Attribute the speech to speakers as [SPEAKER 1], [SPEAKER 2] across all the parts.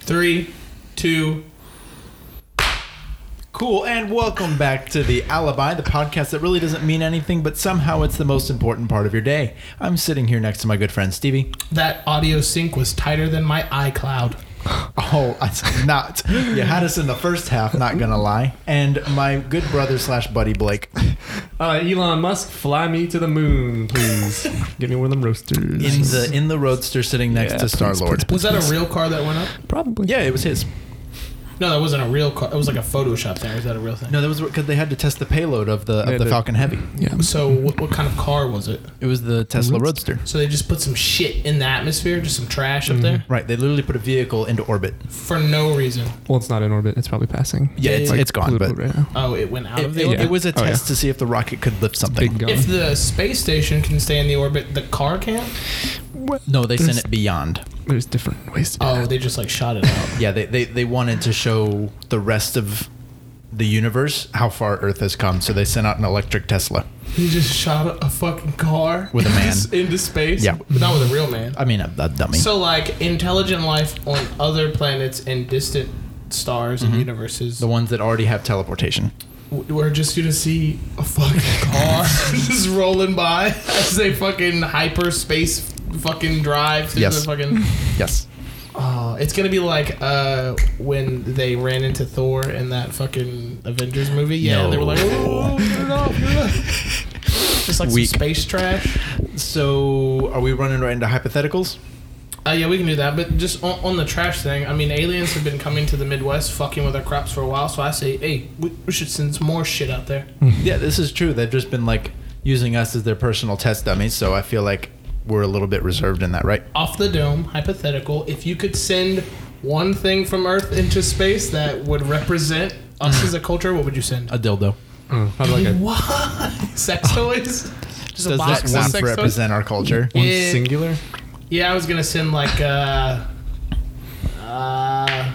[SPEAKER 1] Three, two, cool, and welcome back to the Alibi, the podcast that really doesn't mean anything, but somehow it's the most important part of your day. I'm sitting here next to my good friend Stevie.
[SPEAKER 2] That audio sync was tighter than my iCloud.
[SPEAKER 1] Oh, it's not. You had us in the first half, not gonna lie. And my good brother slash buddy Blake.
[SPEAKER 3] Uh, Elon Musk, fly me to the moon, please. Give me one of them roasters.
[SPEAKER 1] in the in the roadster sitting next
[SPEAKER 3] Yeah,
[SPEAKER 1] to
[SPEAKER 3] please,
[SPEAKER 1] Star Lord.
[SPEAKER 3] please,
[SPEAKER 2] Was that a real car that went up?
[SPEAKER 3] Probably.
[SPEAKER 1] Yeah, it was his.
[SPEAKER 2] No, that wasn't a real car. It was like a Photoshop thing. Is that a real thing?
[SPEAKER 1] No, that was because they had to test the payload of the of
[SPEAKER 3] Yeah,
[SPEAKER 1] the Mm-hmm.
[SPEAKER 3] the-
[SPEAKER 1] Falcon Heavy.
[SPEAKER 3] Yeah.
[SPEAKER 2] So what, what kind of car was it?
[SPEAKER 1] It was the Tesla Roadster.
[SPEAKER 2] So they just put some shit in the atmosphere, just some trash up there
[SPEAKER 1] Right, they literally put a vehicle into orbit.
[SPEAKER 2] for no reason.
[SPEAKER 3] Well, it's not in orbit. It's probably passing.
[SPEAKER 1] Yeah, it's,
[SPEAKER 3] Like,
[SPEAKER 1] it's gone, but
[SPEAKER 3] political right now.
[SPEAKER 2] Oh, it went out of
[SPEAKER 1] it,
[SPEAKER 2] the
[SPEAKER 1] it-
[SPEAKER 2] orbit.
[SPEAKER 1] it was a
[SPEAKER 3] Oh, yeah.
[SPEAKER 1] test to see if the rocket could lift something.
[SPEAKER 3] Big gun.
[SPEAKER 2] If the space station can stay in the orbit, the car can.
[SPEAKER 1] No, they sent
[SPEAKER 3] There's-
[SPEAKER 1] it beyond.
[SPEAKER 3] There's different ways to do
[SPEAKER 2] Oh,
[SPEAKER 3] that.
[SPEAKER 2] they just like shot it out.
[SPEAKER 1] Yeah, they, they, they wanted to show the rest of the universe how far Earth has come, so they sent out an electric Tesla.
[SPEAKER 2] He just shot a fucking car
[SPEAKER 1] With a man.
[SPEAKER 2] just into space.
[SPEAKER 1] Yeah.
[SPEAKER 2] but not with a real man.
[SPEAKER 1] I mean, a, a dummy.
[SPEAKER 2] So like intelligent life on other planets and distant stars and universes.
[SPEAKER 1] Mm-hmm. the ones that already have teleportation.
[SPEAKER 2] w- We're just gonna see a fucking car just rolling by as they fucking hyperspace fucking drive through
[SPEAKER 1] Yes.
[SPEAKER 2] the fucking.
[SPEAKER 1] Yes.
[SPEAKER 2] Oh, it's gonna be like uh, when they ran into Thor in that fucking Avengers movie. Yeah, they were like,
[SPEAKER 1] No.
[SPEAKER 2] "Oh, turn it off, turn it off." just like
[SPEAKER 1] Weak.
[SPEAKER 2] some space trash.
[SPEAKER 1] So, are we running right into hypotheticals?
[SPEAKER 2] Uh, yeah, we can do that. But just on, on the trash thing, I mean, aliens have been coming to the Midwest, fucking with our crops for a while. So I say, hey, we, we should send some more shit out there.
[SPEAKER 1] Yeah, this is true. They've just been like using us as their personal test dummies, so I feel like we're a little bit reserved in that, right?
[SPEAKER 2] Off the dome, hypothetical. If you could send one thing from Earth into space that would represent us as a culture, what would you send?
[SPEAKER 1] Hmm. A dildo.
[SPEAKER 3] Oh, probably like a
[SPEAKER 2] what? Sex toys? Just a
[SPEAKER 1] Does
[SPEAKER 2] box
[SPEAKER 1] that
[SPEAKER 2] of
[SPEAKER 1] not
[SPEAKER 2] sex toys?
[SPEAKER 1] represent our culture?
[SPEAKER 3] one
[SPEAKER 2] Yeah.
[SPEAKER 3] singular.
[SPEAKER 2] Yeah, I was gonna send like uh, uh,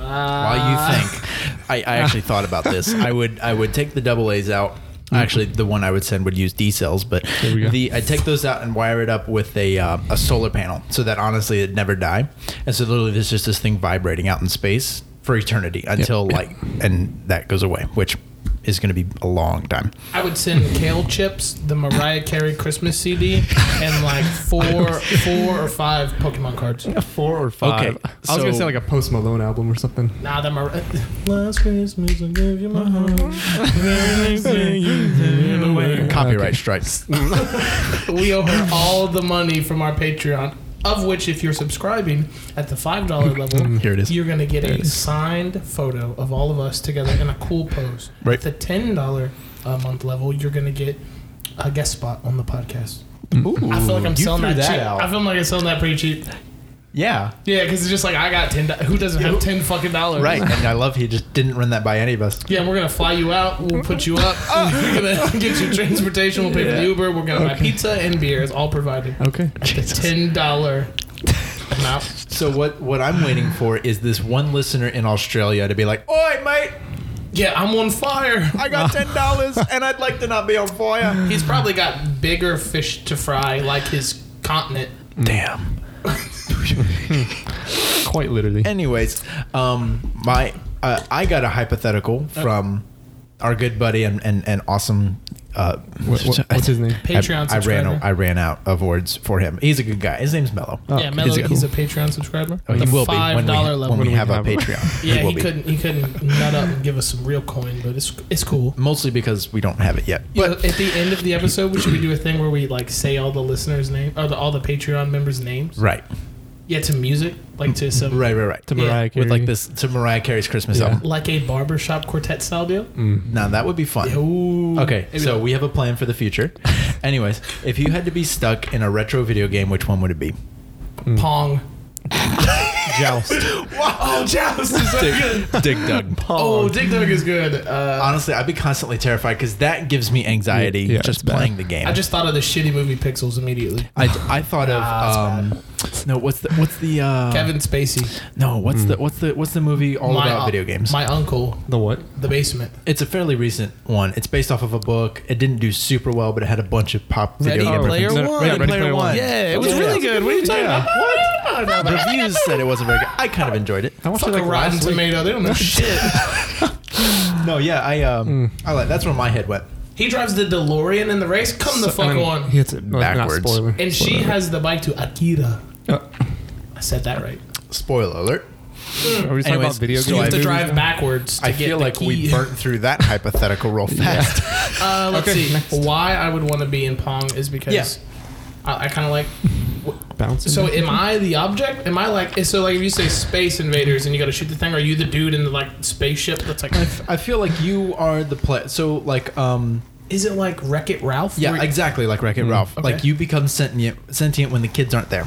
[SPEAKER 1] While you think, Uh, I, I actually thought about this. I would I would take the double A's out. Actually, the one I would send would use D cells, but
[SPEAKER 3] There we go.
[SPEAKER 1] the I'd take those out and wire it up with a uh, a solar panel, so that honestly it'd never die. And so literally, there's just this thing vibrating out in space for eternity until light, and that goes away, which is going to be a long time.
[SPEAKER 2] I would send kale chips, the Mariah Carey Christmas CD, and like four, four or five Pokemon cards.
[SPEAKER 3] Four or five.
[SPEAKER 1] Okay,
[SPEAKER 3] I was gonna
[SPEAKER 1] so-
[SPEAKER 3] say like a Post Malone album or something.
[SPEAKER 2] Nah, the Mariah. Last Christmas I gave you my heart.
[SPEAKER 1] Copyright strikes.
[SPEAKER 2] We owe her all the money from our Patreon, of which, if you're subscribing at the five dollar level,
[SPEAKER 1] Mm, Here it is.
[SPEAKER 2] you're gonna get a signed photo of all of us together in a cool pose.
[SPEAKER 1] Right.
[SPEAKER 2] At the ten dollar a month level, you're gonna get a guest spot on the podcast. I feel like I'm
[SPEAKER 1] you
[SPEAKER 2] selling
[SPEAKER 1] threw
[SPEAKER 2] that,
[SPEAKER 1] that
[SPEAKER 2] cheap.
[SPEAKER 1] out.
[SPEAKER 2] I feel like I'm selling that pretty cheap.
[SPEAKER 1] Yeah.
[SPEAKER 2] Yeah, because it's just like I got ten. do- Who doesn't have ten fucking dollars?
[SPEAKER 1] Right. And I love he just didn't run that by any of us.
[SPEAKER 2] Yeah, we're gonna fly you out. We'll put you up.
[SPEAKER 1] Ah.
[SPEAKER 2] We're gonna get you transportation. We'll pay for the Uber. We're gonna buy pizza and beer. It's all provided.
[SPEAKER 3] Okay.
[SPEAKER 2] Ten dollar amount.
[SPEAKER 1] So what what I'm waiting for is this one listener in Australia to be like, "Oi, mate,
[SPEAKER 2] Yeah, I'm on fire.
[SPEAKER 1] I got ten dollars, and I'd like to not be on fire."
[SPEAKER 2] He's probably got bigger fish to fry, like his continent.
[SPEAKER 1] Damn.
[SPEAKER 3] Quite literally.
[SPEAKER 1] Anyways, um, my uh, I got a hypothetical from our good buddy and and, and awesome. Uh,
[SPEAKER 3] What- what- what's his name?
[SPEAKER 2] Patreon
[SPEAKER 1] I, I ran
[SPEAKER 2] subscriber.
[SPEAKER 1] I ran out of words for him. He's a good guy. His name's Mello.
[SPEAKER 3] Oh,
[SPEAKER 2] yeah, Mello,
[SPEAKER 3] is it-
[SPEAKER 2] he's a Patreon subscriber.
[SPEAKER 1] Oh,
[SPEAKER 2] the
[SPEAKER 1] he will be
[SPEAKER 2] five
[SPEAKER 1] when we,
[SPEAKER 2] dollar level.
[SPEAKER 1] when we
[SPEAKER 3] When we
[SPEAKER 1] have a
[SPEAKER 3] have him.
[SPEAKER 1] Patreon.
[SPEAKER 2] yeah,
[SPEAKER 1] will
[SPEAKER 2] he
[SPEAKER 1] be.
[SPEAKER 2] couldn't. He couldn't nut up and give us some real coin, but it's it's cool.
[SPEAKER 1] Mostly because we don't have it yet.
[SPEAKER 2] You know, at the end of the episode, we should we do a thing where we like say all the listeners' name or the, all the Patreon members' names?
[SPEAKER 1] Right.
[SPEAKER 2] Yeah, to music, like to some
[SPEAKER 1] Right. Right. Right.
[SPEAKER 3] to
[SPEAKER 2] Yeah,
[SPEAKER 3] Mariah Carey.
[SPEAKER 1] With like this to Mariah Carey's Christmas
[SPEAKER 3] Yeah.
[SPEAKER 1] album.
[SPEAKER 2] like a barbershop quartet style deal.
[SPEAKER 1] Now that would be fun.
[SPEAKER 2] Ooh.
[SPEAKER 1] Mm. Okay,
[SPEAKER 2] Maybe
[SPEAKER 1] so
[SPEAKER 2] not.
[SPEAKER 1] we have a plan for the future. Anyways, if you had to be stuck in a retro video game, which one would it be? mm.
[SPEAKER 2] Pong.
[SPEAKER 1] Joust.
[SPEAKER 2] Oh, Joust is so good.
[SPEAKER 1] Dig Dug.
[SPEAKER 2] Oh, Dig Dug is good. Uh,
[SPEAKER 1] Honestly, I'd be constantly terrified because that gives me anxiety
[SPEAKER 3] Yeah, yeah, it's
[SPEAKER 1] just
[SPEAKER 3] bad.
[SPEAKER 1] playing the game.
[SPEAKER 2] I just thought of the shitty movie Pixels immediately.
[SPEAKER 1] I, I thought of
[SPEAKER 2] Ah,
[SPEAKER 1] um, no what's the what's the uh,
[SPEAKER 2] Kevin Spacey.
[SPEAKER 1] no what's the what's the what's the movie all
[SPEAKER 2] my,
[SPEAKER 1] about
[SPEAKER 2] un-
[SPEAKER 1] video games?
[SPEAKER 2] My uncle,
[SPEAKER 3] the what?
[SPEAKER 2] The Basement.
[SPEAKER 1] it's a fairly recent one. It's based off of a book. It didn't do super well, but it had a bunch of pop
[SPEAKER 2] Ready
[SPEAKER 1] video game
[SPEAKER 2] Player
[SPEAKER 1] references.
[SPEAKER 2] One.
[SPEAKER 3] Ready Player One.
[SPEAKER 2] Yeah, it was really good. What are you talking about? What?
[SPEAKER 1] don't know. The reviews said it wasn't very good. I kind of enjoyed it.
[SPEAKER 3] I watched
[SPEAKER 2] Fuck
[SPEAKER 3] it like
[SPEAKER 2] a Rotten
[SPEAKER 3] last week.
[SPEAKER 2] Tomato. They don't know shit.
[SPEAKER 1] No, yeah, I um, I like that's where my head went.
[SPEAKER 2] He drives the DeLorean in the race. Come the fuck
[SPEAKER 3] And then
[SPEAKER 2] on.
[SPEAKER 3] He hits it Oh,
[SPEAKER 1] Backwards.
[SPEAKER 3] Not spoiler.
[SPEAKER 2] And she has the bike to Akira.
[SPEAKER 3] Uh,
[SPEAKER 2] I said that right.
[SPEAKER 1] Spoiler alert.
[SPEAKER 3] are we talking
[SPEAKER 1] Anyways,
[SPEAKER 3] about video
[SPEAKER 1] so
[SPEAKER 3] games?
[SPEAKER 1] Do
[SPEAKER 2] you
[SPEAKER 1] I
[SPEAKER 2] have to
[SPEAKER 1] move
[SPEAKER 2] drive backwards. To
[SPEAKER 1] I
[SPEAKER 2] get
[SPEAKER 1] feel
[SPEAKER 2] the
[SPEAKER 1] like we
[SPEAKER 2] key.
[SPEAKER 1] burnt through that hypothetical real fast.
[SPEAKER 2] Uh, let's
[SPEAKER 3] Okay,
[SPEAKER 2] see.
[SPEAKER 3] next.
[SPEAKER 2] Why I would want to be in Pong is because
[SPEAKER 1] Yeah.
[SPEAKER 2] I, I kind of like.
[SPEAKER 3] Bouncing.
[SPEAKER 2] So am I the object? Am I like? So like, if you say space invaders and you got to shoot the thing, are you the dude in the like spaceship that's like?
[SPEAKER 1] I, f- I feel like you are the play. So like um
[SPEAKER 2] Is it like Wreck It Ralph?
[SPEAKER 1] yeah
[SPEAKER 2] Where-
[SPEAKER 1] exactly like Wreck It Ralph.
[SPEAKER 2] okay.
[SPEAKER 1] Like you become sentient sentient when the kids aren't there,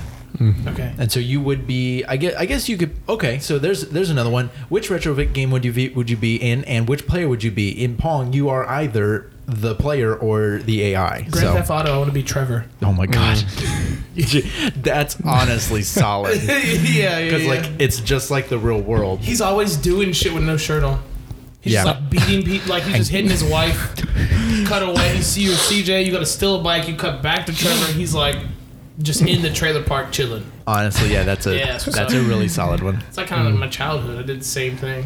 [SPEAKER 2] Okay.
[SPEAKER 1] and so you would be. I guess I guess you could. Okay, so there's there's another one. Which retrofit game would you be, would you be in, and which player would you be in Pong? You are either the player or the AI.
[SPEAKER 2] Grand
[SPEAKER 1] so.
[SPEAKER 2] Theft Auto. I want to be Trevor.
[SPEAKER 1] Oh my god, that's honestly solid.
[SPEAKER 2] yeah, yeah.
[SPEAKER 1] Because
[SPEAKER 2] yeah.
[SPEAKER 1] like it's just like the real world.
[SPEAKER 2] he's always doing shit with no shirt on. He's
[SPEAKER 1] Yeah.
[SPEAKER 2] just like beating people. Like he's just hitting his wife. cut away. You see your CJ. You got to steal a bike. You cut back to Trevor. And he's like, just in the trailer park chilling.
[SPEAKER 1] Honestly, yeah, that's a
[SPEAKER 2] Yeah, it's
[SPEAKER 1] that's a
[SPEAKER 2] solid.
[SPEAKER 1] really solid one.
[SPEAKER 2] It's like kind
[SPEAKER 3] Mm.
[SPEAKER 2] of my childhood. I did the same thing.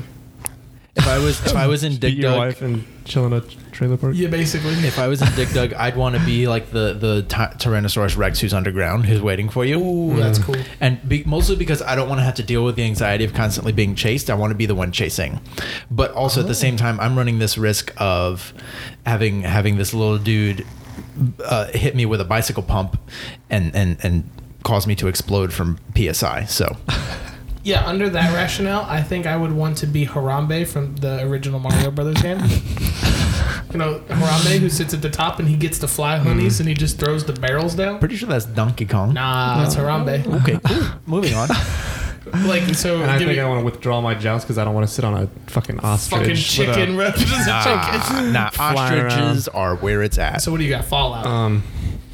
[SPEAKER 1] If I was if I was in
[SPEAKER 3] beat
[SPEAKER 1] Dig
[SPEAKER 3] your
[SPEAKER 1] Dug,
[SPEAKER 3] wife and chill in a trailer park.
[SPEAKER 2] Yeah, basically.
[SPEAKER 1] if I was in Dig Dug, I'd want to be like the the ty- Tyrannosaurus Rex who's underground, who's waiting for you.
[SPEAKER 2] Ooh, that's cool.
[SPEAKER 1] And be, mostly because I don't want to have to deal with the anxiety of constantly being chased. I want to be the one chasing, but also at the
[SPEAKER 2] Oh.
[SPEAKER 1] same time, I'm running this risk of having having this little dude uh, hit me with a bicycle pump, and and and cause me to explode from psi. So
[SPEAKER 2] Yeah, under that rationale, I think I would want to be Harambe from the original Mario Brothers game. You know, Harambe who sits at the top and he gets to fly
[SPEAKER 3] Mm.
[SPEAKER 2] honeys and he just throws the barrels down.
[SPEAKER 1] pretty sure that's Donkey Kong.
[SPEAKER 2] Nah, that's Harambe.
[SPEAKER 1] Okay, cool. moving on.
[SPEAKER 2] Like so,
[SPEAKER 3] And I
[SPEAKER 2] give
[SPEAKER 3] think
[SPEAKER 2] me
[SPEAKER 3] I want to withdraw my joust because I don't want to sit on a fucking ostrich.
[SPEAKER 2] fucking
[SPEAKER 3] with a-
[SPEAKER 2] chicken. bro. Just a chicken.
[SPEAKER 1] nah,
[SPEAKER 3] Flying around.
[SPEAKER 1] ostriches are where it's at.
[SPEAKER 2] So what do you got? Fallout.
[SPEAKER 3] um,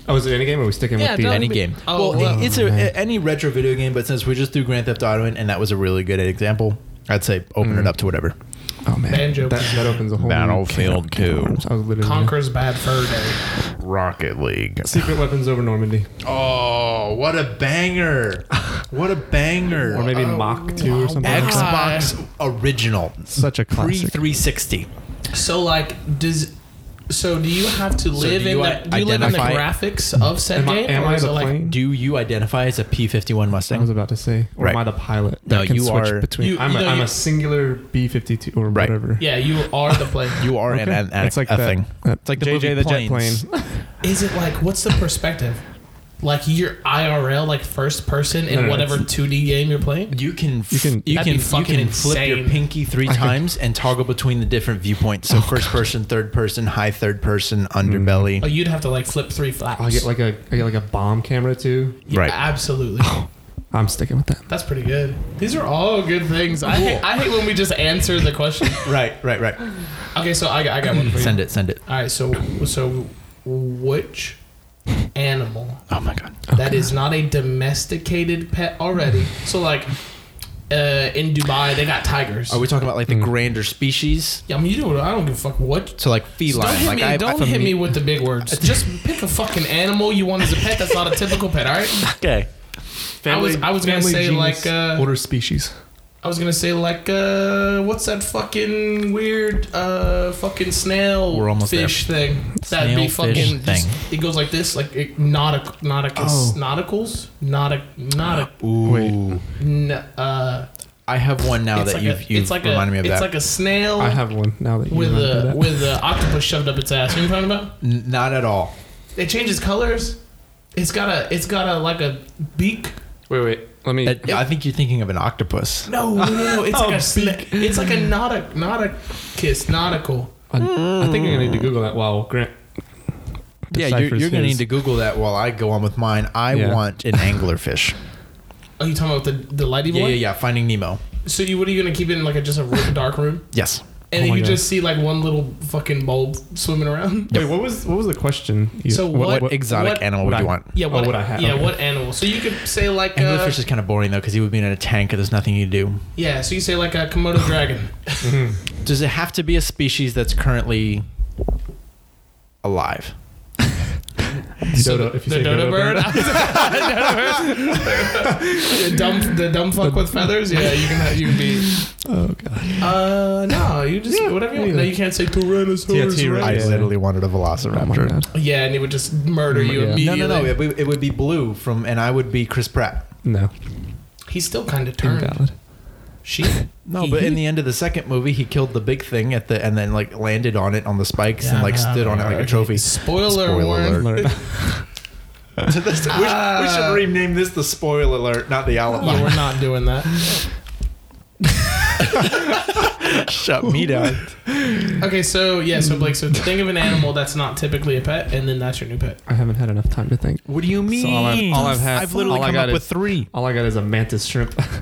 [SPEAKER 3] oh, is it any game? Or are we sticking
[SPEAKER 2] Yeah,
[SPEAKER 3] with the
[SPEAKER 2] don't-
[SPEAKER 1] any
[SPEAKER 2] be-
[SPEAKER 1] game.
[SPEAKER 2] Oh,
[SPEAKER 1] well,
[SPEAKER 2] well.
[SPEAKER 1] it's a, a- any retro video game, but since we just threw Grand Theft Auto in, and that was a really good example, I'd say open it up to whatever.
[SPEAKER 3] Oh man,
[SPEAKER 2] Banjo.
[SPEAKER 3] that, that opens a whole new
[SPEAKER 1] Battlefield
[SPEAKER 3] can of- can of
[SPEAKER 1] 2.
[SPEAKER 3] worms. I was literally
[SPEAKER 2] Conquer's Bad Fur Day.
[SPEAKER 1] Rocket League.
[SPEAKER 3] secret weapons over Normandy,
[SPEAKER 1] Oh, what a banger! What a banger! Oh.
[SPEAKER 3] or maybe Oh, Mach Two or something. like that.
[SPEAKER 1] Xbox original,
[SPEAKER 3] Such a
[SPEAKER 1] pre
[SPEAKER 3] classic.
[SPEAKER 1] 360.
[SPEAKER 2] So like, does so do you have to live
[SPEAKER 1] do
[SPEAKER 2] in
[SPEAKER 1] you
[SPEAKER 2] that? Do you live in the
[SPEAKER 1] identify-
[SPEAKER 2] graphics of said
[SPEAKER 3] Am I,
[SPEAKER 2] game,
[SPEAKER 3] am
[SPEAKER 2] or
[SPEAKER 3] I
[SPEAKER 2] is
[SPEAKER 3] the
[SPEAKER 2] it like
[SPEAKER 3] plane?
[SPEAKER 1] Do you identify as a P51
[SPEAKER 3] I was
[SPEAKER 1] Mustang?
[SPEAKER 3] about to say, or
[SPEAKER 1] Right.
[SPEAKER 3] am I the pilot?
[SPEAKER 1] No,
[SPEAKER 3] that can
[SPEAKER 1] you
[SPEAKER 3] switch
[SPEAKER 1] are-
[SPEAKER 3] Between,
[SPEAKER 2] You-
[SPEAKER 3] I'm,
[SPEAKER 2] you
[SPEAKER 3] a,
[SPEAKER 2] know,
[SPEAKER 3] I'm
[SPEAKER 2] you-
[SPEAKER 3] a singular B fifty two or
[SPEAKER 1] Right.
[SPEAKER 3] whatever.
[SPEAKER 2] Yeah, you are the plane.
[SPEAKER 1] You are an,
[SPEAKER 3] Okay.
[SPEAKER 1] an, an
[SPEAKER 3] it's like
[SPEAKER 1] a
[SPEAKER 3] that,
[SPEAKER 1] thing.
[SPEAKER 3] that
[SPEAKER 1] It's like the
[SPEAKER 3] JJ
[SPEAKER 1] movie
[SPEAKER 3] the jet
[SPEAKER 1] Planes.
[SPEAKER 3] plane.
[SPEAKER 2] Is it like what's the perspective? Like you're IRL, like first person in
[SPEAKER 3] No,
[SPEAKER 1] Mm.
[SPEAKER 3] no,
[SPEAKER 2] whatever
[SPEAKER 3] it's-
[SPEAKER 2] 2D game you're playing.
[SPEAKER 1] You can you
[SPEAKER 3] You
[SPEAKER 1] can
[SPEAKER 3] can-
[SPEAKER 1] you
[SPEAKER 2] That'd be
[SPEAKER 1] can,
[SPEAKER 2] fucking
[SPEAKER 1] flip your
[SPEAKER 2] insane.
[SPEAKER 1] pinky three
[SPEAKER 3] I could-
[SPEAKER 1] times and toggle between the different viewpoints. So first person, third person, high third person, underbelly.
[SPEAKER 2] Oh, you'd have to like flip three flaps.
[SPEAKER 3] I get like a I get like a bomb camera too.
[SPEAKER 2] yeah,
[SPEAKER 1] Oh, Right.
[SPEAKER 2] absolutely.
[SPEAKER 3] I'm sticking with that.
[SPEAKER 2] That's pretty good. These are all good things. I hate, I hate when we just answer the question.
[SPEAKER 1] Right, right, right.
[SPEAKER 2] Okay, so I got, I got one for you.
[SPEAKER 1] Send it, send it.
[SPEAKER 2] All right, so so which animal
[SPEAKER 1] Oh my god.
[SPEAKER 2] that is not a domesticated pet already? So like uh, in Dubai, they got tigers.
[SPEAKER 1] Are we talking about like the grander species?
[SPEAKER 2] yeah, I mean, you know, I don't give a fuck what
[SPEAKER 1] So like feline.
[SPEAKER 2] Don't hit
[SPEAKER 1] like
[SPEAKER 2] me.
[SPEAKER 1] I,
[SPEAKER 2] don't
[SPEAKER 1] if I'm-
[SPEAKER 2] hit me with the big words. Just pick a fucking animal you want as a pet. That's not a typical pet. All right.
[SPEAKER 1] Okay.
[SPEAKER 2] I was I was gonna
[SPEAKER 3] Family,
[SPEAKER 2] say
[SPEAKER 3] genus,
[SPEAKER 2] like uh,
[SPEAKER 3] order species.
[SPEAKER 2] I was gonna say like uh, what's that fucking weird uh, fucking snail
[SPEAKER 1] We're almost
[SPEAKER 2] fish thing? That'd
[SPEAKER 1] Snail
[SPEAKER 2] be
[SPEAKER 1] fish
[SPEAKER 2] fucking just-
[SPEAKER 1] thing.
[SPEAKER 2] it goes like this, like it, nautic, nautic,
[SPEAKER 3] Oh.
[SPEAKER 2] nauticals, nautic, nautic.
[SPEAKER 1] Ooh.
[SPEAKER 3] Wait.
[SPEAKER 2] N- uh,
[SPEAKER 1] I have one now
[SPEAKER 2] it's
[SPEAKER 1] that
[SPEAKER 2] like
[SPEAKER 1] you've,
[SPEAKER 2] a,
[SPEAKER 1] you've
[SPEAKER 2] it's like
[SPEAKER 1] reminded
[SPEAKER 2] a,
[SPEAKER 1] me of
[SPEAKER 2] it's
[SPEAKER 1] that.
[SPEAKER 2] like a snail
[SPEAKER 3] I have one now that you
[SPEAKER 2] with
[SPEAKER 3] remember
[SPEAKER 2] a
[SPEAKER 3] that.
[SPEAKER 2] with an octopus shoved up its ass. You know what I'm talking about?
[SPEAKER 1] N- Not at all.
[SPEAKER 2] It changes colors. It's got a it's got a like a beak.
[SPEAKER 3] Wait, wait. Let
[SPEAKER 2] Uh,
[SPEAKER 3] me.
[SPEAKER 1] It- Uh, I think you're thinking of an octopus.
[SPEAKER 2] No, no, no, no. It's
[SPEAKER 3] A
[SPEAKER 2] like a snake. It's like a nautic nautic kiss nautical.
[SPEAKER 3] I, I think I'm gonna need to Google that while Grant.
[SPEAKER 1] yeah, you're,
[SPEAKER 3] deciphers
[SPEAKER 1] you're gonna
[SPEAKER 3] his.
[SPEAKER 1] need to Google that while I go on with mine. I
[SPEAKER 3] Yeah.
[SPEAKER 1] want an anglerfish.
[SPEAKER 2] Are you talking about the the lighty
[SPEAKER 1] yeah,
[SPEAKER 2] boy?
[SPEAKER 1] yeah, yeah. Finding Nemo.
[SPEAKER 2] So you what are you gonna keep it in like a just a real dark room?
[SPEAKER 1] Yes.
[SPEAKER 2] And
[SPEAKER 3] Oh my
[SPEAKER 2] you
[SPEAKER 3] God.
[SPEAKER 2] just see like one little fucking bulb swimming around.
[SPEAKER 3] Wait, what was what was the question? You-
[SPEAKER 2] So
[SPEAKER 1] What,
[SPEAKER 2] what-
[SPEAKER 1] exotic
[SPEAKER 2] what-
[SPEAKER 1] animal
[SPEAKER 3] what
[SPEAKER 1] would you
[SPEAKER 3] I-
[SPEAKER 1] want?
[SPEAKER 2] Yeah, what,
[SPEAKER 3] Oh, what I have,
[SPEAKER 2] Yeah,
[SPEAKER 3] okay.
[SPEAKER 2] what animal? So you could say like a,
[SPEAKER 1] Anglerfish is kind of boring though because he would be in a tank and there's nothing you do.
[SPEAKER 2] yeah. So you say like a komodo dragon.
[SPEAKER 3] Hmm.
[SPEAKER 1] Does it have to be a species that's currently alive?
[SPEAKER 2] So
[SPEAKER 3] Dodo- if you
[SPEAKER 2] the
[SPEAKER 3] say
[SPEAKER 2] dodo
[SPEAKER 3] dodo
[SPEAKER 2] bird,
[SPEAKER 3] bird.
[SPEAKER 2] the dumb, the dumb fuck with feathers. Yeah, you can you can be.
[SPEAKER 4] Oh god.
[SPEAKER 2] Uh, no, you just whatever you want. No, you can't say
[SPEAKER 3] Yeah,
[SPEAKER 2] Tyrannosaurus.
[SPEAKER 3] T-Rex.
[SPEAKER 2] Rex.
[SPEAKER 1] I
[SPEAKER 3] Yeah.
[SPEAKER 1] literally wanted a
[SPEAKER 4] Oh my
[SPEAKER 1] velociraptor.
[SPEAKER 4] god.
[SPEAKER 2] Yeah, and he would just murder you
[SPEAKER 3] Yeah. No, no,
[SPEAKER 1] no,
[SPEAKER 2] immediately.
[SPEAKER 1] no, no. It, would- it would be blue from, and I would be Chris Pratt.
[SPEAKER 3] No.
[SPEAKER 2] He's still kind of turned.
[SPEAKER 4] Invalid.
[SPEAKER 2] She.
[SPEAKER 1] No, but in the end of the second movie, he killed the big thing at the, and then like landed on it on the spikes and like stood on it like a trophy.
[SPEAKER 2] Spoiler,
[SPEAKER 1] Spoiler
[SPEAKER 2] warning.
[SPEAKER 1] alert.
[SPEAKER 3] Learn.
[SPEAKER 1] So that's- we, should, we should rename this the spoiler alert, not the
[SPEAKER 2] Yeah,
[SPEAKER 1] alibi.
[SPEAKER 2] we're not doing that.
[SPEAKER 1] Shut me down.
[SPEAKER 2] Okay, so yeah, so Blake, so think of an animal that's not typically a pet, and then that's your new pet.
[SPEAKER 3] I haven't had enough time to think.
[SPEAKER 1] What do you mean?
[SPEAKER 3] all I've- all I've had-
[SPEAKER 1] literally
[SPEAKER 3] all I
[SPEAKER 1] come
[SPEAKER 3] got
[SPEAKER 1] up
[SPEAKER 3] is-
[SPEAKER 1] with three.
[SPEAKER 3] All I got is a mantis shrimp.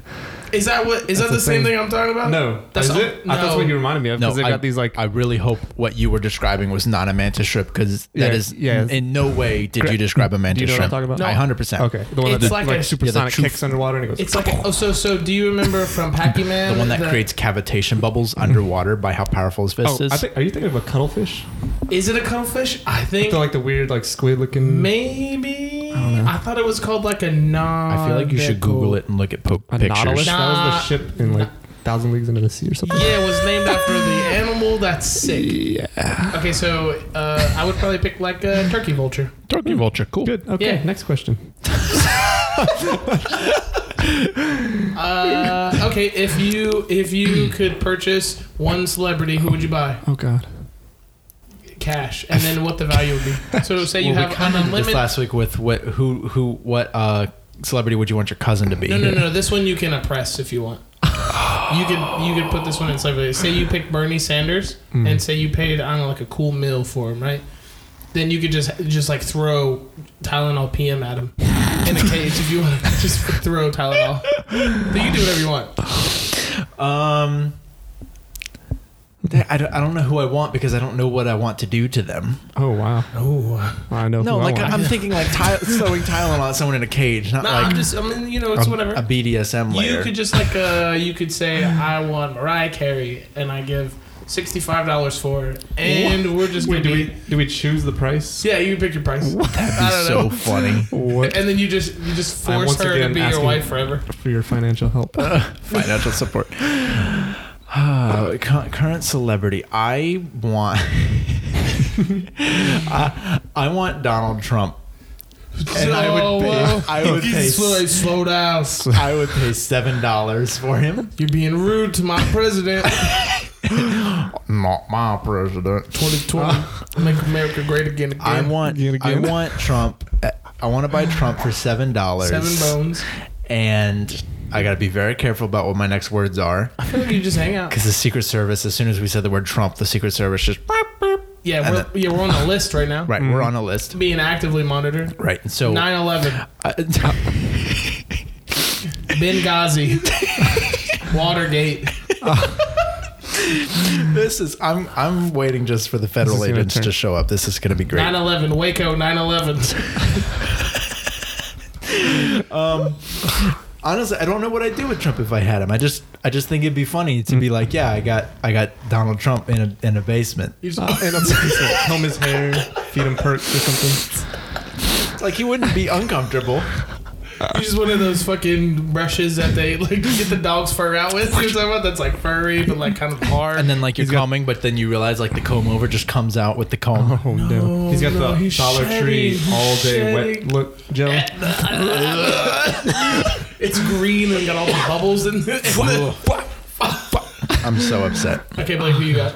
[SPEAKER 2] Is that what? Is
[SPEAKER 3] That's
[SPEAKER 2] that the
[SPEAKER 3] the
[SPEAKER 2] same
[SPEAKER 3] thing.
[SPEAKER 2] thing I'm talking about?
[SPEAKER 3] no.
[SPEAKER 2] Oh, That's
[SPEAKER 3] Is
[SPEAKER 2] all-
[SPEAKER 3] it? I thought that's
[SPEAKER 2] no.
[SPEAKER 3] what you reminded me of
[SPEAKER 1] No,
[SPEAKER 3] because they
[SPEAKER 1] I-
[SPEAKER 3] got these like
[SPEAKER 1] I really hope what you were describing was not a mantis shrimp because that
[SPEAKER 3] Yeah,
[SPEAKER 1] is
[SPEAKER 3] yeah.
[SPEAKER 1] in no way did you
[SPEAKER 3] Correct.
[SPEAKER 1] describe a mantis
[SPEAKER 3] Do you know what I'm
[SPEAKER 1] shrimp.
[SPEAKER 3] talking about?
[SPEAKER 1] I
[SPEAKER 3] No.
[SPEAKER 1] hundred percent.
[SPEAKER 3] Okay, the one
[SPEAKER 2] It's
[SPEAKER 3] that
[SPEAKER 2] like a-
[SPEAKER 3] like,
[SPEAKER 1] yeah, the
[SPEAKER 3] supersonic
[SPEAKER 1] true-
[SPEAKER 3] kicks underwater and it goes.
[SPEAKER 2] It's like oh, so so. Do you remember from Pac-Man?
[SPEAKER 1] The one that
[SPEAKER 2] the-
[SPEAKER 1] creates cavitation bubbles underwater by how powerful his
[SPEAKER 3] Mm-hmm. oh,
[SPEAKER 1] fist is.
[SPEAKER 3] I think, are you thinking of a cuttlefish?
[SPEAKER 2] Is it a cuttlefish? I think
[SPEAKER 3] They're like the weird like squid looking.
[SPEAKER 2] maybe.
[SPEAKER 3] I don't know.
[SPEAKER 2] I, thought it was called like a non.
[SPEAKER 1] I feel like you should Google it and look at po-
[SPEAKER 3] a nautilus.
[SPEAKER 1] pictures.
[SPEAKER 3] That was
[SPEAKER 2] Nah.
[SPEAKER 3] the ship in like Thousand Leagues Under the Sea or something.
[SPEAKER 2] Yeah, it was named after the animal that's sick.
[SPEAKER 3] Yeah.
[SPEAKER 2] Okay, so uh, I would probably pick like a turkey vulture.
[SPEAKER 1] Turkey vulture, cool.
[SPEAKER 3] hmm. Good. Okay.
[SPEAKER 2] Yeah.
[SPEAKER 3] Next question.
[SPEAKER 2] Uh, okay, if you if you could purchase one celebrity, who would you buy?
[SPEAKER 3] Oh God.
[SPEAKER 2] Cash, and then what the value would be. So say you
[SPEAKER 1] Well,
[SPEAKER 2] have
[SPEAKER 1] we
[SPEAKER 2] an
[SPEAKER 1] kinda did this
[SPEAKER 2] unlimited.
[SPEAKER 1] last week with what who who what uh celebrity would you want your cousin to be?
[SPEAKER 2] No, no, no. This one you can oppress if you want. You could you could put this one in slavery. Say you pick Bernie Sanders,
[SPEAKER 3] Mm.
[SPEAKER 2] and say you paid I don't know like a cool meal for him, right? Then you could just just like throw Tylenol PM at him in a cage if you want. Just throw Tylenol. But you can do whatever you want.
[SPEAKER 1] Um, I don't, I don't know who I want because I don't know what I want to do to them.
[SPEAKER 3] Oh wow.
[SPEAKER 2] Oh,
[SPEAKER 3] I know.
[SPEAKER 1] No,
[SPEAKER 3] who
[SPEAKER 1] like
[SPEAKER 3] I want.
[SPEAKER 1] I'm thinking like ty- sewing Tylenol at someone in a cage, not
[SPEAKER 2] no,
[SPEAKER 1] like
[SPEAKER 2] I'm just. I mean, you know, it's
[SPEAKER 1] a,
[SPEAKER 2] whatever.
[SPEAKER 1] a BDSM
[SPEAKER 2] You
[SPEAKER 1] layer.
[SPEAKER 2] could just like uh, you could say I want Mariah Carey, and I give sixty five dollars for it, and we're just gonna
[SPEAKER 3] Wait, do
[SPEAKER 2] be,
[SPEAKER 3] we do we choose the price?
[SPEAKER 2] yeah, you pick your price, I
[SPEAKER 1] That'd
[SPEAKER 2] don't
[SPEAKER 1] be so funny.
[SPEAKER 3] What
[SPEAKER 2] and then you just you just
[SPEAKER 3] I'm
[SPEAKER 2] force
[SPEAKER 3] once
[SPEAKER 2] her to
[SPEAKER 3] again
[SPEAKER 2] be your
[SPEAKER 3] asking-
[SPEAKER 2] wife forever.
[SPEAKER 3] for your financial help?
[SPEAKER 1] Financial support. Ah, cu- current celebrity. I want. I, I want Donald Trump, and I would pay.
[SPEAKER 2] whoa.
[SPEAKER 1] I would pay.
[SPEAKER 2] Jesus, slow,
[SPEAKER 1] s-
[SPEAKER 2] slow down.
[SPEAKER 1] I would pay seven dollars for him.
[SPEAKER 2] You're being rude to my president.
[SPEAKER 1] Not my president.
[SPEAKER 2] 2020, make America great again. again.
[SPEAKER 1] I want
[SPEAKER 3] Again,
[SPEAKER 1] I
[SPEAKER 3] again.
[SPEAKER 1] want Trump. I want to buy Trump for seven dollars.
[SPEAKER 2] seven bones.
[SPEAKER 1] And I got to be very careful about what my next words are
[SPEAKER 2] I feel like you just hang out.
[SPEAKER 1] because the Secret Service. As soon as we said the word Trump, the Secret Service just right.
[SPEAKER 2] Yeah, we're, yeah, we're on a list right now.
[SPEAKER 1] We're on a list.
[SPEAKER 2] Being actively monitored.
[SPEAKER 1] Right. and So
[SPEAKER 2] 9-11,
[SPEAKER 1] uh,
[SPEAKER 2] Benghazi, Watergate.
[SPEAKER 1] this is I'm I'm waiting just for the federal
[SPEAKER 3] This is gonna
[SPEAKER 1] agents to
[SPEAKER 3] turn-
[SPEAKER 1] show up. This is going to be great.
[SPEAKER 2] 9 11, Waco 9 11.
[SPEAKER 1] Honestly, I don't know what I'd do with Trump if I had him. I just I just think it'd be funny to be like, yeah, I got I got Donald Trump in a in a basement.
[SPEAKER 3] Uh, and I'm comb his hair, feed him perks or something.
[SPEAKER 1] Like he wouldn't be uncomfortable.
[SPEAKER 2] You just one of those fucking brushes that they like get the dog's fur out with or something that's like furry but like kind of hard.
[SPEAKER 1] And then like you're
[SPEAKER 3] He's got-
[SPEAKER 1] combing, but then you realize like the comb over just comes out with the comb.
[SPEAKER 3] Oh no! He's got
[SPEAKER 2] no,
[SPEAKER 3] the
[SPEAKER 2] he's
[SPEAKER 3] Dollar
[SPEAKER 2] shedding,
[SPEAKER 3] Tree
[SPEAKER 2] he's
[SPEAKER 3] all day wet
[SPEAKER 2] shedding.
[SPEAKER 3] look gel.
[SPEAKER 2] it's green and got all the bubbles in it.
[SPEAKER 1] I'm so upset.
[SPEAKER 2] okay, Blake, who you got?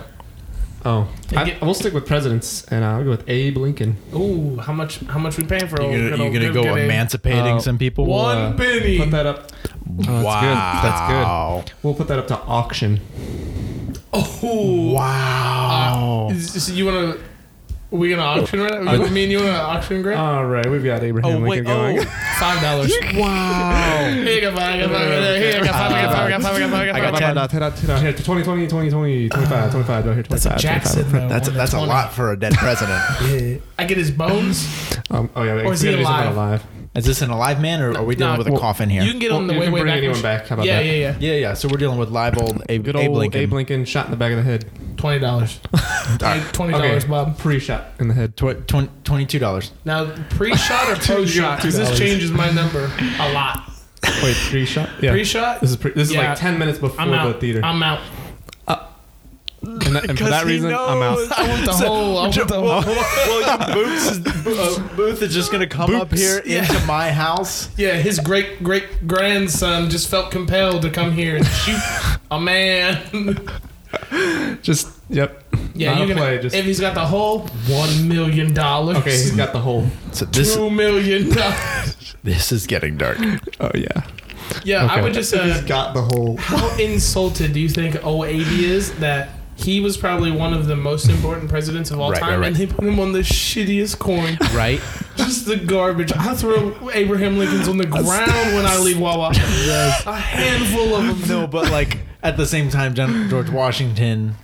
[SPEAKER 3] Oh,
[SPEAKER 2] And
[SPEAKER 3] I,
[SPEAKER 2] get-
[SPEAKER 3] we'll stick with presidents, and uh, I'll go with Abe Lincoln.
[SPEAKER 2] Ooh, how much? How much we paying for?
[SPEAKER 1] You're
[SPEAKER 2] old
[SPEAKER 1] gonna,
[SPEAKER 2] good
[SPEAKER 1] you're
[SPEAKER 2] old Oh, good
[SPEAKER 1] gonna go
[SPEAKER 2] good Abe?
[SPEAKER 1] emancipating
[SPEAKER 3] Uh,
[SPEAKER 1] some people.
[SPEAKER 3] Well,
[SPEAKER 2] One
[SPEAKER 3] uh,
[SPEAKER 2] penny.
[SPEAKER 3] Put that up.
[SPEAKER 1] wow,
[SPEAKER 3] good. That's good. We'll put that up to auction.
[SPEAKER 2] oh,
[SPEAKER 1] Wow.
[SPEAKER 2] Is- so you wanna? We gonna auction right now? You- me and you wanna auction,
[SPEAKER 1] Uh,
[SPEAKER 2] Greg?
[SPEAKER 3] All right, we've got Abraham
[SPEAKER 1] oh
[SPEAKER 3] Lincoln
[SPEAKER 1] wait.
[SPEAKER 3] going.
[SPEAKER 1] Oh.
[SPEAKER 2] Five dollars.
[SPEAKER 1] wow.
[SPEAKER 2] Here you go, five. I got five, Here you go, five. I got five. I got five. I got five. I got
[SPEAKER 1] I got
[SPEAKER 2] five.
[SPEAKER 1] ten.
[SPEAKER 3] Hit out, hit out here. 20, 20, 20, 20, 25, 25, right here, 25.
[SPEAKER 2] That's a Jackson. though,
[SPEAKER 1] That's
[SPEAKER 2] on the
[SPEAKER 1] that's a
[SPEAKER 2] 20.
[SPEAKER 1] lot for a dead president.
[SPEAKER 2] I get his bones.
[SPEAKER 3] Um, oh, yeah,
[SPEAKER 2] Or is
[SPEAKER 3] we
[SPEAKER 2] he
[SPEAKER 3] gotta do something
[SPEAKER 2] alive?
[SPEAKER 3] alive?
[SPEAKER 1] Is this an alive man, or are we dealing
[SPEAKER 2] No.
[SPEAKER 1] with a
[SPEAKER 3] Well,
[SPEAKER 1] coffin here?
[SPEAKER 2] You can get on the
[SPEAKER 3] you
[SPEAKER 2] way,
[SPEAKER 3] can
[SPEAKER 2] way
[SPEAKER 3] bring
[SPEAKER 2] back.
[SPEAKER 3] anyone
[SPEAKER 2] mach-
[SPEAKER 3] back. How about
[SPEAKER 2] yeah,
[SPEAKER 3] that?
[SPEAKER 2] yeah, yeah,
[SPEAKER 1] yeah, yeah. So we're dealing with live old Abe,
[SPEAKER 3] Good old
[SPEAKER 1] Abe Lincoln.
[SPEAKER 3] shot in the back of the head.
[SPEAKER 2] Twenty dollars. Twenty dollars, Bob.
[SPEAKER 3] Pre-shot in the head.
[SPEAKER 1] Tw- twen- Twenty-two dollars.
[SPEAKER 2] Now pre-shot or post-shot? Because this
[SPEAKER 3] $2.
[SPEAKER 2] changes my number a lot.
[SPEAKER 3] Wait, pre-shot? Yeah.
[SPEAKER 2] Pre-shot.
[SPEAKER 3] This is pre- this is
[SPEAKER 2] Yeah.
[SPEAKER 3] like ten minutes before
[SPEAKER 2] I'm
[SPEAKER 3] the
[SPEAKER 2] out.
[SPEAKER 3] theater.
[SPEAKER 2] I'm out.
[SPEAKER 3] and, that- and for that reason, I'm out.
[SPEAKER 2] I want the whole. I want the whole.
[SPEAKER 1] Booth is, uh, Booth is just gonna come up
[SPEAKER 3] Boots.
[SPEAKER 1] here
[SPEAKER 2] Yeah.
[SPEAKER 1] into my house.
[SPEAKER 2] Yeah, his great great grandson just felt compelled to come here and shoot a man.
[SPEAKER 3] Just yep.
[SPEAKER 2] Yeah,
[SPEAKER 3] Not
[SPEAKER 2] you
[SPEAKER 3] a
[SPEAKER 2] can.
[SPEAKER 3] play. Just
[SPEAKER 2] if he's got the whole one million dollars,
[SPEAKER 3] okay. He's got the whole.
[SPEAKER 1] So this
[SPEAKER 2] two million dollars.
[SPEAKER 1] this is getting dark.
[SPEAKER 3] Oh yeah.
[SPEAKER 2] Yeah, I
[SPEAKER 3] Okay.
[SPEAKER 2] would just. Uh,
[SPEAKER 3] got the whole.
[SPEAKER 2] how insulted do you think old Abe is that he was probably one of the most important presidents of all
[SPEAKER 1] Right,
[SPEAKER 2] time,
[SPEAKER 1] right, right.
[SPEAKER 2] and they put him on the shittiest coin,
[SPEAKER 1] Right?
[SPEAKER 2] just the garbage. I throw Abraham Lincoln's on the ground when I leave Wawa. A handful of them.
[SPEAKER 1] no, but like at the same time, John, George Washington.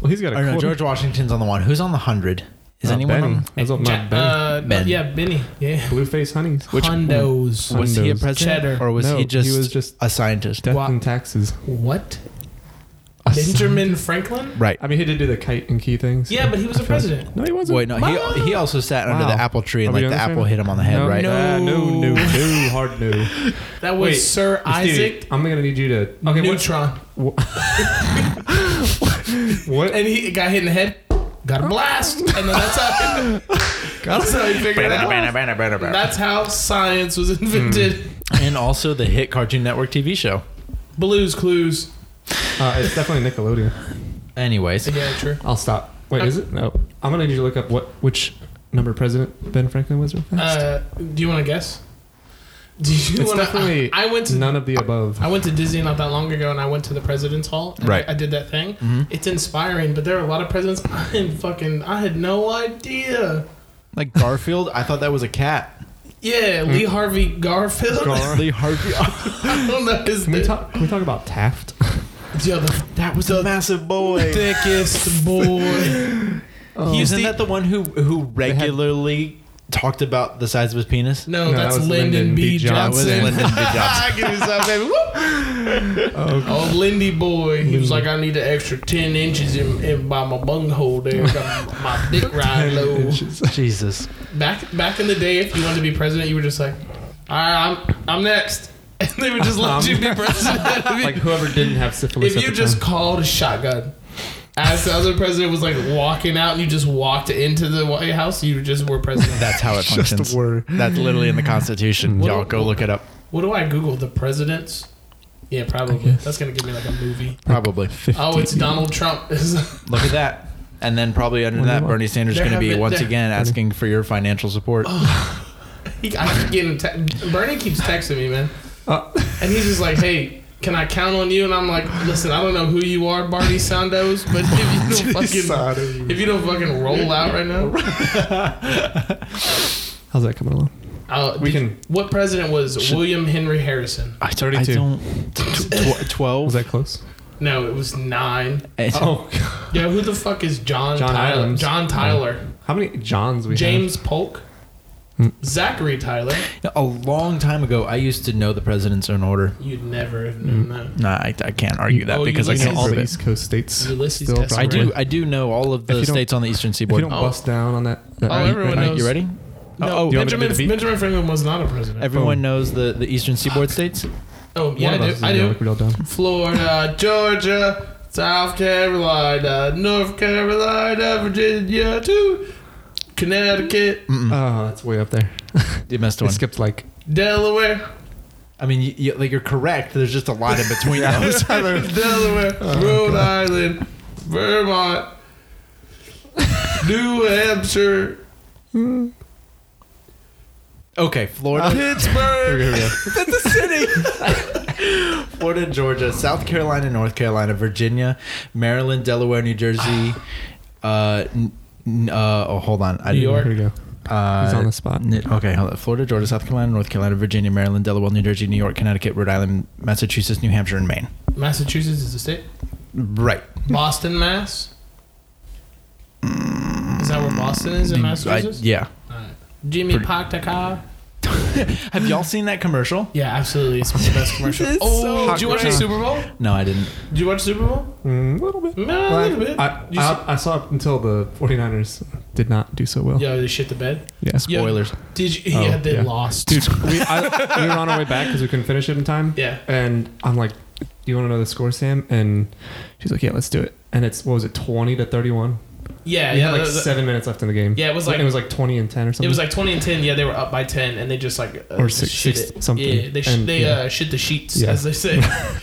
[SPEAKER 3] Well, he's got a.
[SPEAKER 1] Or no,
[SPEAKER 3] quarter-
[SPEAKER 1] George Washington's on the one. Who's on the hundred? Is
[SPEAKER 3] Oh,
[SPEAKER 1] anyone?
[SPEAKER 3] Benny.
[SPEAKER 1] on-
[SPEAKER 3] That's what my Benny.
[SPEAKER 2] Uh,
[SPEAKER 1] Ben.
[SPEAKER 2] Yeah, Benny. Yeah.
[SPEAKER 3] Blueface honeys.
[SPEAKER 2] Hondos.
[SPEAKER 3] What?
[SPEAKER 1] Was he a
[SPEAKER 3] Windows.
[SPEAKER 1] president,
[SPEAKER 2] Cheddar.
[SPEAKER 1] or was
[SPEAKER 3] No,
[SPEAKER 1] he
[SPEAKER 3] he
[SPEAKER 1] just
[SPEAKER 3] was just-
[SPEAKER 1] a scientist?
[SPEAKER 3] Death
[SPEAKER 2] Wa-
[SPEAKER 3] and taxes.
[SPEAKER 2] What? Benjamin Franklin?
[SPEAKER 1] Right.
[SPEAKER 3] I mean, he did do the kite and key things.
[SPEAKER 2] Yeah, but he was a
[SPEAKER 3] I feel-
[SPEAKER 2] president.
[SPEAKER 3] No, he wasn't.
[SPEAKER 1] Wait, no. He, he also sat under
[SPEAKER 3] Wow.
[SPEAKER 1] the apple tree and
[SPEAKER 3] Are we
[SPEAKER 1] like the
[SPEAKER 3] doing this
[SPEAKER 1] apple
[SPEAKER 3] right
[SPEAKER 1] hit him on the head,
[SPEAKER 3] no,
[SPEAKER 1] right?
[SPEAKER 2] no.
[SPEAKER 3] uh, no, no, no, hard no. Wait,
[SPEAKER 2] That was Sir Isaac
[SPEAKER 3] Stevie, I'm gonna need you to. Okay, what,
[SPEAKER 2] Neutron.
[SPEAKER 3] what?
[SPEAKER 2] And he got hit in the head, got a blast. And then that's how, that's how he figured it out.
[SPEAKER 1] Banana, banana, banana, banana.
[SPEAKER 2] That's how science was invented.
[SPEAKER 3] Hmm.
[SPEAKER 1] And also the hit Cartoon Network TV show.
[SPEAKER 2] Blues Clues.
[SPEAKER 3] Uh, it's definitely Nickelodeon.
[SPEAKER 1] Anyways,
[SPEAKER 2] Yeah, true.
[SPEAKER 3] I'll stop. Wait, is it? No. I'm gonna need you to look up what which number president Ben Franklin was. real fast.
[SPEAKER 2] Uh, do you want to guess? Do you
[SPEAKER 3] It's
[SPEAKER 2] want to?
[SPEAKER 3] definitely
[SPEAKER 2] I went to
[SPEAKER 3] None of the above.
[SPEAKER 2] I went to Disney not that long ago, and I went to the President's Hall. And
[SPEAKER 1] Right.
[SPEAKER 2] I, I did that thing.
[SPEAKER 3] Mm-hmm.
[SPEAKER 2] It's inspiring, but there are a lot of presidents. I am fucking. I had no idea.
[SPEAKER 1] like Garfield, I thought that was a cat.
[SPEAKER 2] Yeah,
[SPEAKER 3] Hmm.
[SPEAKER 2] Lee Harvey Garfield.
[SPEAKER 1] Lee Harvey.
[SPEAKER 2] I don't know his
[SPEAKER 3] Can we
[SPEAKER 2] name.
[SPEAKER 3] talk? Can we talk about Taft?
[SPEAKER 2] Yo, the
[SPEAKER 1] That was a massive boy.
[SPEAKER 2] thickest boy.
[SPEAKER 3] Oh.
[SPEAKER 1] Isn't
[SPEAKER 2] the-
[SPEAKER 1] that the one who who regularly talked about the size of his penis?
[SPEAKER 2] No,
[SPEAKER 3] No,
[SPEAKER 2] that's
[SPEAKER 3] that was
[SPEAKER 2] Lyndon, B. Johnson.
[SPEAKER 1] That was Lyndon B. Johnson.
[SPEAKER 2] Give me some, baby. Woo! Oh, Lindy boy. He was like, I need an extra 10 inches in, in by my bunghole there. Got my dick ride low.
[SPEAKER 1] Jesus.
[SPEAKER 2] Back, back in the day, if you wanted to be president, you were just like, all right, I'm, I'm next. And they would just let you be president. I mean,
[SPEAKER 3] like whoever didn't have syphilis.
[SPEAKER 2] if
[SPEAKER 3] at
[SPEAKER 2] you
[SPEAKER 3] the
[SPEAKER 2] just
[SPEAKER 3] time.
[SPEAKER 2] called a shotgun as the other president was like walking out and you just walked into the White House, you just were president.
[SPEAKER 1] That's how it functions.
[SPEAKER 3] a word.
[SPEAKER 1] That's literally in the Constitution.
[SPEAKER 2] What-
[SPEAKER 1] Y'all go look it up.
[SPEAKER 2] What do I Google? The presidents? Yeah, probably. That's going to give me like a movie.
[SPEAKER 1] Probably.
[SPEAKER 2] Oh, it's Donald Trump.
[SPEAKER 1] Look at that. And then probably under
[SPEAKER 3] What do you
[SPEAKER 1] that,
[SPEAKER 3] want?
[SPEAKER 1] Bernie Sanders is
[SPEAKER 2] There
[SPEAKER 1] going to be
[SPEAKER 2] have been-
[SPEAKER 1] once
[SPEAKER 2] there-
[SPEAKER 1] again asking for your financial support.
[SPEAKER 3] Oh,
[SPEAKER 2] He, I keep getting te- Bernie keeps texting me, man,
[SPEAKER 3] Uh,
[SPEAKER 2] and he's just like, "Hey, can I count on you?" And I'm like, "Listen, I don't know who you are, Barney Sandoz, but if you don't fucking if you don't fucking roll out right now,
[SPEAKER 3] how's that coming along?
[SPEAKER 2] I'll,
[SPEAKER 3] We
[SPEAKER 2] did-
[SPEAKER 3] can-
[SPEAKER 2] What president was William Henry Harrison?
[SPEAKER 1] I,
[SPEAKER 3] 32.
[SPEAKER 1] don't. tw- tw- 12?
[SPEAKER 3] Was that close?
[SPEAKER 2] No, it was nine.
[SPEAKER 3] Oh,
[SPEAKER 2] Yeah, who the fuck is John,
[SPEAKER 3] John
[SPEAKER 2] Tyler?
[SPEAKER 3] Adams.
[SPEAKER 2] John Tyler,
[SPEAKER 3] how many Johns we Hmm.
[SPEAKER 2] James Polk, Zachary Tyler.
[SPEAKER 1] A long time ago, I used to know the presidents in order.
[SPEAKER 2] You'd never have known
[SPEAKER 3] Hmm.
[SPEAKER 2] that.
[SPEAKER 1] Nah, I, I can't argue that
[SPEAKER 2] Oh,
[SPEAKER 1] because
[SPEAKER 2] you
[SPEAKER 1] I
[SPEAKER 3] have?
[SPEAKER 2] listen
[SPEAKER 1] can't
[SPEAKER 3] all
[SPEAKER 1] prove
[SPEAKER 3] the
[SPEAKER 1] it.
[SPEAKER 3] East Coast states.
[SPEAKER 2] Ulysses
[SPEAKER 3] still
[SPEAKER 2] Test
[SPEAKER 1] I
[SPEAKER 2] Grant.
[SPEAKER 1] do. I do know all of
[SPEAKER 3] If
[SPEAKER 1] the
[SPEAKER 3] you don't-
[SPEAKER 1] states on the Eastern
[SPEAKER 3] If you
[SPEAKER 1] Seaboard.
[SPEAKER 3] don't bust down on that, that
[SPEAKER 2] Oh,
[SPEAKER 3] right-
[SPEAKER 2] everyone
[SPEAKER 3] right-
[SPEAKER 2] knows.
[SPEAKER 1] you ready?
[SPEAKER 2] No,
[SPEAKER 3] you want me to
[SPEAKER 2] Benjamin,
[SPEAKER 3] do the beat?
[SPEAKER 2] Benjamin Franklin was not a president.
[SPEAKER 1] Everyone knows the, the Eastern Seaboard states.
[SPEAKER 2] oh, yeah,
[SPEAKER 3] One of
[SPEAKER 2] I
[SPEAKER 3] us is
[SPEAKER 2] do. I
[SPEAKER 3] gonna
[SPEAKER 2] do.
[SPEAKER 3] look real dumb.
[SPEAKER 2] Florida, Georgia, South Carolina, North Carolina, Virginia, too. Connecticut,
[SPEAKER 1] Mm.
[SPEAKER 3] Oh, that's way up there.
[SPEAKER 1] You missed
[SPEAKER 3] It
[SPEAKER 1] one.
[SPEAKER 3] skipped like
[SPEAKER 2] Delaware,
[SPEAKER 1] I mean, you, you, like you're correct. There's just a lot in between those.
[SPEAKER 2] Delaware,
[SPEAKER 1] Oh,
[SPEAKER 2] Rhode Island, Vermont, New Hampshire,
[SPEAKER 1] Okay, Florida,
[SPEAKER 2] Pittsburgh.
[SPEAKER 1] Florida, Georgia, South Carolina, North Carolina, Virginia, Maryland, Delaware, New Jersey. Uh, n- n- uh, oh, hold on. I
[SPEAKER 2] New York.
[SPEAKER 3] here we go.
[SPEAKER 1] Uh,
[SPEAKER 3] He's on the spot.
[SPEAKER 1] Ni- Okay, hold on. Florida, Georgia, South Carolina, North Carolina, Virginia, Maryland, Delaware, New Jersey, New York, Connecticut, Rhode Island, Massachusetts, New Hampshire, and Maine.
[SPEAKER 2] Massachusetts is a state.
[SPEAKER 1] Right.
[SPEAKER 2] Boston, Mass. Is that where Boston is in
[SPEAKER 1] Mm. I-
[SPEAKER 2] Massachusetts?
[SPEAKER 1] yeah.
[SPEAKER 2] All right. Jimmy Pactica.
[SPEAKER 1] Have y'all seen that commercial?
[SPEAKER 2] Yeah, absolutely. It's one of the best commercials.
[SPEAKER 4] It's
[SPEAKER 2] oh,
[SPEAKER 4] so
[SPEAKER 2] did you watch the
[SPEAKER 1] great.
[SPEAKER 2] Super Bowl?
[SPEAKER 1] No, I didn't.
[SPEAKER 2] Did you watch Super Bowl?
[SPEAKER 3] Mm, a little bit.
[SPEAKER 2] No, a little
[SPEAKER 3] Well,
[SPEAKER 2] bit.
[SPEAKER 3] I,
[SPEAKER 2] You
[SPEAKER 3] I,
[SPEAKER 2] see-
[SPEAKER 3] I saw it until the 49ers did not do so well.
[SPEAKER 2] Yo, they shit the bed.
[SPEAKER 3] Yeah.
[SPEAKER 1] Spoilers.
[SPEAKER 2] Did you?
[SPEAKER 3] Oh,
[SPEAKER 2] yeah, they
[SPEAKER 3] yeah.
[SPEAKER 2] lost.
[SPEAKER 3] Dude, we, I, we were on our way back because we couldn't finish it in time.
[SPEAKER 2] Yeah.
[SPEAKER 3] And I'm like, do you want to know the score, Sam? And she's like, yeah, let's do it. And it's, what was it, 20 to 31?
[SPEAKER 2] Yeah,
[SPEAKER 3] We
[SPEAKER 2] yeah.
[SPEAKER 3] had like
[SPEAKER 2] that was-
[SPEAKER 3] seven minutes left in the game.
[SPEAKER 2] Yeah, it was like-
[SPEAKER 3] it was like 20 and 10 or something.
[SPEAKER 2] It was like twenty and ten. Yeah, they were up by ten, and they just like uh,
[SPEAKER 3] Or six-
[SPEAKER 2] shit
[SPEAKER 3] six
[SPEAKER 2] it.
[SPEAKER 3] something.
[SPEAKER 2] Yeah, they sh-
[SPEAKER 3] And-
[SPEAKER 2] they
[SPEAKER 3] yeah.
[SPEAKER 2] Uh, shit the sheets,
[SPEAKER 3] Yeah.
[SPEAKER 2] as they say.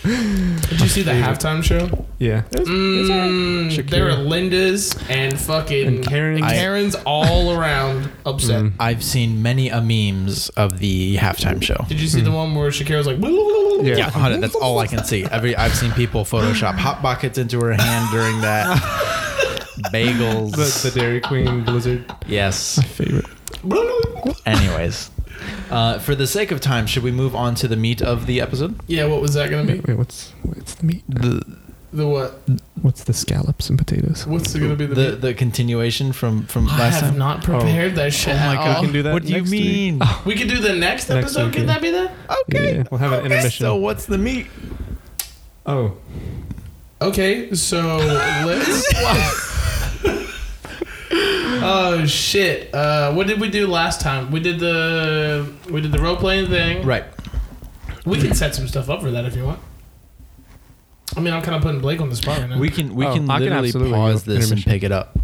[SPEAKER 2] Did you see the
[SPEAKER 3] favorite.
[SPEAKER 2] halftime show?
[SPEAKER 3] yeah. It was- it was alright.
[SPEAKER 2] Mm, there were Lindas and fucking
[SPEAKER 3] And Karen's.
[SPEAKER 2] and Karens all around upset.
[SPEAKER 3] Mm.
[SPEAKER 1] I've seen many a memes of the halftime show.
[SPEAKER 2] Did you see
[SPEAKER 3] Mm.
[SPEAKER 2] the one where Shakira was like, "Bleh."
[SPEAKER 1] Yeah, honey, that's all I can see. Every I've seen people Photoshop hot buckets into her hand during that. Bagels.
[SPEAKER 3] The, the Dairy Queen Blizzard
[SPEAKER 1] yes.
[SPEAKER 3] favorite.
[SPEAKER 1] Anyways, uh, for the sake of time, should we move on to the meat of the episode?
[SPEAKER 2] yeah, what was that gonna be?
[SPEAKER 3] Wait, what's what's the meat?
[SPEAKER 2] The what?
[SPEAKER 3] What's the scallops and potatoes?
[SPEAKER 2] What's gonna be the?
[SPEAKER 1] The
[SPEAKER 2] the
[SPEAKER 1] the continuation from from
[SPEAKER 2] I
[SPEAKER 1] last
[SPEAKER 2] have
[SPEAKER 1] time.
[SPEAKER 2] not prepared that shit.
[SPEAKER 1] Oh my
[SPEAKER 2] at
[SPEAKER 1] God.
[SPEAKER 2] all. Oh,
[SPEAKER 1] We can
[SPEAKER 3] do that
[SPEAKER 1] what do you
[SPEAKER 3] next week.
[SPEAKER 1] mean?
[SPEAKER 2] We could do the next,
[SPEAKER 3] Next
[SPEAKER 2] episode.
[SPEAKER 3] week,
[SPEAKER 2] Can
[SPEAKER 3] yeah.
[SPEAKER 2] that be that?
[SPEAKER 1] Okay.
[SPEAKER 3] Yeah, we'll have an
[SPEAKER 1] Okay,
[SPEAKER 3] intermission.
[SPEAKER 1] So what's the meat?
[SPEAKER 3] Oh,
[SPEAKER 2] Okay, so let's. oh shit! Uh, what did we do last time? We did the we did the role playing thing.
[SPEAKER 1] Right.
[SPEAKER 2] We can set some stuff up for that if you want. I mean, I'm kind of putting Blake on the spot right now.
[SPEAKER 1] We can we
[SPEAKER 3] Oh,
[SPEAKER 1] can
[SPEAKER 3] I can
[SPEAKER 1] literally
[SPEAKER 3] absolutely
[SPEAKER 1] pause
[SPEAKER 3] do
[SPEAKER 1] this and
[SPEAKER 3] intermission.
[SPEAKER 1] pick it up.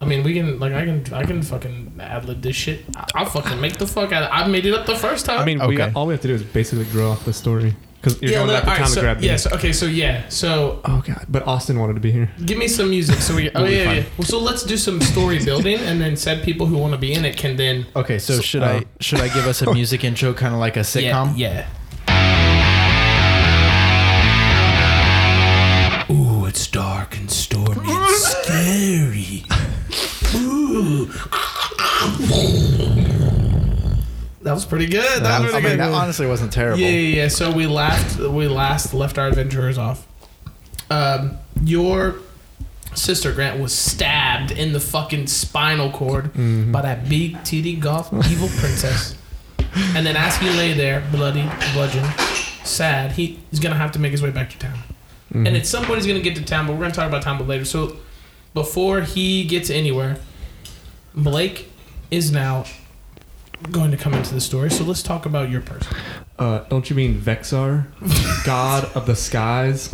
[SPEAKER 2] I mean, we can like I can I can fucking ad lib this shit. I- I'll fucking make the fuck out. of I made it up the first time.
[SPEAKER 3] I mean, we,
[SPEAKER 1] Okay.
[SPEAKER 3] all we have to do is basically grow off the story because you're going
[SPEAKER 2] look-
[SPEAKER 3] back to
[SPEAKER 2] all right,
[SPEAKER 3] time
[SPEAKER 2] so-
[SPEAKER 3] to grab. the-
[SPEAKER 2] yeah, so, okay, so yeah, so
[SPEAKER 3] Oh god, but Austin wanted to be here.
[SPEAKER 2] give me some music. So we oh
[SPEAKER 1] We'll be
[SPEAKER 2] yeah,
[SPEAKER 1] fine.
[SPEAKER 2] yeah. Well, so let's do some story building, and then said people who want to be in it can then
[SPEAKER 1] Okay, so, should
[SPEAKER 3] uh,
[SPEAKER 1] I should I give us a music intro, kind of like a sitcom?
[SPEAKER 2] Yeah. yeah. Ooh, it's dark and stormy and scary. Ooh. That was pretty good. That,
[SPEAKER 1] That,
[SPEAKER 2] was
[SPEAKER 1] I
[SPEAKER 2] pretty
[SPEAKER 1] mean,
[SPEAKER 2] good.
[SPEAKER 1] that honestly wasn't terrible.
[SPEAKER 2] Yeah, yeah, yeah. So we last we last left our adventurers off. Um, your sister Grant was stabbed in the fucking spinal cord by that big titty golf evil princess, and then as he lay there, bloody, bludgeoned, sad, he is gonna have to make his way back to town. And at some point he's gonna get to town, but we're gonna talk about town later. So before he gets anywhere, Blake is now going to come into the story. So let's talk about your person.
[SPEAKER 3] Uh, don't you mean Vexar, God of the Skies?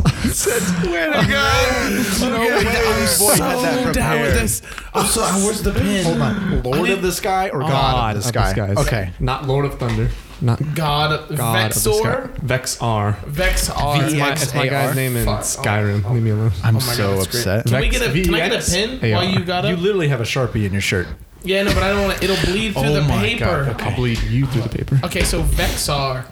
[SPEAKER 1] so down with this.
[SPEAKER 2] I'm so where's the pen?
[SPEAKER 1] Hold on, Lord of the Sky or God, of the Sky? Okay,
[SPEAKER 3] not Lord of Thunder, not
[SPEAKER 2] Oh, God, of
[SPEAKER 3] God
[SPEAKER 2] Vexor,
[SPEAKER 3] of the Sky. Vexar.
[SPEAKER 2] Vexar.
[SPEAKER 1] It's
[SPEAKER 3] That's my,
[SPEAKER 1] VXAR?
[SPEAKER 3] that's my guy's name in
[SPEAKER 2] Fuck.
[SPEAKER 3] Skyrim. Leave me alone.
[SPEAKER 1] I'm
[SPEAKER 2] my God,
[SPEAKER 1] so
[SPEAKER 2] that's great.
[SPEAKER 1] upset.
[SPEAKER 2] Can we get a
[SPEAKER 3] Vex-
[SPEAKER 2] can I get a
[SPEAKER 3] VXAR.
[SPEAKER 2] pen while you got
[SPEAKER 1] E You
[SPEAKER 2] up?
[SPEAKER 1] literally have a sharpie in your shirt.
[SPEAKER 2] yeah, no, but I don't want to. It'll bleed through
[SPEAKER 1] Oh
[SPEAKER 2] the
[SPEAKER 1] my
[SPEAKER 2] paper.
[SPEAKER 1] God,
[SPEAKER 2] okay.
[SPEAKER 3] I'll bleed you through the paper.
[SPEAKER 2] so Vexar,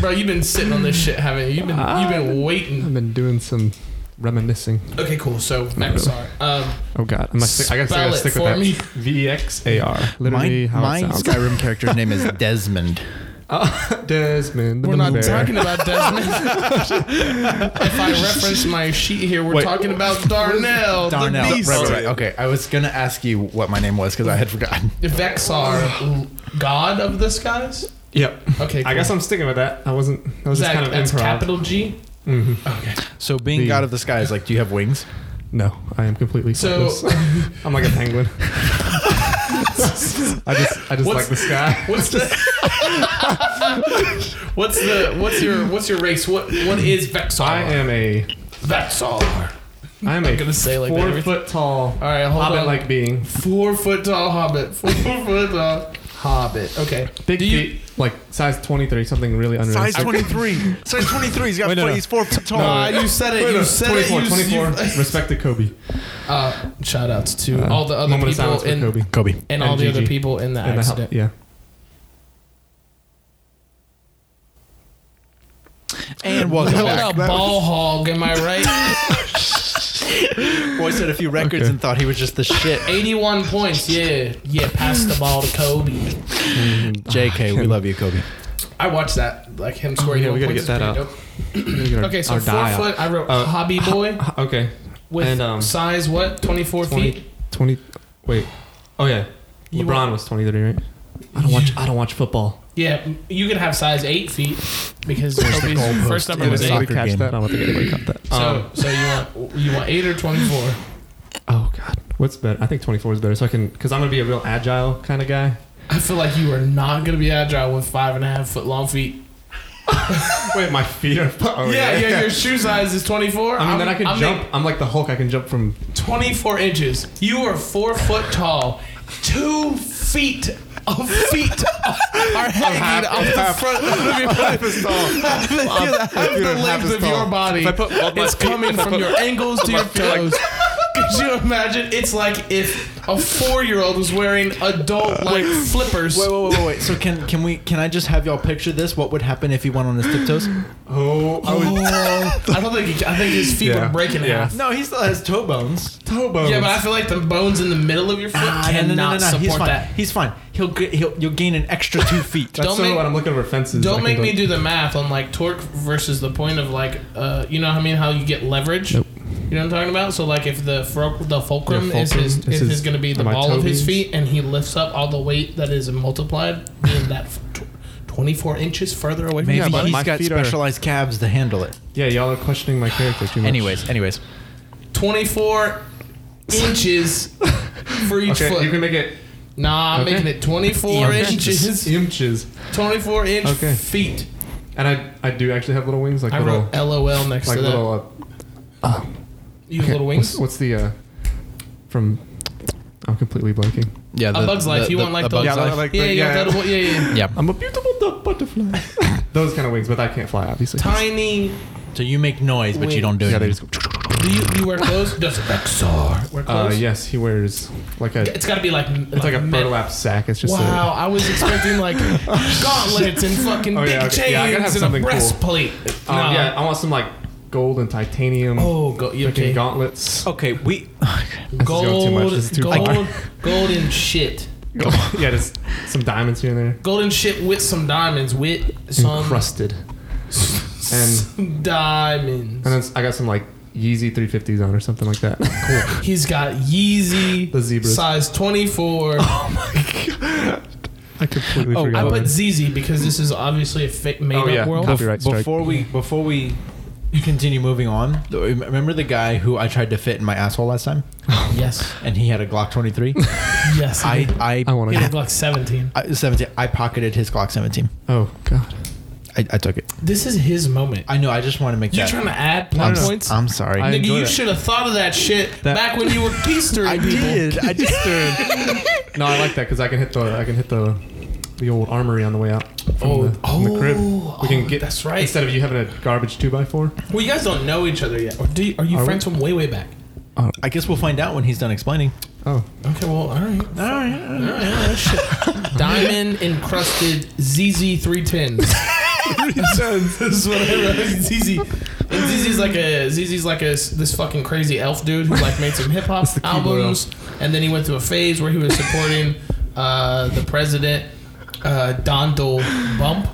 [SPEAKER 2] bro, you've been sitting on this shit, haven't you? You've been you've
[SPEAKER 1] Ah.
[SPEAKER 2] been
[SPEAKER 3] I've
[SPEAKER 2] waiting.
[SPEAKER 3] been doing some reminiscing.
[SPEAKER 2] Okay, cool. So Vexar, um,
[SPEAKER 3] Oh god, I, must stick, I gotta, I
[SPEAKER 2] Spell
[SPEAKER 3] gotta
[SPEAKER 2] it
[SPEAKER 3] stick
[SPEAKER 2] for
[SPEAKER 3] with that.
[SPEAKER 2] me.
[SPEAKER 3] V E X A R. Literally
[SPEAKER 1] My,
[SPEAKER 3] how
[SPEAKER 1] my
[SPEAKER 3] it sounds.
[SPEAKER 1] Skyrim character's name is Desmond.
[SPEAKER 2] Uh,
[SPEAKER 3] Oh, Desmond. the
[SPEAKER 2] we're not
[SPEAKER 3] bear.
[SPEAKER 2] talking about Desmond. if I reference my sheet here, we're
[SPEAKER 1] Wait.
[SPEAKER 2] talking about Darnell, Oh, the
[SPEAKER 1] Darnell. Right,
[SPEAKER 2] beast.
[SPEAKER 1] right, right. Okay, I was gonna ask you what my name was because I had forgotten.
[SPEAKER 2] Vexar, God of the skies.
[SPEAKER 3] Yep.
[SPEAKER 2] Okay,
[SPEAKER 3] I
[SPEAKER 2] cool.
[SPEAKER 3] guess I'm sticking with that. I wasn't. That was
[SPEAKER 2] Is
[SPEAKER 3] just
[SPEAKER 2] that,
[SPEAKER 3] kind of
[SPEAKER 2] that's
[SPEAKER 3] improv.
[SPEAKER 2] capital G.
[SPEAKER 3] hmm
[SPEAKER 2] Okay.
[SPEAKER 1] So being
[SPEAKER 3] The-
[SPEAKER 1] God of the Sky is like, do you have wings?
[SPEAKER 3] No, I am completely
[SPEAKER 2] So-
[SPEAKER 3] so. I'm like a penguin. I just, I
[SPEAKER 2] What's-
[SPEAKER 3] just like the sky.
[SPEAKER 2] What's the What's the what's your what's your race? What what is Vexar?
[SPEAKER 3] I am a,
[SPEAKER 2] Vexar.
[SPEAKER 3] I am
[SPEAKER 2] I'm
[SPEAKER 3] a
[SPEAKER 2] gonna say like that
[SPEAKER 3] four
[SPEAKER 2] every-
[SPEAKER 3] foot tall
[SPEAKER 2] All right, hold
[SPEAKER 3] hobbit
[SPEAKER 2] on.
[SPEAKER 3] like being,
[SPEAKER 2] four foot tall hobbit. Four foot tall hobbit. Okay.
[SPEAKER 3] big
[SPEAKER 2] Do you-
[SPEAKER 3] feet, like size 23, something really unrealistic.
[SPEAKER 1] three. Size twenty three. He's got
[SPEAKER 3] Wait, no, no. he's
[SPEAKER 1] four foot tall.
[SPEAKER 2] Nah, uh, you said it. You said it.
[SPEAKER 3] 24,
[SPEAKER 2] You,
[SPEAKER 3] 24.
[SPEAKER 2] You,
[SPEAKER 3] respected Kobe.
[SPEAKER 2] uh, shout outs to
[SPEAKER 3] Uh,
[SPEAKER 2] all the other
[SPEAKER 3] moment of
[SPEAKER 2] people
[SPEAKER 3] silence
[SPEAKER 2] in,
[SPEAKER 3] for Kobe.
[SPEAKER 1] Kobe.
[SPEAKER 2] and all
[SPEAKER 3] and
[SPEAKER 2] the other
[SPEAKER 3] Gigi.
[SPEAKER 2] people in the
[SPEAKER 3] And the help-
[SPEAKER 2] accident.
[SPEAKER 3] yeah.
[SPEAKER 1] And welcome
[SPEAKER 2] What a ball hog, am I right?
[SPEAKER 1] Boy said a few records
[SPEAKER 3] Okay.
[SPEAKER 1] and thought he was just the shit.
[SPEAKER 2] 81 points, yeah. Yeah, pass the ball to Kobe.
[SPEAKER 1] JK, we love you, Kobe.
[SPEAKER 2] I watched that, like him scoring.
[SPEAKER 3] yeah, we
[SPEAKER 2] one
[SPEAKER 3] gotta
[SPEAKER 2] point
[SPEAKER 3] get
[SPEAKER 2] is
[SPEAKER 3] that
[SPEAKER 2] pretty
[SPEAKER 3] up.
[SPEAKER 2] dope.
[SPEAKER 3] okay,
[SPEAKER 2] Okay, so four foot. I wrote
[SPEAKER 3] Uh,
[SPEAKER 2] hobby boy
[SPEAKER 3] Okay,
[SPEAKER 2] with
[SPEAKER 3] and, um,
[SPEAKER 2] size what twenty four
[SPEAKER 3] 20
[SPEAKER 2] feet.
[SPEAKER 3] 20. Wait. Oh yeah.
[SPEAKER 2] You
[SPEAKER 3] LeBron was 23, right? I don't watch. I don't watch football.
[SPEAKER 2] Yeah, you can have size eight feet because Kobe's first number
[SPEAKER 1] in
[SPEAKER 2] was
[SPEAKER 1] a
[SPEAKER 2] eight.
[SPEAKER 1] soccer game.
[SPEAKER 3] I don't think anybody caught that.
[SPEAKER 2] So,
[SPEAKER 3] Um,
[SPEAKER 2] so you want you want eight or twenty four?
[SPEAKER 3] oh God, what's better? I think 24 is better. So I can, because I'm gonna be a real agile kind of guy.
[SPEAKER 2] I feel like you are not gonna be agile with five and a half foot long feet.
[SPEAKER 3] Wait, my feet are. Oh,
[SPEAKER 2] yeah, yeah, Your shoe size is twenty four.
[SPEAKER 3] I mean, then I can jump. I'm like the Hulk. I can jump from.
[SPEAKER 2] twenty four inches. You are four foot tall, two feet. Of feet are hanging off the front of your
[SPEAKER 3] Half as tall.
[SPEAKER 2] the length of your body.
[SPEAKER 4] I put all my
[SPEAKER 2] It's
[SPEAKER 4] feet-
[SPEAKER 2] coming
[SPEAKER 4] if I
[SPEAKER 2] from
[SPEAKER 4] put
[SPEAKER 2] your ankles to your toes. Could you imagine? It's like if a four-year-old was wearing adult-like flippers.
[SPEAKER 1] Wait, wait, wait, wait, wait. So can can we can I just have y'all picture this? What would happen if he went on his tiptoes?
[SPEAKER 3] Oh, I would.
[SPEAKER 2] I don't think. He, I think his feet
[SPEAKER 3] Yeah.
[SPEAKER 2] would break in
[SPEAKER 3] Yeah.
[SPEAKER 2] half.
[SPEAKER 1] No, he still has toe bones.
[SPEAKER 3] Toe bones.
[SPEAKER 2] Yeah, but I feel like the bones in the middle of your foot
[SPEAKER 1] Ah, no,
[SPEAKER 2] cannot
[SPEAKER 1] no, no, no, no. He's
[SPEAKER 2] support
[SPEAKER 1] fine.
[SPEAKER 2] that.
[SPEAKER 1] He's fine. He'll get, he'll you'll gain an extra two feet.
[SPEAKER 3] That's
[SPEAKER 2] don't
[SPEAKER 3] sort of
[SPEAKER 2] make-
[SPEAKER 3] what I'm looking for fences. I
[SPEAKER 2] Don't
[SPEAKER 3] can
[SPEAKER 2] make
[SPEAKER 3] go-
[SPEAKER 2] me do the math on like torque versus the point of like, uh, you know, what I mean, how you get leverage.
[SPEAKER 3] Nope.
[SPEAKER 2] You know what I'm talking about? So like, if the fro- the fulcrum,
[SPEAKER 3] Yeah,
[SPEAKER 2] is
[SPEAKER 3] fulcrum
[SPEAKER 2] his
[SPEAKER 3] is
[SPEAKER 2] is,
[SPEAKER 3] his-
[SPEAKER 2] his going to be the
[SPEAKER 3] my
[SPEAKER 2] ball of his
[SPEAKER 3] toes.
[SPEAKER 2] feet, and he lifts up all the weight that is multiplied, being that f- tw- 24 inches further away from
[SPEAKER 1] Maybe
[SPEAKER 2] his
[SPEAKER 3] but
[SPEAKER 1] he's
[SPEAKER 3] my
[SPEAKER 1] got
[SPEAKER 3] feet are-
[SPEAKER 1] specialized calves to handle it.
[SPEAKER 3] Yeah, y'all are questioning my character too much.
[SPEAKER 1] Anyways, anyways.
[SPEAKER 2] 24 inches for each
[SPEAKER 3] okay,
[SPEAKER 2] foot.
[SPEAKER 3] you can make it
[SPEAKER 2] nah, I'm
[SPEAKER 3] Okay.
[SPEAKER 2] making it 24
[SPEAKER 1] Inches.
[SPEAKER 2] inches,
[SPEAKER 3] inches,
[SPEAKER 2] 24 inch
[SPEAKER 3] Okay.
[SPEAKER 2] feet.
[SPEAKER 3] and I I do actually have little wings, like
[SPEAKER 2] I
[SPEAKER 3] little,
[SPEAKER 2] wrote LOL next
[SPEAKER 3] like
[SPEAKER 2] to that.
[SPEAKER 3] little. Uh,
[SPEAKER 2] you have little wings.
[SPEAKER 3] What's, what's the uh, from? I'm completely blanking.
[SPEAKER 1] Yeah,
[SPEAKER 2] a Bug's Life. you want like the
[SPEAKER 3] Bug's Life. like the-
[SPEAKER 2] yeah, yeah, yeah,
[SPEAKER 3] yeah.
[SPEAKER 2] yeah, yeah.
[SPEAKER 1] Yeah.
[SPEAKER 3] I'm a beautiful duck butterfly. Those kind of wings, but I can't fly, obviously.
[SPEAKER 2] Tiny.
[SPEAKER 1] So you make noise, but
[SPEAKER 2] Wings.
[SPEAKER 1] you don't do
[SPEAKER 3] Yeah,
[SPEAKER 1] it.
[SPEAKER 3] they just. Go,
[SPEAKER 2] Do you, you wear clothes? Does XR wear
[SPEAKER 3] uh,
[SPEAKER 2] clothes?
[SPEAKER 3] yes, he wears like a.
[SPEAKER 2] It's got to be like it's
[SPEAKER 3] It's like a burlap sack. It's just.
[SPEAKER 2] Wow, I was expecting like gauntlets and fucking
[SPEAKER 3] Oh,
[SPEAKER 2] big
[SPEAKER 3] yeah, okay.
[SPEAKER 2] chains
[SPEAKER 3] Yeah, I gotta have
[SPEAKER 2] and a
[SPEAKER 3] something cool.
[SPEAKER 2] breastplate.
[SPEAKER 3] A, um,
[SPEAKER 2] No.
[SPEAKER 3] Yeah, I want some like gold and titanium.
[SPEAKER 2] Oh, go, yeah,
[SPEAKER 3] freaking
[SPEAKER 2] okay. Oh,
[SPEAKER 3] gauntlets.
[SPEAKER 1] Okay, we
[SPEAKER 3] going too
[SPEAKER 2] gold,
[SPEAKER 3] much. This is too
[SPEAKER 2] gold,
[SPEAKER 3] far.
[SPEAKER 2] gold and shit.
[SPEAKER 3] yeah, just some diamonds here and there.
[SPEAKER 2] Golden shit with some diamonds. With some
[SPEAKER 3] Encrusted. and
[SPEAKER 2] diamonds.
[SPEAKER 3] and then I got some like Yeezy 350s on or something like that. Cool.
[SPEAKER 2] He's got Yeezy,
[SPEAKER 3] The zebras.
[SPEAKER 2] size 24.
[SPEAKER 3] I completely
[SPEAKER 1] Oh,
[SPEAKER 3] forgot.
[SPEAKER 2] I
[SPEAKER 3] about
[SPEAKER 2] put
[SPEAKER 3] it.
[SPEAKER 2] ZZ because this is obviously a fake made
[SPEAKER 3] Oh, yeah.
[SPEAKER 2] up world.
[SPEAKER 3] Copy. Copyright strike.
[SPEAKER 1] before we before we continue moving on. though, Remember the guy who I tried to fit in my asshole last time,
[SPEAKER 2] Yes.
[SPEAKER 1] and he had a Glock 23.
[SPEAKER 2] Yes.
[SPEAKER 1] I I,
[SPEAKER 3] I want
[SPEAKER 2] He
[SPEAKER 3] to.
[SPEAKER 2] looked like 17.
[SPEAKER 1] I 17. I pocketed his Glock 17.
[SPEAKER 3] Oh God.
[SPEAKER 1] I, I took it.
[SPEAKER 2] This is his moment.
[SPEAKER 1] I know. I just want to make
[SPEAKER 2] You're
[SPEAKER 1] that.
[SPEAKER 2] trying to add
[SPEAKER 1] I'm,
[SPEAKER 2] plot
[SPEAKER 1] s-
[SPEAKER 2] points?
[SPEAKER 1] I'm sorry.
[SPEAKER 3] I
[SPEAKER 2] Nigga,
[SPEAKER 3] enjoy
[SPEAKER 2] you
[SPEAKER 3] that.
[SPEAKER 2] should have thought of that shit
[SPEAKER 3] That-
[SPEAKER 2] back when you were peacering
[SPEAKER 1] I
[SPEAKER 2] people.
[SPEAKER 1] did. I just
[SPEAKER 3] No, I like that because I can hit the I can hit the the old armory on the way out from,
[SPEAKER 2] Oh.
[SPEAKER 3] the, from the crib.
[SPEAKER 2] Oh.
[SPEAKER 3] We can
[SPEAKER 2] Oh,
[SPEAKER 3] get
[SPEAKER 2] that's right.
[SPEAKER 3] Instead of you having a garbage two by four.
[SPEAKER 2] Well, you guys don't know each other yet. Or do you, are you
[SPEAKER 3] Are we?
[SPEAKER 2] friends from way, way back?
[SPEAKER 1] I guess we'll find out when he's done explaining.
[SPEAKER 3] Oh,
[SPEAKER 2] Okay, well, all right.
[SPEAKER 1] All right.
[SPEAKER 2] Diamond encrusted ZZ 310. this is what I wrote. ZZ. And ZZ's like a ZZ's like a this fucking crazy elf dude who like made some hip hop
[SPEAKER 3] That's the keyboard
[SPEAKER 2] albums, and then he went through a phase where he was supporting uh, the president, uh, Dondel Bump.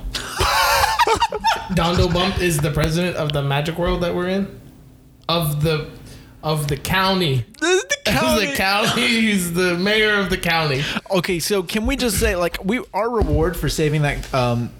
[SPEAKER 2] Dondel Bump is the president of the magic world that we're in, of the of the county.
[SPEAKER 1] This is the
[SPEAKER 2] the county. He's the mayor of the county.
[SPEAKER 1] Okay, so can we just say like we our reward for saving that um,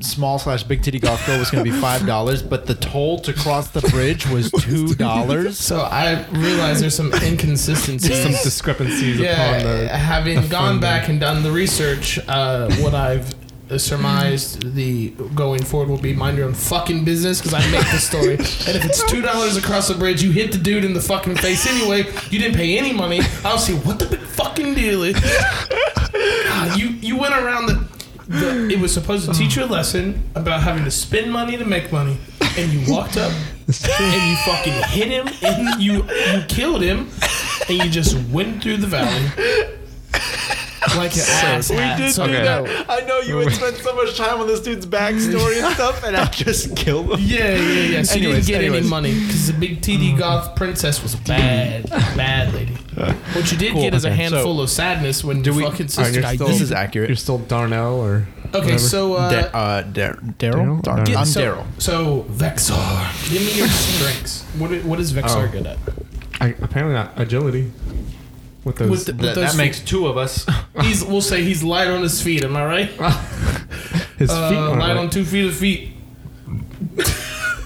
[SPEAKER 1] small slash big titty golf girl was going to be five dollars, but the toll to cross the bridge was two dollars.
[SPEAKER 2] So I realize there's some inconsistencies.
[SPEAKER 3] some discrepancies
[SPEAKER 2] yeah,
[SPEAKER 3] upon the.
[SPEAKER 2] having gone
[SPEAKER 3] funding.
[SPEAKER 2] back and done the research, uh, what I've uh, surmised the going forward will be mind your own fucking business because I make the story. and if it's two dollars across the bridge, you hit the dude in the fucking face anyway. You didn't pay any money. I don't see what the big fucking deal is. God, Uh, you you went around the. The, it was supposed to teach you a lesson about having to spend money to make money, and you walked up and you fucking hit him and you you killed him and you just went through the valley like an ass.
[SPEAKER 3] do Okay. that.
[SPEAKER 1] I know you would spend so much time on this dude's backstory and stuff, and I just killed him.
[SPEAKER 2] Yeah, yeah, yeah. So
[SPEAKER 1] Anyways,
[SPEAKER 2] you didn't get
[SPEAKER 1] anyways.
[SPEAKER 2] any money because the big TD goth princess was a bad, bad lady. What you did
[SPEAKER 1] Cool,
[SPEAKER 2] get is a
[SPEAKER 1] okay,
[SPEAKER 2] handful of sadness when your fucking
[SPEAKER 3] Alright,
[SPEAKER 2] sister
[SPEAKER 3] you're
[SPEAKER 2] died.
[SPEAKER 3] still-
[SPEAKER 1] This is
[SPEAKER 3] You're
[SPEAKER 1] accurate.
[SPEAKER 3] still Darnell or
[SPEAKER 2] Okay,
[SPEAKER 3] whatever.
[SPEAKER 2] so uh,
[SPEAKER 1] Da- uh, Dar- Daryl,
[SPEAKER 3] Daryl?
[SPEAKER 1] Dar- I'm
[SPEAKER 3] Yeah,
[SPEAKER 2] so,
[SPEAKER 1] Daryl.
[SPEAKER 2] So Vexar, give me your strengths. What i- what is Vexar
[SPEAKER 3] Oh.
[SPEAKER 2] good at?
[SPEAKER 3] I, apparently not agility. with those.
[SPEAKER 2] With the-
[SPEAKER 1] That,
[SPEAKER 2] those
[SPEAKER 1] that makes two of us.
[SPEAKER 2] He's we'll say he's light on his feet. Am I right?
[SPEAKER 3] his feet.
[SPEAKER 2] Uh,
[SPEAKER 3] weren't
[SPEAKER 2] light
[SPEAKER 3] right.
[SPEAKER 2] on two feet of feet.